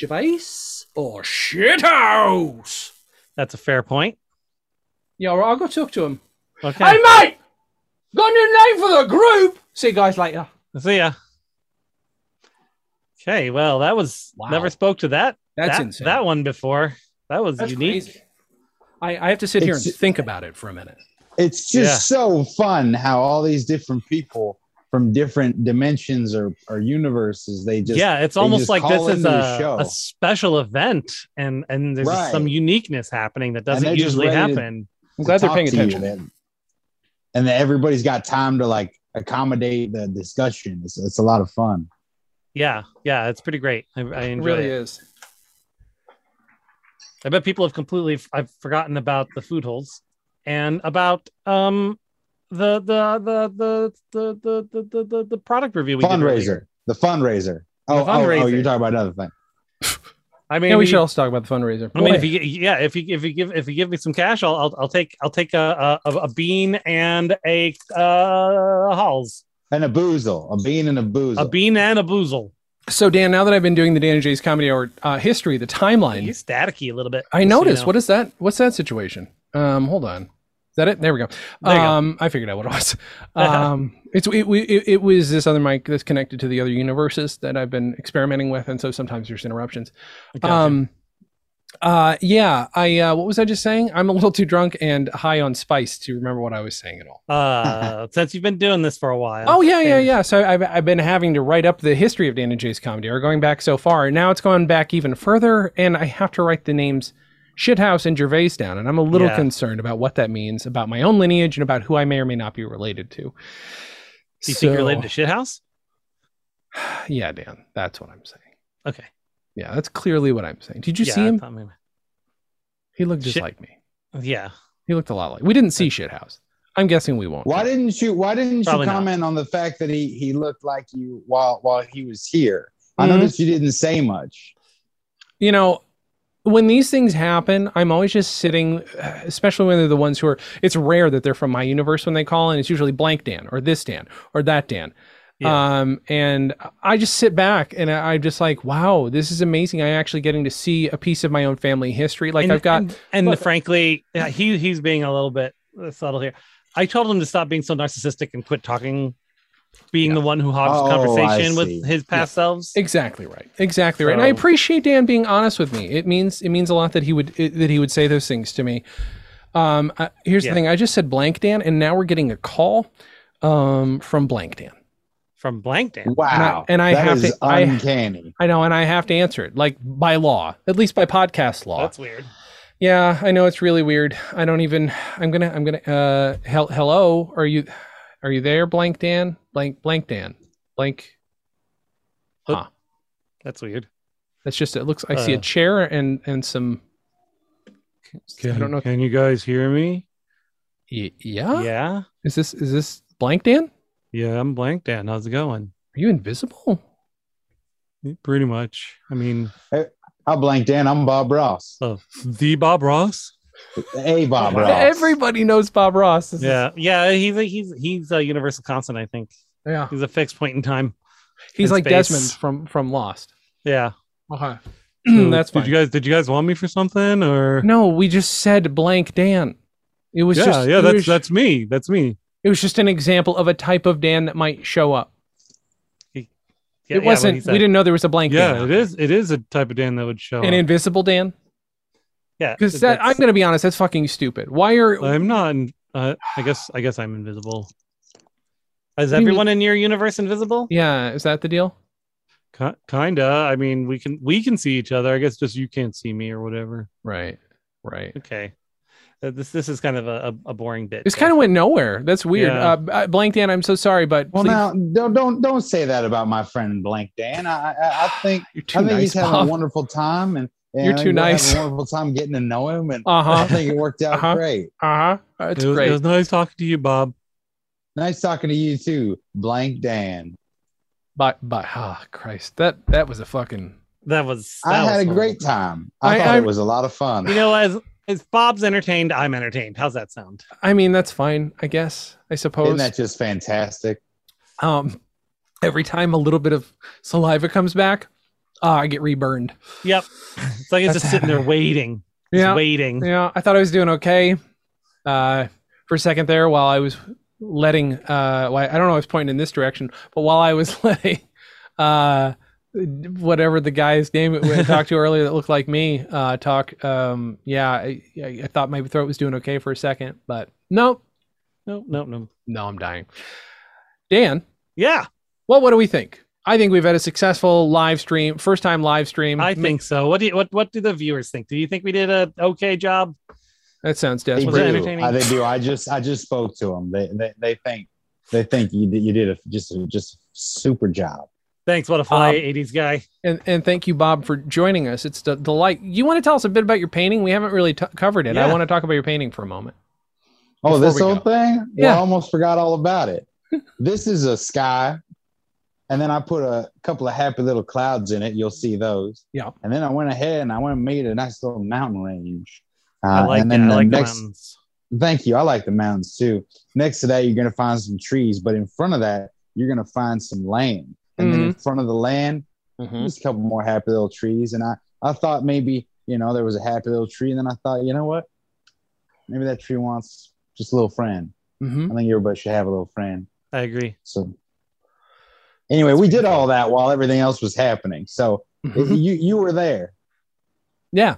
Speaker 5: Gervais or Shithouse?
Speaker 1: That's a fair point.
Speaker 5: Yeah, all right, I'll go talk to him.
Speaker 1: Okay.
Speaker 5: Hey, mate, got a new name for the group. See you guys later.
Speaker 1: See ya. Okay, well, that was
Speaker 5: Wow.
Speaker 1: never spoke to that
Speaker 5: That's
Speaker 1: that,
Speaker 5: insane.
Speaker 1: that one before. That was
Speaker 5: That's
Speaker 1: unique.
Speaker 5: crazy. I, I have to sit here and
Speaker 4: It's-
Speaker 5: think about it for a minute.
Speaker 4: It's just so fun how all these different people from different dimensions or, or universes they just
Speaker 1: yeah, it's
Speaker 4: they
Speaker 1: almost
Speaker 4: just
Speaker 1: like
Speaker 4: call
Speaker 1: this is
Speaker 4: into the
Speaker 1: a,
Speaker 4: show.
Speaker 1: a special event, and and there's just
Speaker 4: Right.
Speaker 1: some uniqueness happening that doesn't
Speaker 4: they're just
Speaker 1: usually
Speaker 4: ready to-
Speaker 1: happen.
Speaker 2: I'm glad they're paying
Speaker 4: talk to you,
Speaker 2: attention.
Speaker 4: man. and then everybody's got time to like accommodate the discussion. It's, it's a lot of fun.
Speaker 1: Yeah, yeah, it's pretty great. I, I enjoy
Speaker 5: really
Speaker 1: it.
Speaker 5: is.
Speaker 1: I bet people have completely f- I've forgotten about the food holes and about um the the the the the the the, the, the, the product review we did earlier.
Speaker 4: fundraiser, the fundraiser. Oh, oh, oh,
Speaker 1: fundraiser.
Speaker 4: you're talking about another thing.
Speaker 1: I mean,
Speaker 2: Yeah, we should also talk about the fundraiser.
Speaker 1: I mean, if you gi- yeah, if you if you give if you give me some cash, I'll I'll, I'll take I'll take a, a a bean and a uh halls,
Speaker 4: And a boozle, a bean and a boozle.
Speaker 1: a bean and a boozle.
Speaker 2: So Dan, now that I've been doing the Dan and Jay's comedy hour uh, history, the timeline,
Speaker 1: You're staticky a little bit.
Speaker 2: I
Speaker 1: just so you (laughs)
Speaker 2: noticed.
Speaker 1: know.
Speaker 2: What is that? What's that situation? Um, hold on. Is that it? There we go.
Speaker 1: There you go. Uh-huh.
Speaker 2: um, I figured out what it
Speaker 1: (laughs)
Speaker 2: was. Um, it's it, we- it, it was this other mic that's connected to the other universes that I've been experimenting with, and so sometimes there's interruptions.
Speaker 1: Gotcha.
Speaker 2: Um,
Speaker 5: Uh, yeah, I. Uh, what was I just saying? I'm a little too drunk and high on spice to remember what I was saying at all. (laughs)
Speaker 1: Uh, since you've been doing this for a while.
Speaker 5: Oh yeah, yeah, yeah. So I've I've been having to write up the history of Dan and Jay's comedy, or going back so far. And now it's going back even further, and I have to write the names Shithouse and Gervais down, and I'm a little
Speaker 1: Yeah.
Speaker 5: concerned about what that means about my own lineage and about who I may or may not be related to.
Speaker 1: Do you think you're related to Shithouse?
Speaker 5: Yeah, Dan, that's what I'm saying.
Speaker 1: Okay.
Speaker 5: Yeah, that's clearly what I'm saying. Did you
Speaker 1: yeah,
Speaker 5: see
Speaker 1: I
Speaker 5: him?
Speaker 1: thought maybe-
Speaker 5: He looked just
Speaker 1: Shit.
Speaker 5: like me.
Speaker 1: Yeah.
Speaker 5: He looked a lot like. We didn't see Shithouse. I'm guessing we won't.
Speaker 4: Why didn't you? Why didn't
Speaker 1: Probably
Speaker 4: you
Speaker 1: not.
Speaker 4: comment on the fact that he he looked like you while while he was here? I
Speaker 5: Mhm.
Speaker 4: noticed you didn't say much.
Speaker 5: you know when these things happen i'm always just sitting (sighs) especially when they're the ones who are it's rare that they're from my universe when they call and it's usually blank dan or this dan or that dan
Speaker 1: Yeah.
Speaker 5: um and i just sit back and I, i'm just like wow this is amazing i'm actually getting to see a piece of my own family history like
Speaker 1: and,
Speaker 5: i've got
Speaker 1: and, and
Speaker 5: look-
Speaker 1: frankly, yeah, he he's being a little bit subtle here. I told him to stop being so narcissistic and quit talking, being the one who hogs
Speaker 4: Oh, I
Speaker 1: conversation
Speaker 4: see.
Speaker 1: with his past selves.
Speaker 5: Exactly right. Exactly right. And I
Speaker 1: So-
Speaker 5: appreciate Dan being honest with me. It means it means a lot that he would it, that he would say those things to me. Um, I, here's
Speaker 1: Yeah.
Speaker 5: the thing. I just said blank Dan, and now we're getting a call um, from blank Dan.
Speaker 1: From blank Dan.
Speaker 4: Wow,
Speaker 5: and I
Speaker 4: That
Speaker 5: have
Speaker 4: is
Speaker 5: to- I-
Speaker 4: uncanny.
Speaker 5: I know, and I have to answer it like by law, at least by podcast law.
Speaker 1: That's weird.
Speaker 5: yeah, I know it's really weird. I don't even. I'm gonna. I'm gonna. Uh, hel- hello. Are you? Are you there, blank Dan? Blank blank Dan. Blank.
Speaker 1: That's weird.
Speaker 5: That's just. It looks. I see a
Speaker 1: Uh.
Speaker 5: chair and and some. I don't know.
Speaker 1: Can you guys hear me?
Speaker 5: Y- yeah.
Speaker 1: Yeah.
Speaker 5: Is this is this blank Dan? Are
Speaker 1: Yeah, I'm blank Dan. How's it going?
Speaker 5: you invisible?
Speaker 1: Pretty much. I mean,
Speaker 4: I blanked in. I'm Bob Ross.
Speaker 1: the Bob Ross.
Speaker 4: Hey, Bob Ross.
Speaker 5: Everybody knows Bob Ross. This is-
Speaker 1: Yeah, yeah, he's a, he's he's a universal constant. I think
Speaker 5: yeah.
Speaker 1: he's a fixed point in time.
Speaker 5: He's
Speaker 1: In
Speaker 5: like
Speaker 1: space.
Speaker 5: Desmond from from Lost.
Speaker 1: Yeah,
Speaker 5: Okay. (clears throat) That's fine.
Speaker 1: Did you guys did you guys want me for something or?
Speaker 5: no, we just said blank Dan. It was
Speaker 1: yeah,
Speaker 5: just
Speaker 1: yeah,
Speaker 5: it
Speaker 1: that's
Speaker 5: was-
Speaker 1: that's me. That's me.
Speaker 5: it was just an example of a type of Dan that might show up.
Speaker 1: Yeah,
Speaker 5: it wasn't. we didn't know there was a blank.
Speaker 1: Yeah,
Speaker 5: Dan
Speaker 1: it is. It is a type of Dan that would show.
Speaker 5: An
Speaker 1: up.
Speaker 5: invisible Dan.
Speaker 1: yeah,
Speaker 5: Because that I'm
Speaker 1: that's-
Speaker 5: going to be honest, that's fucking stupid. Why are
Speaker 1: I'm not. in- Uh, I guess I guess I'm invisible. Is
Speaker 5: do you mean?
Speaker 1: everyone in your universe invisible?
Speaker 5: yeah? Is that the deal?
Speaker 1: Ki- Kinda. I mean, we can we can see each other. I guess just you can't see me or whatever.
Speaker 5: Right. Right.
Speaker 1: Okay. Uh, this this is kind of a, a, a boring bit.
Speaker 5: This
Speaker 1: but-
Speaker 5: kind of went nowhere. That's weird.
Speaker 1: Yeah.
Speaker 5: Uh, Uh, blank Dan, I'm so sorry, but
Speaker 4: Well,
Speaker 5: please-
Speaker 4: now don't don't don't say that about my friend Blank Dan. I I, I think
Speaker 5: you're too
Speaker 4: I think he's
Speaker 5: nice.
Speaker 4: having
Speaker 5: Bob.
Speaker 4: a wonderful time, and, and
Speaker 5: You're
Speaker 4: I think
Speaker 5: too
Speaker 4: we're having
Speaker 5: nice.
Speaker 4: A wonderful time getting to know him, and
Speaker 1: (laughs)
Speaker 4: I
Speaker 5: Uh-huh.
Speaker 4: think it worked out
Speaker 5: Uh-huh.
Speaker 4: great.
Speaker 5: Uh-huh. It's
Speaker 1: it was,
Speaker 5: great.
Speaker 1: It was nice talking to you, Bob.
Speaker 4: Nice talking to you too, Blank Dan.
Speaker 5: But but ah Christ, that that was a fucking
Speaker 1: That was.
Speaker 4: I
Speaker 1: that
Speaker 4: had a
Speaker 1: was
Speaker 4: great
Speaker 1: fun.
Speaker 4: time. I,
Speaker 5: I-
Speaker 4: thought
Speaker 5: I-
Speaker 4: it was a lot of fun.
Speaker 1: You know, as as Bob's entertained, I'm entertained. How's that sound?
Speaker 5: I mean that's fine, I guess. I
Speaker 4: Isn't
Speaker 5: suppose.
Speaker 4: that just fantastic?
Speaker 5: um every time a little bit of saliva comes back, ah, I get reburned.
Speaker 1: Yep. It's like it's
Speaker 5: That's
Speaker 1: just sitting there waiting. Just
Speaker 5: Yeah.
Speaker 1: waiting.
Speaker 5: Yeah, I thought I was doing okay. Uh for a second there while I was letting uh why I don't know I was pointing in this direction, but while I was (laughs) letting uh whatever the guy's name we had (laughs) talked to earlier that looked like me uh talk um yeah I, I I thought my throat was doing okay for a second but nope
Speaker 1: No, no, no.
Speaker 5: No, I'm dying. Dan,
Speaker 1: Yeah,
Speaker 5: well, what do we think? I think we've had a successful live stream, first time live stream.
Speaker 1: I think so. What do you, what what do the viewers think? Do you think we did a okay job?
Speaker 5: that sounds
Speaker 4: They
Speaker 5: desperate.
Speaker 1: Was it
Speaker 4: do.
Speaker 1: entertaining?
Speaker 4: I, they do. I just I just spoke to them. They they, they think they think you did, you did a just a, just a super job.
Speaker 1: Thanks, what a fly
Speaker 5: Um,
Speaker 1: 80s guy.
Speaker 5: And and thank you, Bob, for joining us. It's the delight. You want to tell us a bit about your painting? We haven't really t- covered it. I
Speaker 1: Yeah.
Speaker 5: want to talk about your painting for a moment.
Speaker 4: Oh,
Speaker 5: Before
Speaker 4: this
Speaker 5: we
Speaker 4: whole
Speaker 5: go.
Speaker 4: thing? Well,
Speaker 5: Yeah.
Speaker 4: I almost forgot all about it. this is a sky. And then I put a couple of happy little clouds in it. You'll see those.
Speaker 5: Yeah.
Speaker 4: And then I went ahead and I went and made a nice little mountain range. Uh,
Speaker 1: I like
Speaker 4: and
Speaker 1: that.
Speaker 4: then
Speaker 1: I
Speaker 4: the
Speaker 1: like the
Speaker 4: next,
Speaker 1: mountains.
Speaker 4: Thank you. I like the mountains too. Next to that, you're going to find some trees, but in front of that, you're going to find some land. And then in front of the land, just a couple more happy little trees. And I, I thought maybe, you know, there was a happy little tree. And then I thought, you know what? Maybe that tree wants just a little friend.
Speaker 5: Mm-hmm.
Speaker 4: I think everybody should have a little friend.
Speaker 1: I agree.
Speaker 4: So, anyway, we did all that while everything else was happening. So, you you were there.
Speaker 5: Yeah,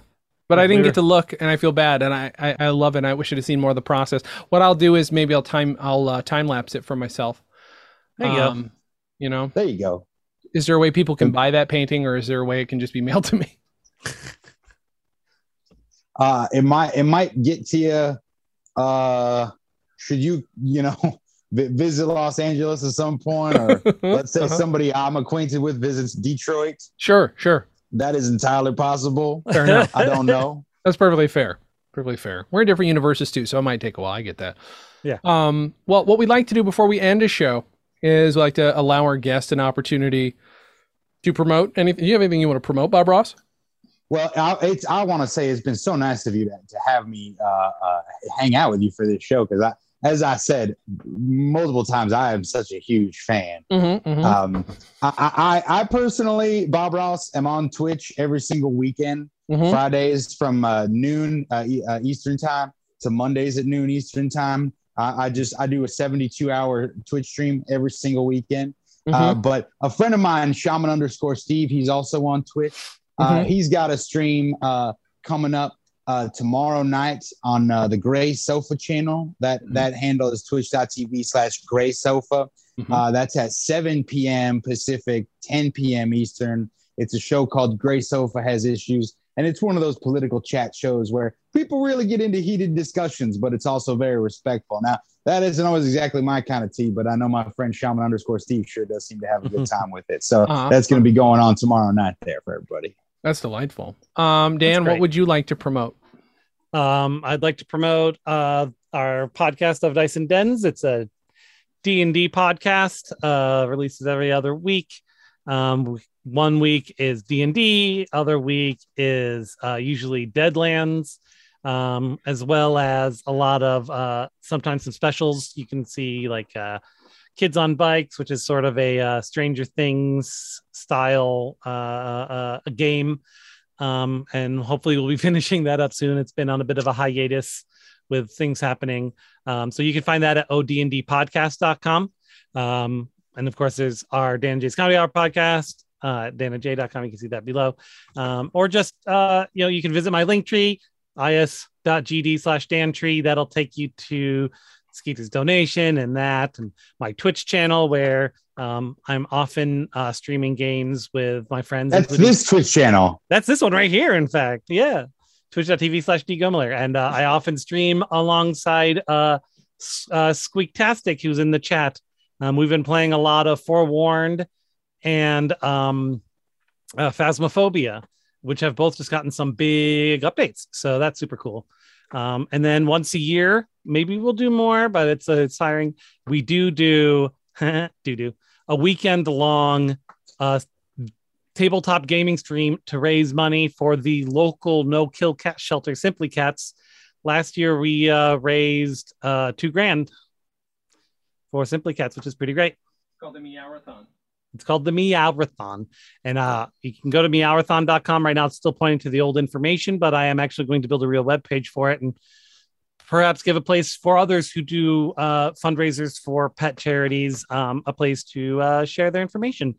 Speaker 2: but I didn't
Speaker 1: Weird.
Speaker 2: get to look, and I feel bad, and I, I, I love it. and I wish I'd have seen more of the process. What I'll do is maybe I'll time I'll uh, time lapse it for myself.
Speaker 1: There you go.
Speaker 2: Uh, Um, You know,
Speaker 4: There you go.
Speaker 2: is there a way people can buy that painting, or is there a way it can just be (laughs) mailed to me?
Speaker 4: Uh, it might it might get to you. Uh, should you you know (laughs) vi- visit Los Angeles at some point, or let's say
Speaker 2: (laughs) Uh-huh.
Speaker 4: somebody I'm acquainted with visits Detroit.
Speaker 2: Sure, sure,
Speaker 4: That is
Speaker 2: (laughs)
Speaker 4: entirely possible. (laughs)
Speaker 2: fair enough.
Speaker 4: I don't know.
Speaker 2: That's perfectly fair. Perfectly fair. We're in different universes too, so it might take a while. I get that.
Speaker 1: Yeah.
Speaker 2: Um. Well, what we like to do before we end a show is we like to allow our guest an opportunity to promote anything. Do you have anything you want to promote, Bob Ross?
Speaker 4: Well, I, it's I want to say it's been so nice of you to, to have me uh, uh, hang out with you for this show because I, as I said multiple times, I am such a huge fan
Speaker 2: Mm-hmm.
Speaker 4: Um, I, I, I personally, Bob Ross, am on Twitch every single weekend,
Speaker 2: Mhm.
Speaker 4: Fridays from uh, noon uh, E- uh, Eastern time to Mondays at noon Eastern time. I I just I do a 72 hour Twitch stream every single weekend. Uh, but a friend of mine, Shaman underscore Steve, he's also on Twitch. Uh, he's got a stream uh, coming up uh, tomorrow night on uh, the Gray Sofa channel. That that handle is twitch.tv slash gray sofa.
Speaker 2: Mhm.
Speaker 4: Uh, that's at 7 p.m. Pacific, 10 p.m. Eastern. It's a show called Gray Sofa Has Issues. And it's one of those political chat shows where people really get into heated discussions, but it's also very respectful. Now, that isn't always exactly my kind of tea, but I know my friend Shaman underscore Steve sure does seem to have a good time with it. So
Speaker 2: Uh-huh.
Speaker 4: that's going to be going on tomorrow night there for everybody.
Speaker 2: That's delightful. Um, Dan, what
Speaker 1: great.
Speaker 2: would you like to promote?
Speaker 1: Um, I'd like to promote uh, our podcast of Dice and Dens. It's a D and D podcast. Uh, releases every other week. Um, one week is D and D. Other week is uh, usually Deadlands, um, as well as a lot of uh, sometimes some specials. You can see like uh, Kids on Bikes, which is sort of a uh, Stranger Things style uh, uh, a game um, and hopefully we'll be (laughs) finishing that up soon. It's been on a bit of a hiatus with things happening. Um, so you can find that at odndpodcast.com. Um, and of course, there's our Dan J's Comedy Hour podcast, uh, danaj.com. You can see that below. Um, or just, uh, you know, you can visit my link tree, is.gd slash dantree. That'll take you to Skeeter's donation and that, and my Twitch channel where um, I'm often uh, streaming games with my friends.
Speaker 4: That's
Speaker 1: including-
Speaker 4: this Twitch channel.
Speaker 1: that's this one right here, in fact. Yeah. Twitch.tv slash dgomler. And uh, I often stream alongside uh, S- uh, Squeaktastic, who's in the chat. Um, we've been playing a lot of Forewarned and um, uh, Phasmophobia, which have both just gotten some big updates. So that's super cool. Um, and then once a year, maybe we'll do more, but it's, uh, it's hiring. We do do, (laughs) do do, a weekend long uh, tabletop gaming stream to raise money for the local no kill cat shelter simply cats last year we uh, raised uh, two grand for simply cats which is pretty great
Speaker 5: Called the Meowathon.
Speaker 1: it's called the Meowathon. And uh, you can go to meowathon.com. Right now, it's still pointing to the old information, but I am actually going to build a real web page for it and perhaps give a place for others who do uh, fundraisers for pet charities, um, a place to uh, share their information.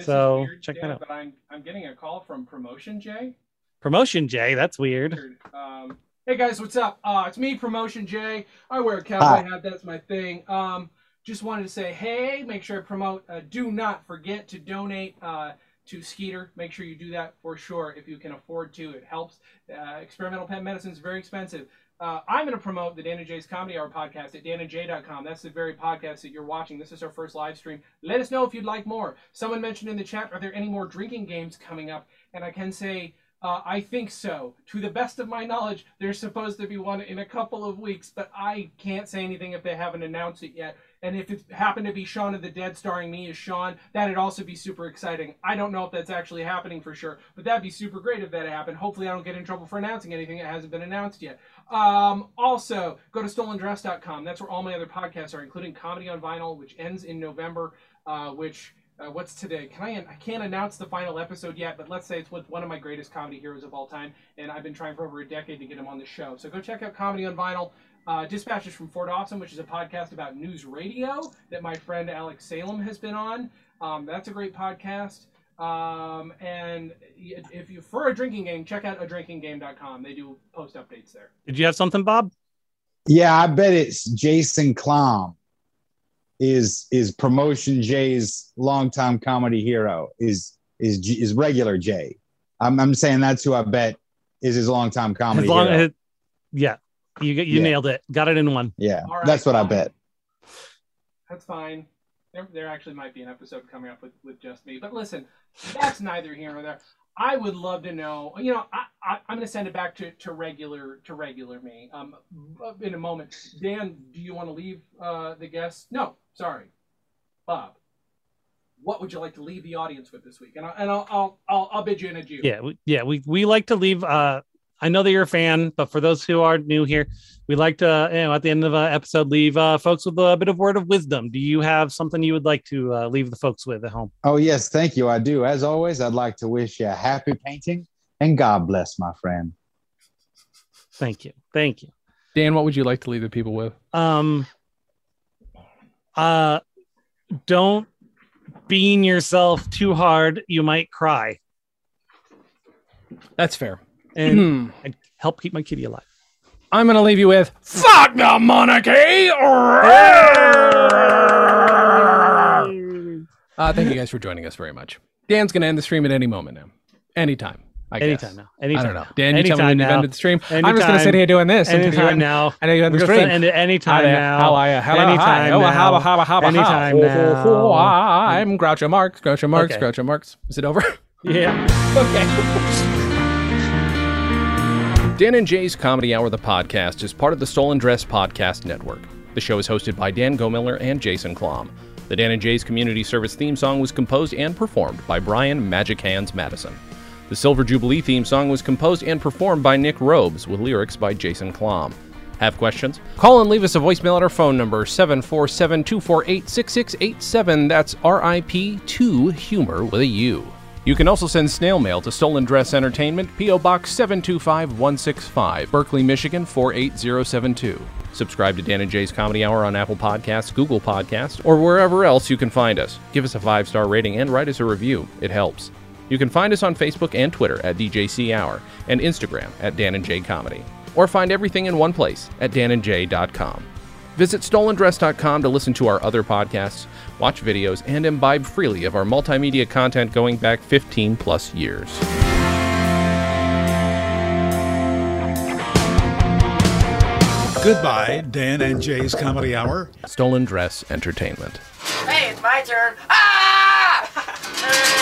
Speaker 1: So, check that
Speaker 5: Dan,
Speaker 1: out.
Speaker 5: But I'm, I'm getting a call from Promotion Jay.
Speaker 1: Promotion, Jay. That's weird.
Speaker 5: Weird. Um, hey guys, what's up? Uh, it's me, Promotion Jay. I wear a cowboy hat. That's my thing. Um, just wanted to say, hey, make sure to promote. Uh, do not forget to donate uh, to Skeeter. Make sure you do that for sure if you can afford to. It helps. Uh, experimental pet medicine is very expensive. Uh, I'm going to promote the Dan and Jay's Comedy Hour podcast at danandjay.com. That's the very podcast that you're watching. This is our first live stream. Let us know if you'd like more. Someone mentioned in the chat, are there any more drinking games coming up? And I can say, uh, I think so. To the best of my knowledge, there's supposed to be one in a couple of weeks, but I can't say anything if they haven't announced it yet. And if it happened to be Shaun of the Dead starring me as Sean, that'd also be super exciting. I don't know if that's actually happening for sure, but that'd be super great if that happened. Hopefully, I don't get in trouble for announcing anything that hasn't been announced yet. Um, also, go to stolendress.com. That's where all my other podcasts are, including Comedy on Vinyl, which ends in November, uh, which uh, what's today? Can I? I can't announce the final episode yet, but let's say it's with one of my greatest comedy heroes of all time, and I've been trying for over a decade to get him on the show. So go check out Comedy on Vinyl. Uh, Dispatches from Fort Awesome, which is a podcast about news radio that my friend Alex Salem has been on. Um, that's a great podcast.
Speaker 9: Um, and y- if you for a drinking game, check out a drinkingame.com. They do post updates there.
Speaker 1: Did you have something, Bob?
Speaker 4: Yeah, I bet it's Jason Klom is is promotion Jay's longtime comedy hero is is J- is regular Jay. I'm I'm saying that's who I bet is his longtime comedy
Speaker 1: As long
Speaker 4: hero.
Speaker 1: as, yeah, you you
Speaker 4: Yeah.
Speaker 1: nailed it. Got it in one.
Speaker 4: yeah,
Speaker 9: All right,
Speaker 4: that's what I
Speaker 9: fine.
Speaker 4: bet.
Speaker 9: That's fine. There, there actually might be an episode coming up with, with just me. But listen, that's neither here nor there. I would love to know. You know, I, I, I'm going to send it back to, to regular to regular me. Um, in a moment. Dan, do you want to leave uh, the guests? No, sorry, Bob. What would you like to leave the audience with this week? And, I, and I'll, I'll I'll I'll bid you an adieu.
Speaker 1: Yeah, we, yeah, we we like to leave. Uh, I know that you're a fan, but for those who are new here, we like to, you know, at the end of an episode, leave uh, folks with a bit of word of wisdom. Do you have something you would like to uh, leave the folks with at home?
Speaker 4: Oh yes, thank you. I do. As always, I'd like to wish you a happy painting and God bless my friend.
Speaker 1: Thank you, thank you.
Speaker 5: Dan, what would you like to leave the people with?
Speaker 1: Um, uh, don't bean yourself too hard; you might cry.
Speaker 5: That's fair.
Speaker 4: Mm-hmm.
Speaker 1: And
Speaker 2: Hmm.
Speaker 1: help keep my kitty alive.
Speaker 5: I'm going to leave you with Fuck the monarchy! Uh, thank you guys for joining us very much. Dan's going to end the stream at any moment now. Anytime. I guess.
Speaker 1: Anytime now. Anytime.
Speaker 5: I don't know.
Speaker 1: Now.
Speaker 5: Dan, you tell me
Speaker 1: Anytime
Speaker 5: when you've
Speaker 1: now.
Speaker 5: ended the stream. I'm just going to
Speaker 1: Anytime.
Speaker 5: sit here doing this. until you
Speaker 1: Anytime
Speaker 5: end-
Speaker 1: now.
Speaker 5: I know you end
Speaker 1: We're
Speaker 5: the
Speaker 1: just
Speaker 5: stream.
Speaker 1: gonna end it
Speaker 5: Hi
Speaker 1: anytime
Speaker 5: there.
Speaker 1: now.
Speaker 5: How are you? Hello, hi.
Speaker 1: Anytime
Speaker 5: Oh,
Speaker 1: now.
Speaker 5: how- how- how- how-
Speaker 1: Anytime
Speaker 5: how- how-
Speaker 1: now. Hmm.
Speaker 5: I'm Groucho Marx. Groucho Marx.
Speaker 1: Okay.
Speaker 5: Groucho Marx. Is it over?
Speaker 1: Yeah.
Speaker 5: Dan and Jay's Comedy Hour, the podcast, is part of the Stolen Dress Podcast Network. The show is hosted by Dan Gomiller and Jason Klom. The Dan and Jay's Community Service theme song was composed and performed by Brian Magic Hands Madison. The Silver Jubilee theme song was composed and performed by Nick Robes, with lyrics by Jason Klom. Have questions? Call and leave us a voicemail at our phone number, 747 248 6687. That's RIP2 Humor with a U. You can also send snail mail to Stolen Dress Entertainment, P.O. Box 725 165, Berkeley, Michigan 48072. Subscribe to Dan and Jay's Comedy Hour on Apple Podcasts, Google Podcasts, or wherever else you can find us. Give us a five star rating and write us a review, it helps. You can find us on Facebook and Twitter at DJC Hour and Instagram at Dan and Jay Comedy. Or find everything in one place at danandjay.com. Visit stolendress.com to listen to our other podcasts, watch videos, and imbibe freely of our multimedia content going back 15 plus years.
Speaker 10: Goodbye, Dan and Jay's Comedy Hour.
Speaker 5: Stolen Dress Entertainment.
Speaker 11: Hey, it's my turn. Ah!